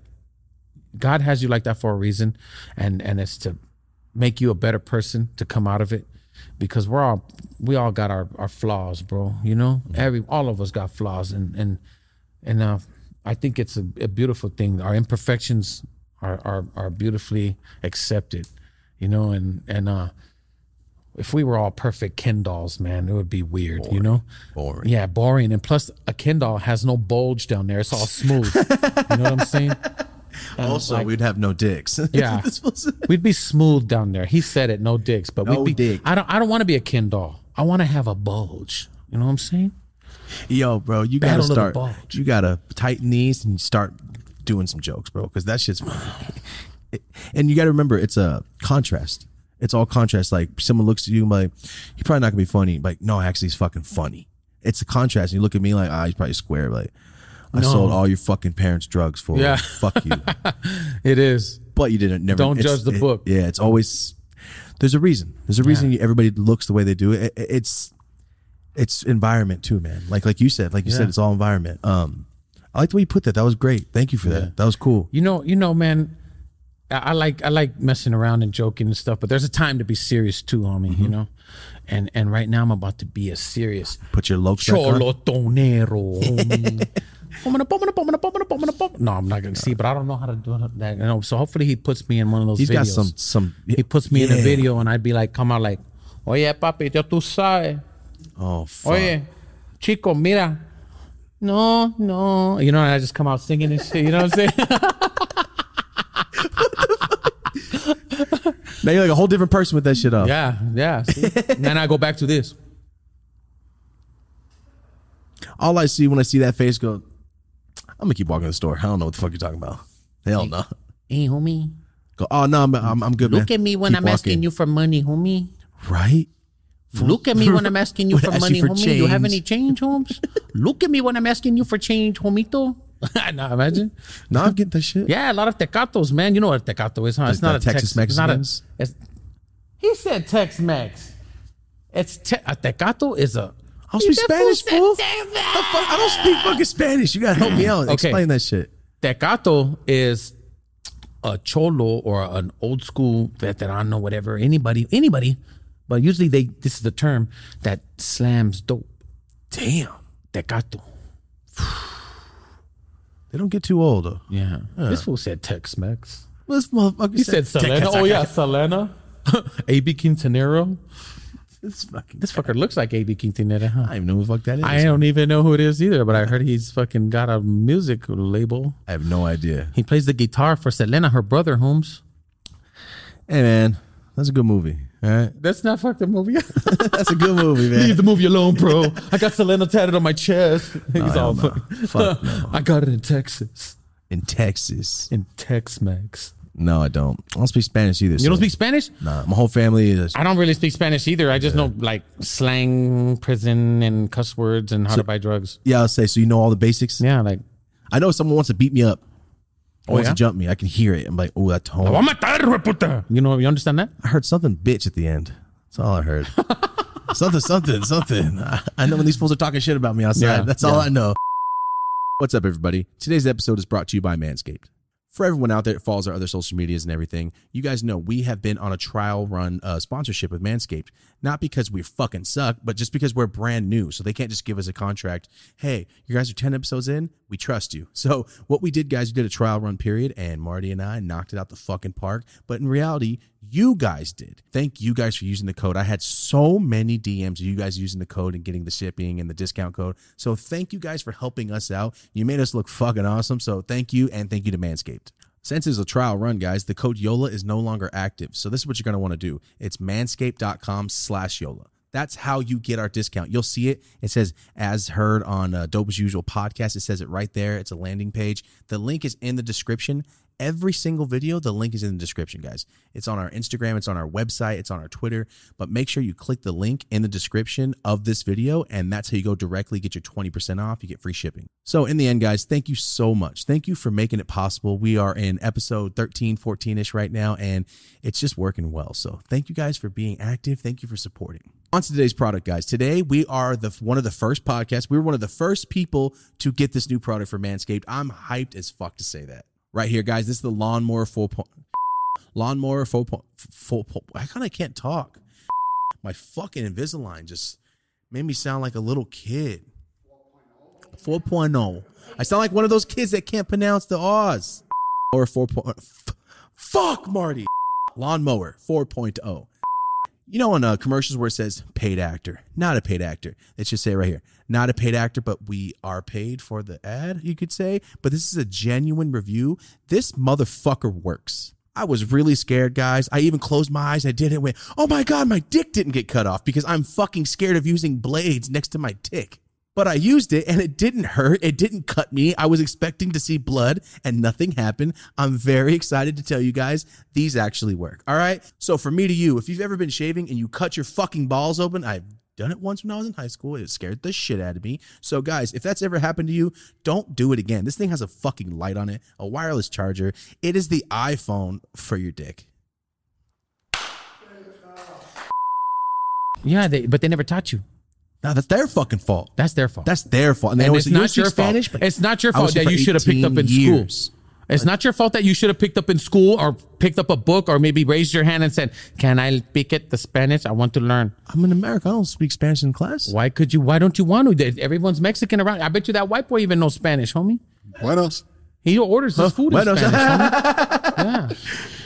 B: God has you like that for a reason, and and it's to make you a better person to come out of it, because we're all we all got our our flaws, bro. You know,
A: Mm-hmm.
B: every all of us got flaws, and and and uh, I think it's a, a beautiful thing. Our imperfections are are are beautifully accepted, you know, and and uh. If we were all perfect Ken dolls, man, it would be weird, you know.
A: Boring.
B: Yeah, boring. And plus, a Ken doll has no bulge down there. It's all smooth.
A: [laughs]
B: you know what I'm saying?
A: also, we'd have no dicks.
B: Uh,
A: [laughs]
B: Yeah.
A: This was-
B: We'd be smooth down there. He said it, no dicks, but
A: No
B: we'd be.
A: dick.
B: I don't. I don't want to be a Ken doll. I want to have a bulge. You know what I'm saying?
A: Yo, bro, you gotta
B: Battle of the
A: start.
B: bulge.
A: You gotta tighten these and start doing some jokes, bro, because that shit's. [sighs] and you gotta remember, it's a contrast. It's all contrast. Like someone looks at you and be like, "You're probably not gonna be funny." Like, no, actually, he's fucking funny. It's a contrast. And you look at me like, "Ah, he's probably square." Like, I sold all your fucking parents' drugs for.
B: Yeah.
A: fuck
B: [laughs]
A: you.
B: It is.
A: But you didn't never.
B: Don't
A: it's-
B: judge the
A: it-
B: book.
A: Yeah, it's always. There's a reason. There's a reason everybody looks the way they do. It, it- it's it's environment too, man. Like like you said, like you said, it's all environment. Um, I like the way you put that. That was great. Thank you for that. That was cool.
B: You know. You know, man. I, I like. I like messing around and joking and stuff. But there's a time to be serious too, homie.
A: Mm-hmm.
B: You know. And and right now I'm about to be as serious.
A: Put your low back on.
B: Cholotonero. homie.
A: [laughs]
B: Bumana, bumana, bumana, bumana, bumana, bumana. no, I'm not gonna see, but I don't know how to do that. You know, so hopefully he puts me in one of those.
A: He's
B: videos.
A: got some some.
B: He puts me in a
A: Yeah.
B: video, and I'd be like, come out like, oye papi, ya tú sabes,
A: Oh fuck.
B: oye chico, mira, no, no, you know, and I just come out singing and shit. You know what I'm saying?
A: Now you're like a whole different person with that shit up.
B: [laughs] yeah, yeah. [laughs] see? And then I go back to this.
A: All I see when I see that face go, I'm gonna keep walking to the store. I don't know what the fuck you're talking about. Hell no.
B: Hey, homie,
A: Go. Oh no, I'm I'm, I'm good.
B: look at me when I'm asking you for money, homie.
A: Right.
B: Look at me when I'm asking you
A: [laughs] When I
B: for
A: ask you
B: money,
A: for
B: homie. You have
A: change.
B: any change, homes? Look at me when I'm asking you for change, [laughs] homito. no, imagine.
A: No, I'm getting that shit.
B: Yeah, a lot of tecatos, man. You know what a tecato is, huh? It's
A: that
B: not a
A: Texas
B: Tex- it's not a-
A: Mexicans?
B: it's- he said Tex Mex. It's te- a tecato is a.
A: I don't speak Spanish, fool. The fuck- I don't speak fucking Spanish. You gotta help me out. Explain that shit.
B: Tecato is a cholo or an old school veterano, whatever, anybody, anybody, but usually they this is the term that slams dope. Damn, tecato.
A: They don't get too old though.
B: Yeah, this fool said Tex Mex.
A: This motherfucker
B: He said Selena. Oh yeah, [laughs] Selena. AB Quintanero.
A: This fucking.
B: This fucker looks like AB Quintanero, huh?
A: I don't even know who the fuck that is.
B: I don't even know who it is either, but I heard he's fucking got a music label.
A: I have no idea.
B: He plays the guitar for Selena, her brother, Holmes.
A: Hey man, that's a good movie. All right,
B: That's not fuck the movie. [laughs]
A: that's a good movie, man.
B: Leave the movie alone, bro. I got Selena tatted on my chest. [laughs] He's
A: hell
B: all
A: no.
B: fuck-
A: Fuck no.
B: [laughs] I got it in Texas,
A: In Texas.
B: in Tex Mex.
A: No, I don't. I don't speak Spanish either.
B: You don't speak Spanish?
A: Nah, my whole family is.
B: I don't really speak Spanish either. I just know like slang, prison, and cuss words, and how to buy drugs.
A: Yeah, I'll say. So you know all the basics.
B: Yeah, like.
A: I know if someone wants to beat me up. Or wants
B: yeah?
A: to jump me. I can hear it. I'm like, oh, that's home.
B: "Vamos a matar, hueputa." You know, you understand that?
A: I heard something bitch at the end. That's all I
B: [laughs]
A: heard. something, something, something. I, I know when these fools are talking shit about me outside.
B: Yeah,
A: That's all I know. What's up, everybody? Today's episode is brought to you by Manscaped. For everyone out there that follows our other social medias and everything, you guys know we have been on a trial run uh, sponsorship with Manscaped. Not because we fucking suck, but just because we're brand new. So they can't just give us a contract. Hey, you guys are 10 episodes in. We trust you. So what we did, guys, we did a trial run period, and Marty and I knocked it out the fucking park. But in reality, you guys did. Thank you guys for using the code. I had so many DMs of you guys using the code and getting the shipping and the discount code. So thank you guys for helping us out. You made us look fucking awesome. So thank you and thank you to Manscaped. Since it's a trial run, guys, the code YOLA is no longer active. So this is what you're going to want to do. It's manscaped.com slash YOLA. That's how you get our discount. You'll see it. It says as heard on uh, Dope as Usual podcast. It says it right there. It's a landing page. The link is in the description. Every single video, the link is in the description, guys. It's on our Instagram, it's on our website, it's on our Twitter. But make sure you click the link in the description of this video, and that's how you go directly get your 20% off. You get free shipping. So, in the end, guys, thank you so much. Thank you for making it possible. We are in episode 13, 14 ish right now, and it's just working well. So, thank you guys for being active. Thank you for supporting on to today's product guys today we are the one of the first podcasts we were one of the first people to get this new product for manscaped i'm hyped as fuck to say that right here guys this is the lawnmower 4 point lawnmower 4 point four po- i kind of can't talk my fucking invisalign just made me sound like a little kid 4.0 oh. i sound like one of those kids that can't pronounce the r's or 4 point f- fuck marty lawnmower 4.0 you know, on uh, commercials where it says paid actor, not a paid actor. It should say right here, not a paid actor, but we are paid for the ad, you could say. But this is a genuine review. This motherfucker works. I was really scared, guys. I even closed my eyes. I did it. and Went, oh my God, my dick didn't get cut off because I'm fucking scared of using blades next to my dick. But I used it and it didn't hurt. It didn't cut me. I was expecting to see blood and nothing happened. I'm very excited to tell you guys these actually work. All right. So, for me to you, if you've ever been shaving and you cut your fucking balls open, I've done it once when I was in high school. It scared the shit out of me. So, guys, if that's ever happened to you, don't do it again. This thing has a fucking light on it, a wireless charger. It is the iPhone for your dick.
B: Yeah, they, but they never taught you.
A: Now, that's their fucking fault.
B: That's their fault.
A: That's their fault. And, they
B: and
A: always
B: it's
A: say, "You
B: not
A: speak
B: your
A: Spanish,
B: fault.
A: but
B: It's not your
A: I was
B: fault
A: here
B: that
A: for
B: you should have picked up
A: 18
B: in
A: years.
B: school. It's not your fault that you should have picked up in school or picked up a book or maybe raised your hand and said, "Can I pick it the Spanish? I want to learn."
A: I'm in America. I don't speak Spanish in class.
B: Why could you? Why don't you want to? Everyone's Mexican around. I bet you that white boy even knows Spanish, homie.
C: Buenos.
B: He orders his food
A: Bueno,
B: in Spanish. homie. yeah,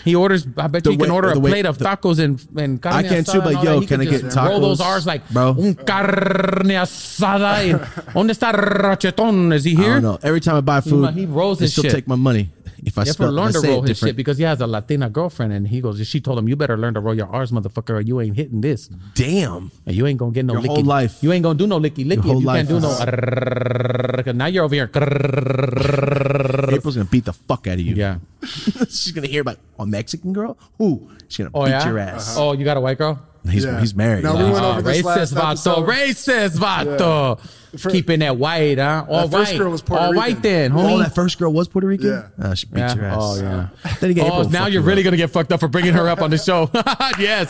B: he orders. I bet
A: The
B: you he can
A: way-
B: order
A: the
B: a
A: way-
B: plate of tacos and and carne
A: I can too,
B: asada and
A: but
B: all
A: yo,
B: that. He
A: can I
B: just
A: get
B: Roll those
A: tacos?
B: R's like
A: Bro.
B: Un carne asada. And, ¿Dónde está Racheton? Is he
A: I
B: here?
A: don't know. Every time I buy food,
B: he rolls
A: they
B: his
A: still
B: shit.
A: take my money. If I
B: Yeah,
A: spell
B: for
A: it,
B: learn
A: I
B: to
A: say
B: roll
A: it
B: his shit
A: different.
B: because he has a Latina girlfriend, and he goes, she told him, "You better learn to roll your R's, motherfucker, or you ain't hitting this.
A: Damn.
B: And you ain't gonna get no
A: Your
B: licky.
A: whole life.
B: You ain't gonna do no licky licky. if
A: whole
B: you
A: life
B: can't do no.
A: is-
B: "Arrrrrrrrrrrrrrrrrrrrrrrrrrrrrrrr." Now you're over here. "Grrrrrrrrrrrrrrrrrrrrrrrrrrr."
A: April's gonna beat the fuck out of you.
B: Yeah.
A: [laughs] she's gonna hear about a Mexican girl. Who? She's gonna
B: Oh
A: beat
B: yeah.
A: your ass.
B: Oh, you got a white girl.
A: He's
C: Yeah.
A: he's married.
C: No, we
A: Uh,
C: went
B: Oh,
C: over this
B: racist
C: last
B: vato,
C: episode.
B: racist vato.
C: fir-
B: Keeping that white, huh? All
C: That first
B: white.
C: girl was Puerto
B: All
C: Rican.
B: white then, homie.
A: oh, that first girl was Puerto Rican.
C: Yeah.
A: Uh, she beat
B: Yeah.
A: your ass.
B: Oh, yeah.
A: Then again,
B: Oh,
A: April will
B: now
A: fuck
B: you're
A: you
B: really
A: up.
B: gonna get fucked up for bringing her up on the
C: [laughs]
B: show. [laughs] yes,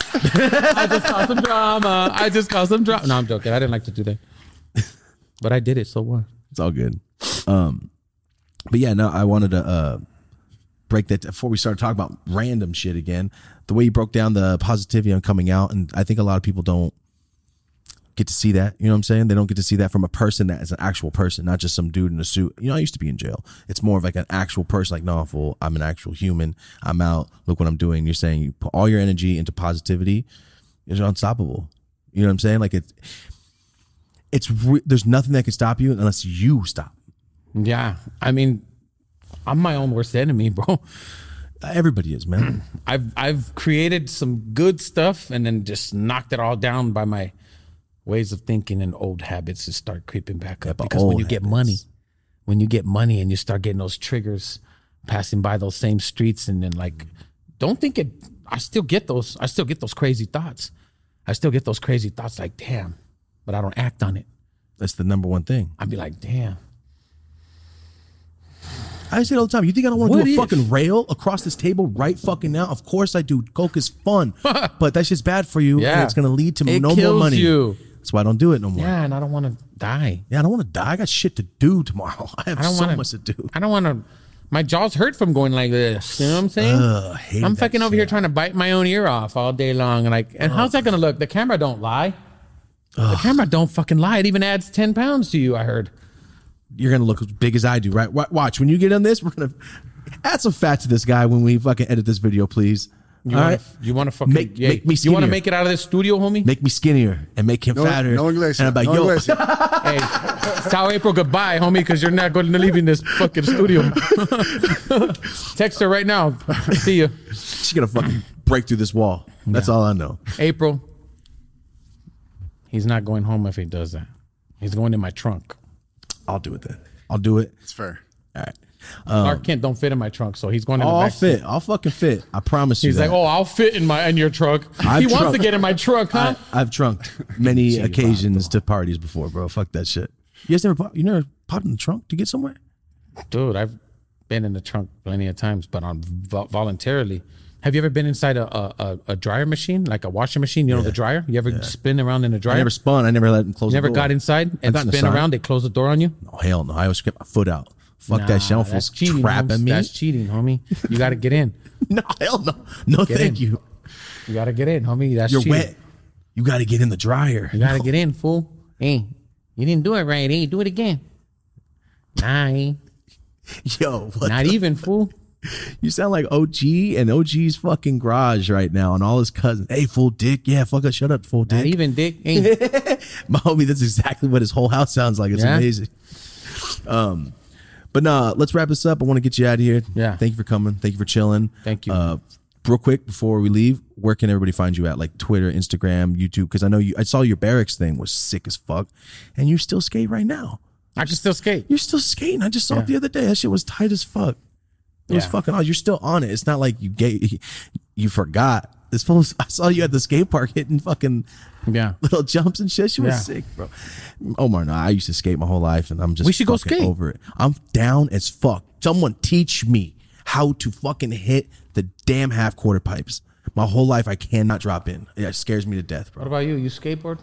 B: I just caused some drama. I just caused some drama. No, I'm joking. I didn't like to do that, but I did it. So what?
A: It's all good. Um, but yeah, no, I wanted to. Uh, break that before we start talking about random shit again. The way you broke down the positivity on coming out, and I think a lot of people don't get to see that. You know what I'm saying? They don't get to see that from a person that is an actual person, not just some dude in a suit. You know, I used to be in jail. It's more of like an actual person, like, no, fool, I'm an actual human. I'm out. Look what I'm doing. You're saying you put all your energy into positivity. It's unstoppable. You know what I'm saying? Like it, it's re- there's nothing that can stop you unless you stop.
B: Yeah. I mean, I'm my own worst enemy, bro.
A: Everybody is,
B: [clears throat]
A: man.
B: I've I've created some good stuff and then just knocked it all down by my ways of thinking and old habits to start creeping back up.
A: but
B: because when
A: old
B: you get
A: habits.
B: money, when you get money and you start getting those triggers passing by those same streets and then like don't think it I still get those I still get those crazy thoughts. I still get those crazy thoughts like damn, but I don't act on it.
A: That's the number one thing.
B: I'd be like, damn.
A: I say it all the time. You think I don't want to
B: What
A: do a
B: if-
A: fucking rail across this table right fucking now? Of course I do. Coke is
B: [laughs]
A: fun, but that's just bad for you. and
B: Yeah.
A: it's gonna lead to
B: It
A: no more
B: kills
A: money.
B: you.
A: That's why I don't do it no more. Yeah,
B: Yeah, and I don't want to die.
A: I don't want to die. I got shit to do tomorrow. [laughs] I have
B: I don't
A: so
B: want
A: much to do.
B: I don't want to. My jaws hurt from going like this. You know what I'm saying?
A: Ugh, I hated
B: I'm
A: that
B: fucking over here trying to bite my own ear off all day long. And like, and how's that gonna look? The camera don't lie. The camera don't fucking lie. It even adds ten pounds to you. I heard.
A: You're gonna look as big as I do, right? Wa- Watch when you get on this. We're gonna add some fat to this guy when we fucking edit this video, please.
B: You
A: all
B: wanna,
A: right,
B: You want to fucking
A: Make-
B: yeah,
A: make me
B: You want to
A: skinnier.
B: make it out of this studio, homie?
A: make me skinnier and make him
C: No,
A: fatter.
C: no English.
A: And I'm like,
C: no
A: yo, [laughs]
C: English.
B: hey, tell April goodbye, homie, because you're not going to leave in this fucking studio. [laughs] Text her right now. See you,
A: she's gonna fucking break through this wall. That's all I know.
B: April. He's not going home if he does that. He's going in my trunk.
A: I'll do it then. I'll do it.
C: It's fair.
A: All right.
B: Clark Kent don't fit in my trunk, so he's going in
A: Oh,
B: the
A: I'll
B: back. seat.
A: fit. I'll fucking fit. I promise you.
B: He's
A: that.
B: like, oh, I'll fit in my in your trunk.
A: I've
B: he wants to
A: trunked.
B: get in my trunk, huh?
A: I, I've
B: [laughs]
A: trunked many occasions to parties before, bro. Fuck that shit. You guys never pop, you never popped in the trunk to get somewhere?
B: Dude, I've been in the trunk plenty of times, but on vo- voluntarily. Have you ever been inside a a, a a dryer machine, like a washing machine? You know the dryer. You ever spin around in a dryer?
A: I never spun. I never let them close.
B: Never
A: the door.
B: got inside and
A: gotten
B: spin
A: inside.
B: around. They close the door on you.
A: Oh hell no! I always kept my foot out. Fuck that shit. I
B: Nah,
A: don't feel
B: that's cheating.
A: trapping
B: homie.
A: me.
B: That's cheating, homie. You got to get in.
A: [laughs] no hell no. No thank
B: in.
A: you.
B: You got to get in, homie. That's
A: You're
B: cheating.
A: wet. You got to get in the dryer. [laughs]
B: You gotta get in, fool. Hey, you didn't do it right. Hey, do it again. Nah, eh.
A: Yo, what?
B: not even, fool.
A: You sound like OG and OG's fucking garage right now, and all his cousins. Hey, full dick. Yeah, fuck it. Shut up, full
B: Not
A: dick.
B: even, dick. Hey,
A: [laughs] My homie, that's exactly what his whole house sounds like. It's
B: Yeah.
A: amazing. Um, but nah, let's wrap this up. I want to get you out of here.
B: Yeah.
A: Thank you for coming. Thank you for chilling.
B: Thank you.
A: Uh, real quick before we leave, where can everybody find you at? Like Twitter, Instagram, YouTube? Because I know you. I saw your barracks thing was sick as fuck, and you still skate right now.
B: I can still skate.
A: You're still skating. I just saw it the other day. That shit was tight as fuck. It was
B: Yeah.
A: fucking. Oh, you're still on it. It's not like you gave. [laughs] You forgot. This fool. I saw you at the skate park hitting fucking
B: Yeah.
A: [laughs] little jumps and shit. She was
B: Yeah.
A: sick, bro. Omar, no, I used to skate my whole life, and I'm just
B: We should go
A: fucking
B: skate.
A: over it. I'm down as fuck. Someone teach me how to fucking hit the damn half quarter pipes. My whole life, I cannot drop in. It scares me to death,
B: What
A: bro.
B: about you? You skateboard?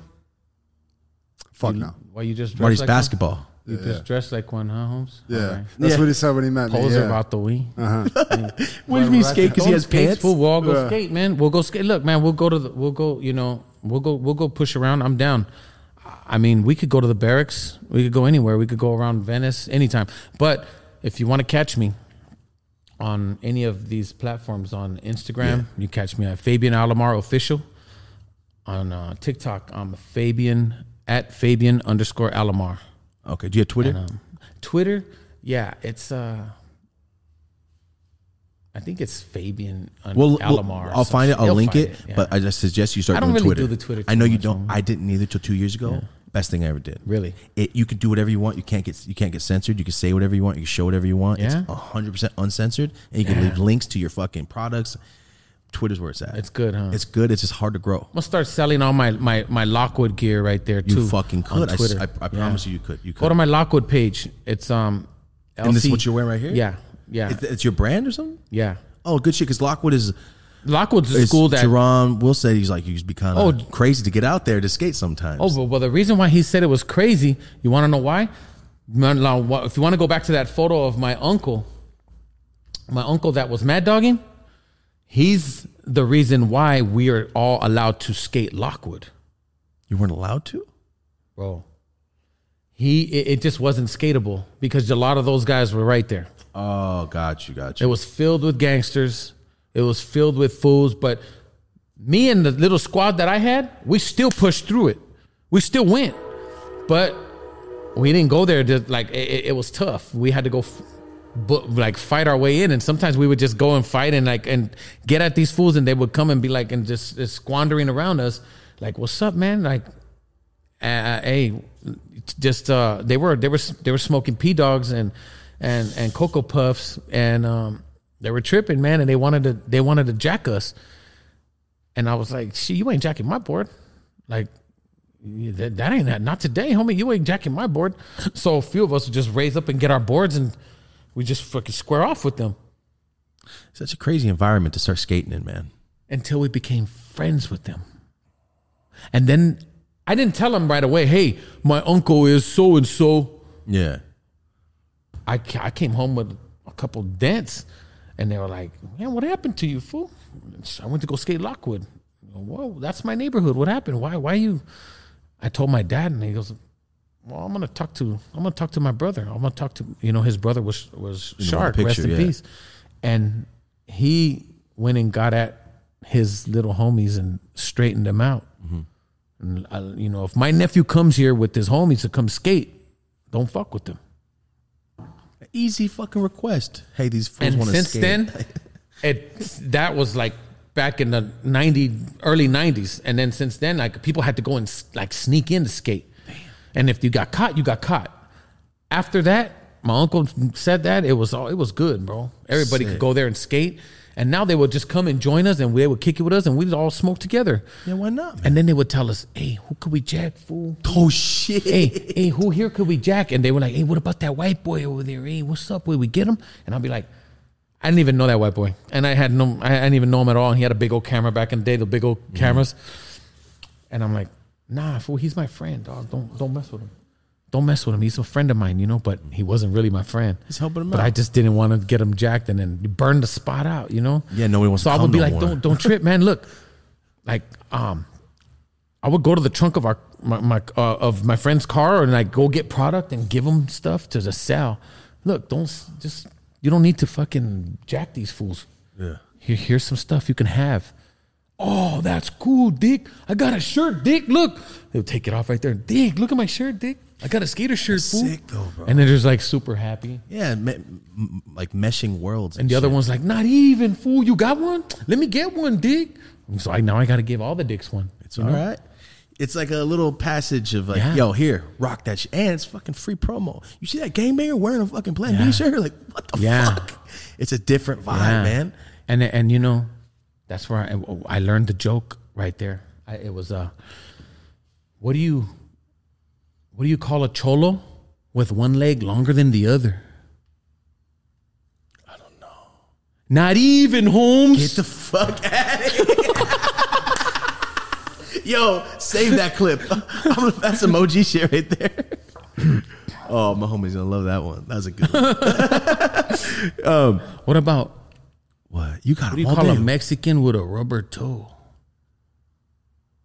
C: Fuck no.
B: Why you just dress
A: Marty's
B: like
A: basketball.
B: One? You just dress like one, huh, Holmes?
C: Yeah,
B: All right.
C: that's
A: Yeah.
C: what he said when he met me.
B: Poser
C: yeah.
B: about the wee.
A: What do you mean skate? Because he has pants.
B: Fool, we'll all go skate, man. We'll go skate. Look, man, we'll go to the. We'll go. You know, we'll go. We'll go push around. I'm down. I mean, we could go to the barracks. We could go anywhere. We could go around Venice anytime. But if you want to catch me on any of these platforms on Instagram, you catch me at Fabian Alomar official. On uh, TikTok, I'm Fabian at Fabian underscore Alomar.
A: Okay. Do you have Twitter?
B: Um, Twitter, yeah, it's uh, I think it's Fabian un-
A: Well,
B: Alomar.
A: well,
B: or
A: I'll
B: some
A: find
B: shit.
A: it. I'll
B: He'll
A: link
B: find
A: it.
B: yeah.
A: But I just suggest you start.
B: I don't
A: doing
B: really
A: Twitter.
B: do the Twitter
A: I know
B: too
A: you
B: much,
A: don't. I didn't either till two years ago. Best thing I ever did.
B: Really?
A: It, you can do whatever you want. You can't get. You can't get censored. You can say whatever you want. You can show whatever you want.
B: Yeah.
A: It's hundred percent uncensored, and you can leave links to your fucking products. Twitter's where it's at.
B: it's good, huh?
A: It's good. It's just hard to grow.
B: I'm gonna start selling all my my my Lockwood gear right there too.
A: You fucking
B: on
A: could. I, s-
B: Twitter.
A: I, I promise you, you could. You
B: Go
A: could.
B: to my Lockwood page. It's um, LC.
A: And this is what you're wearing right here?
B: Yeah, yeah,
A: It's, it's your brand or something.
B: yeah.
A: Oh, good shit. Because Lockwood is,
B: Lockwood's a
A: is
B: school that
A: Jerron will say he's like you just be kind of
B: Oh.
A: crazy to get out there to skate sometimes.
B: Oh, well, well, the reason why he said it was crazy, you want to know why? Man, now, wha- If you want to go back to that photo of my uncle, my uncle that was mad dogging, he's the reason why we are all allowed to skate Lockwood,
A: You weren't allowed to?
B: bro. He it, it just wasn't skatable because a lot of those guys were right there.
A: Oh, got you, got
B: It
A: you.
B: was filled with gangsters. It was filled with fools. But me and the little squad that I had, we still pushed through it. We still went, but we didn't go there. To, like it, it- it was tough. We had to go, f- bu- like fight our way in. And sometimes we would just go and fight and like and get at these fools, and they would come and be like and just, just squandering around us. Like, what's up, man? Like, uh, hey, just uh, they were they were they were smoking p dogs and and and cocoa puffs and um, they were tripping, man, and they wanted to they wanted to jack us, and I was like, shit, you ain't jacking my board, like. yeah, That, that ain't that not today, homie. You ain't jacking my board. So a few of us just raise up and get our boards, and we just fucking square off with them
A: Such a crazy environment to start skating in, man.
B: until we became friends with them. And then I didn't tell them right away. Hey, my uncle is so and so.
A: Yeah.
B: I, ca- I came home with a couple dents, and they were like, "Man, what happened to you, fool?" I went to go skate Lockwood. Whoa, that's my neighborhood. What happened? Why? Why you? I told my dad, and he goes, "Well, I'm gonna talk to I'm gonna talk to my brother. I'm gonna talk to you know his brother was was
A: the
B: Shark,
A: picture,
B: rest in
A: yeah.
B: peace." And he went and got at his little homies and straightened them out.
A: Mm-hmm.
B: And I, you know, if my nephew comes here with his homies to come skate, don't fuck with them.
A: Easy fucking request. Hey, these fools
B: and
A: want to
B: since
A: skate. [laughs]
B: then it that was like back in the 90 early 90s and then since then like people had to go and s- like sneak in to skate and if you got caught you got caught after that my uncle said that it was all it was good bro everybody could go there and skate and now they would just come and join us and they would kick it with us and we'd all smoke together
A: yeah, why not?
B: [laughs]
A: Man?
B: and then they would tell us hey who could we jack fool
A: Oh shit!
B: hey, hey, who here could we jack? And they were like, hey, what about that white boy over there? Hey, what's up? Where we get him? And I'll be like, I didn't even know that white boy, and I had no, I didn't even know him at all. And he had a big old camera back in the day, the big old
A: Mm-hmm.
B: cameras. And I'm like, nah, fool, he's my friend, dog. Don't don't mess with him. Don't mess with him. He's a friend of mine, you know. But he wasn't really my friend.
A: He's helping him
B: But
A: out.
B: I just didn't want to get him jacked and then burn the spot out, you know.
A: Yeah, nobody wants
B: So
A: to
B: I
A: come
B: would be
A: no
B: like,
A: more.
B: don't don't trip, man. Look, like um, I would go to the trunk of our my, my uh, of my friend's car and like go get product and give them stuff to just sell. Look, don't s- just you don't need to fucking jack these fools.
A: Yeah.
B: Here, here's some stuff you can have. Oh, that's cool, Dick. I got a shirt, Dick. Look, they'll take it off right there. Dick, look at my shirt, Dick. I got a skater shirt, fool.
A: sick though, bro.
B: And they're just like super happy.
A: Yeah, me- m- like meshing worlds.
B: And the other one's like, not even fool. You got one? Let me get one, Dick. So I now I got to give all the dicks one.
A: It's all right. It's like a little passage of like,
B: Yeah.
A: yo, here, rock that shit. And it's fucking free promo. You see that gangbanger wearing a fucking Plan B shirt? Like, what the
B: Yeah.
A: fuck? It's a different vibe,
B: Yeah.
A: man.
B: And and you know, that's where I, I learned the joke right there. I, it was uh, what do you, what do you call a cholo with one leg longer than the other? I don't know. Not even
A: Get
B: Holmes.
A: the fuck out of here. [laughs] yo, save that clip. [laughs] I'm, that's emoji shit right there. [clears throat] Oh, my homie's gonna love that one. That's a good
B: [laughs]
A: one.
B: what about what
A: What? You got
B: do you
A: all
B: call
A: day.
B: a Mexican with a rubber toe?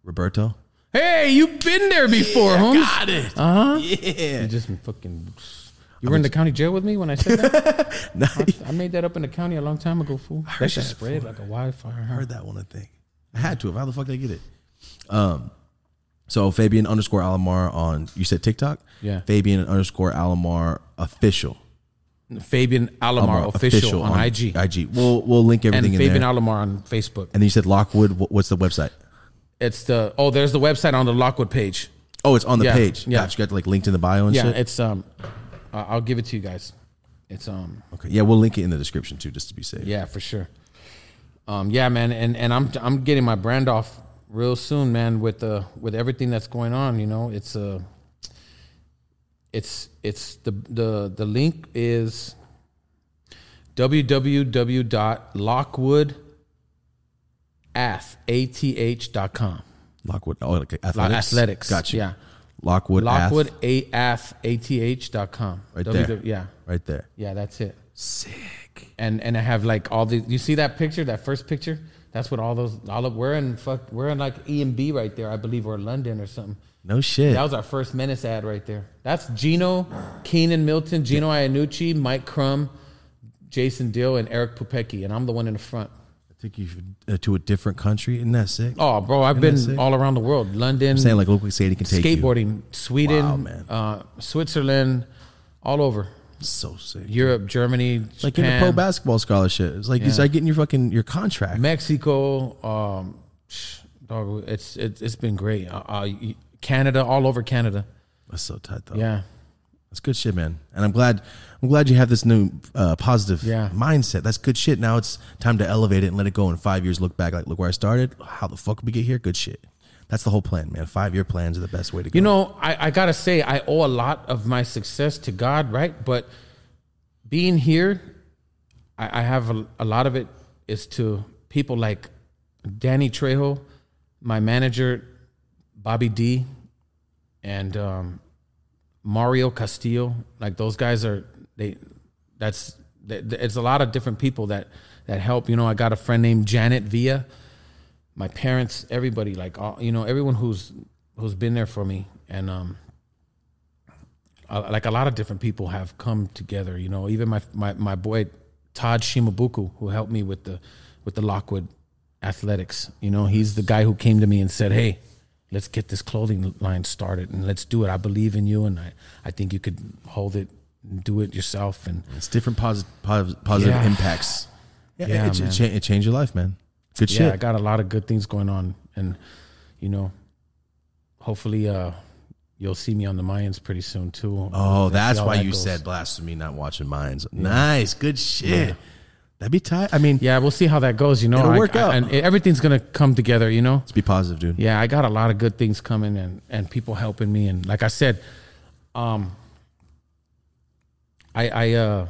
A: Roberto?
B: Hey, you've been there before, Holmes. Got it. Uh huh.
A: Uh-huh. Yeah.
B: You [laughs] just fucking. You were in the county jail with me when I said that. [laughs]
A: No,
B: I, I made that up in the county a long time ago, fool.
A: heard
B: That shit
A: that
B: spread like a wildfire.
A: I heard that one, I think. I had to have. How the fuck did I get it? Um, so Fabian underscore Alomar on you said TikTok?
B: Yeah.
A: Fabian underscore Alomar official.
B: Fabian Alomar
A: Alomar
B: official, on, IG
A: IG. We'll we'll link
B: and
A: everything in
B: Fabian
A: there.
B: Alomar on Facebook.
A: and then you said Lockwood. Wh- What's the website?
B: It's the oh, there's the website on the Lockwood page.
A: Oh, it's on the
B: Yeah,
A: page.
B: yeah.
A: Gotcha. You got like linked in the bio and
B: Yeah,
A: shit.
B: it's um, I- I'll give it to you guys. It's um,
A: Okay. Yeah, we'll link it in the description too, just to be safe.
B: yeah, for sure. Um, yeah, man, and and I'm I'm getting my brand off real soon, man. With uh with everything that's going on, you know, it's uh, it's it's the the the link is www.lockwood.ath dot com.
A: Lockwood. Oh, like athletics.
B: athletics,
A: Gotcha.
B: yeah.
A: Lockwood. Lockwood.
B: Lockwood A F A T H dot com.
A: Right there.
B: Yeah.
A: right there.
B: Yeah, that's it.
A: Sick.
B: and and I have like all the. You see that picture? That first picture? That's what all those. All of we're in fuck. We're in like E and B right there, I believe, or London or something.
A: No shit.
B: That was our first menace ad right there. That's Gino, Keenan Milton, Gino Iannucci, Mike Crum, Jason Dill, and Eric Pupecki, and I'm the one in the front.
A: I think you should, uh, to a different country. Isn't that sick?
B: Oh, bro, I've
A: Isn't that sick?
B: been all around the world. London,
A: I'm saying like look what Sadie can take you.
B: skateboarding, Sweden,
A: Wow, man.
B: Uh, Switzerland, all over
A: So sick.
B: Europe, Germany, Japan,
A: like getting a pro basketball scholarship. It's like it's
B: Yeah.
A: like getting your fucking your contract.
B: Mexico. Um, sh- dog, it's it's it's been great. Uh, uh, y- Canada, all over Canada.
A: That's so tight though.
B: Yeah,
A: That's good shit, man. And I'm glad I'm glad you have this new uh, positive
B: Yeah.
A: mindset. That's good shit. Now it's time to elevate it and let it go in five years. Look back, like look where I started. How the fuck we get here? Good shit. That's the whole plan, man. Five year plans are the best way to go.
B: you know, I, I gotta say, I owe a lot of my success to God, right? But being here, I, I have a, a lot of it is to people like Danny Trejo, my manager, Bobby D, and um, Mario Castillo. Like those guys are they. That's th- th- it's a lot of different people that that help. You know, I got a friend named Janet Villa. My parents, everybody, like all you know, everyone who's who's been there for me, and um, uh, like a lot of different people have come together. You know, even my my, my boy Todd Shimabuku, who helped me with the with the Lockwood Athletics. You know, he's the guy who came to me and said, "Hey, let's get this clothing line started and let's do it. I believe in you, and I I think you could hold it, and do it yourself." And
A: it's different posi- pos- positive
B: Yeah.
A: impacts. Yeah,
B: Yeah,
A: it, it,
B: man.
A: cha- it changed your life, man. Good
B: yeah, I
A: shit.
B: got a lot of good things going on, and you know, hopefully, uh, you'll see me on the Mayans pretty soon too.
A: Oh,
B: Let's see
A: that's
B: how
A: why
B: that
A: you
B: goes.
A: said blasphemy, not watching minds. Nice, good shit. That'd be tight. I mean,
B: Yeah, we'll see how that goes. You know,
A: It'll
B: I-
A: work
B: I-
A: out.
B: and everything's gonna come together. You know,
A: let's be positive, dude.
B: yeah, I got a lot of good things coming, and and people helping me, and like I said, um, I I uh,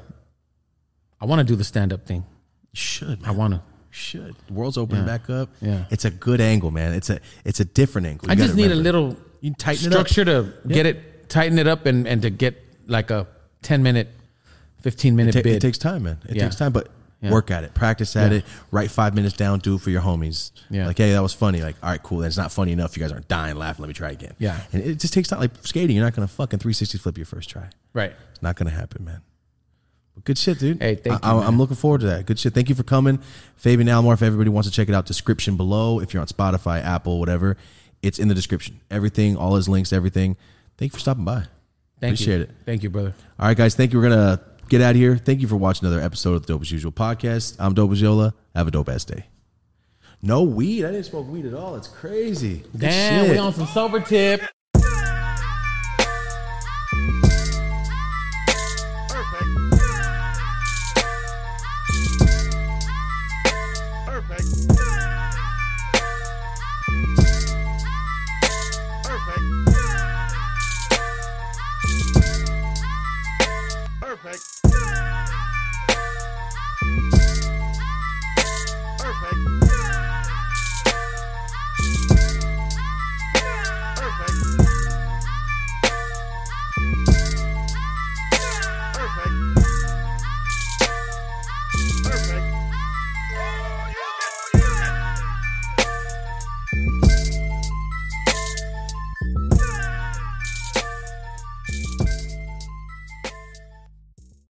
B: I want to do the stand up thing.
A: You should.
B: I want to.
A: should. The world's opening back up.
B: Yeah.
A: It's a good angle, man. It's a it's a different angle.
B: I
A: You
B: just
A: gotta
B: need a
A: remember.
B: little
A: You can tighten it up.
B: structure to get it, tighten it up, and and to get like a ten minute, fifteen minute
A: Ta-
B: bid.
A: it takes time, man. It
B: Yeah.
A: takes time, but work at it, practice at it. Write five minutes down, do it for your homies.
B: Yeah.
A: Like, hey, that was funny. Like, all right, cool. That's not funny enough. You guys aren't dying laughing. Let me try again.
B: Yeah.
A: And it just takes time. Like skating, you're not gonna fucking 360 flip your first try.
B: right.
A: It's not gonna happen, man. But good shit, dude.
B: Hey, thank
A: I,
B: you,
A: I, am looking forward to that. Good shit. Thank you for coming, Fabian Almar. If everybody wants to check it out, description below. If you're on Spotify, Apple, whatever, it's in the description. Everything, all his links, everything. Thank you for stopping by.
B: Thank
A: Appreciate
B: you.
A: it.
B: Thank you, brother.
A: All right, guys. Thank you. We're gonna get out of here. Thank you for watching another episode of the Dope as Usual podcast. I'm Dope as Yola. Have a dope ass day. No weed. I didn't smoke weed at all. It's crazy. Good
B: Damn,
A: shit.
B: we on some sober tip.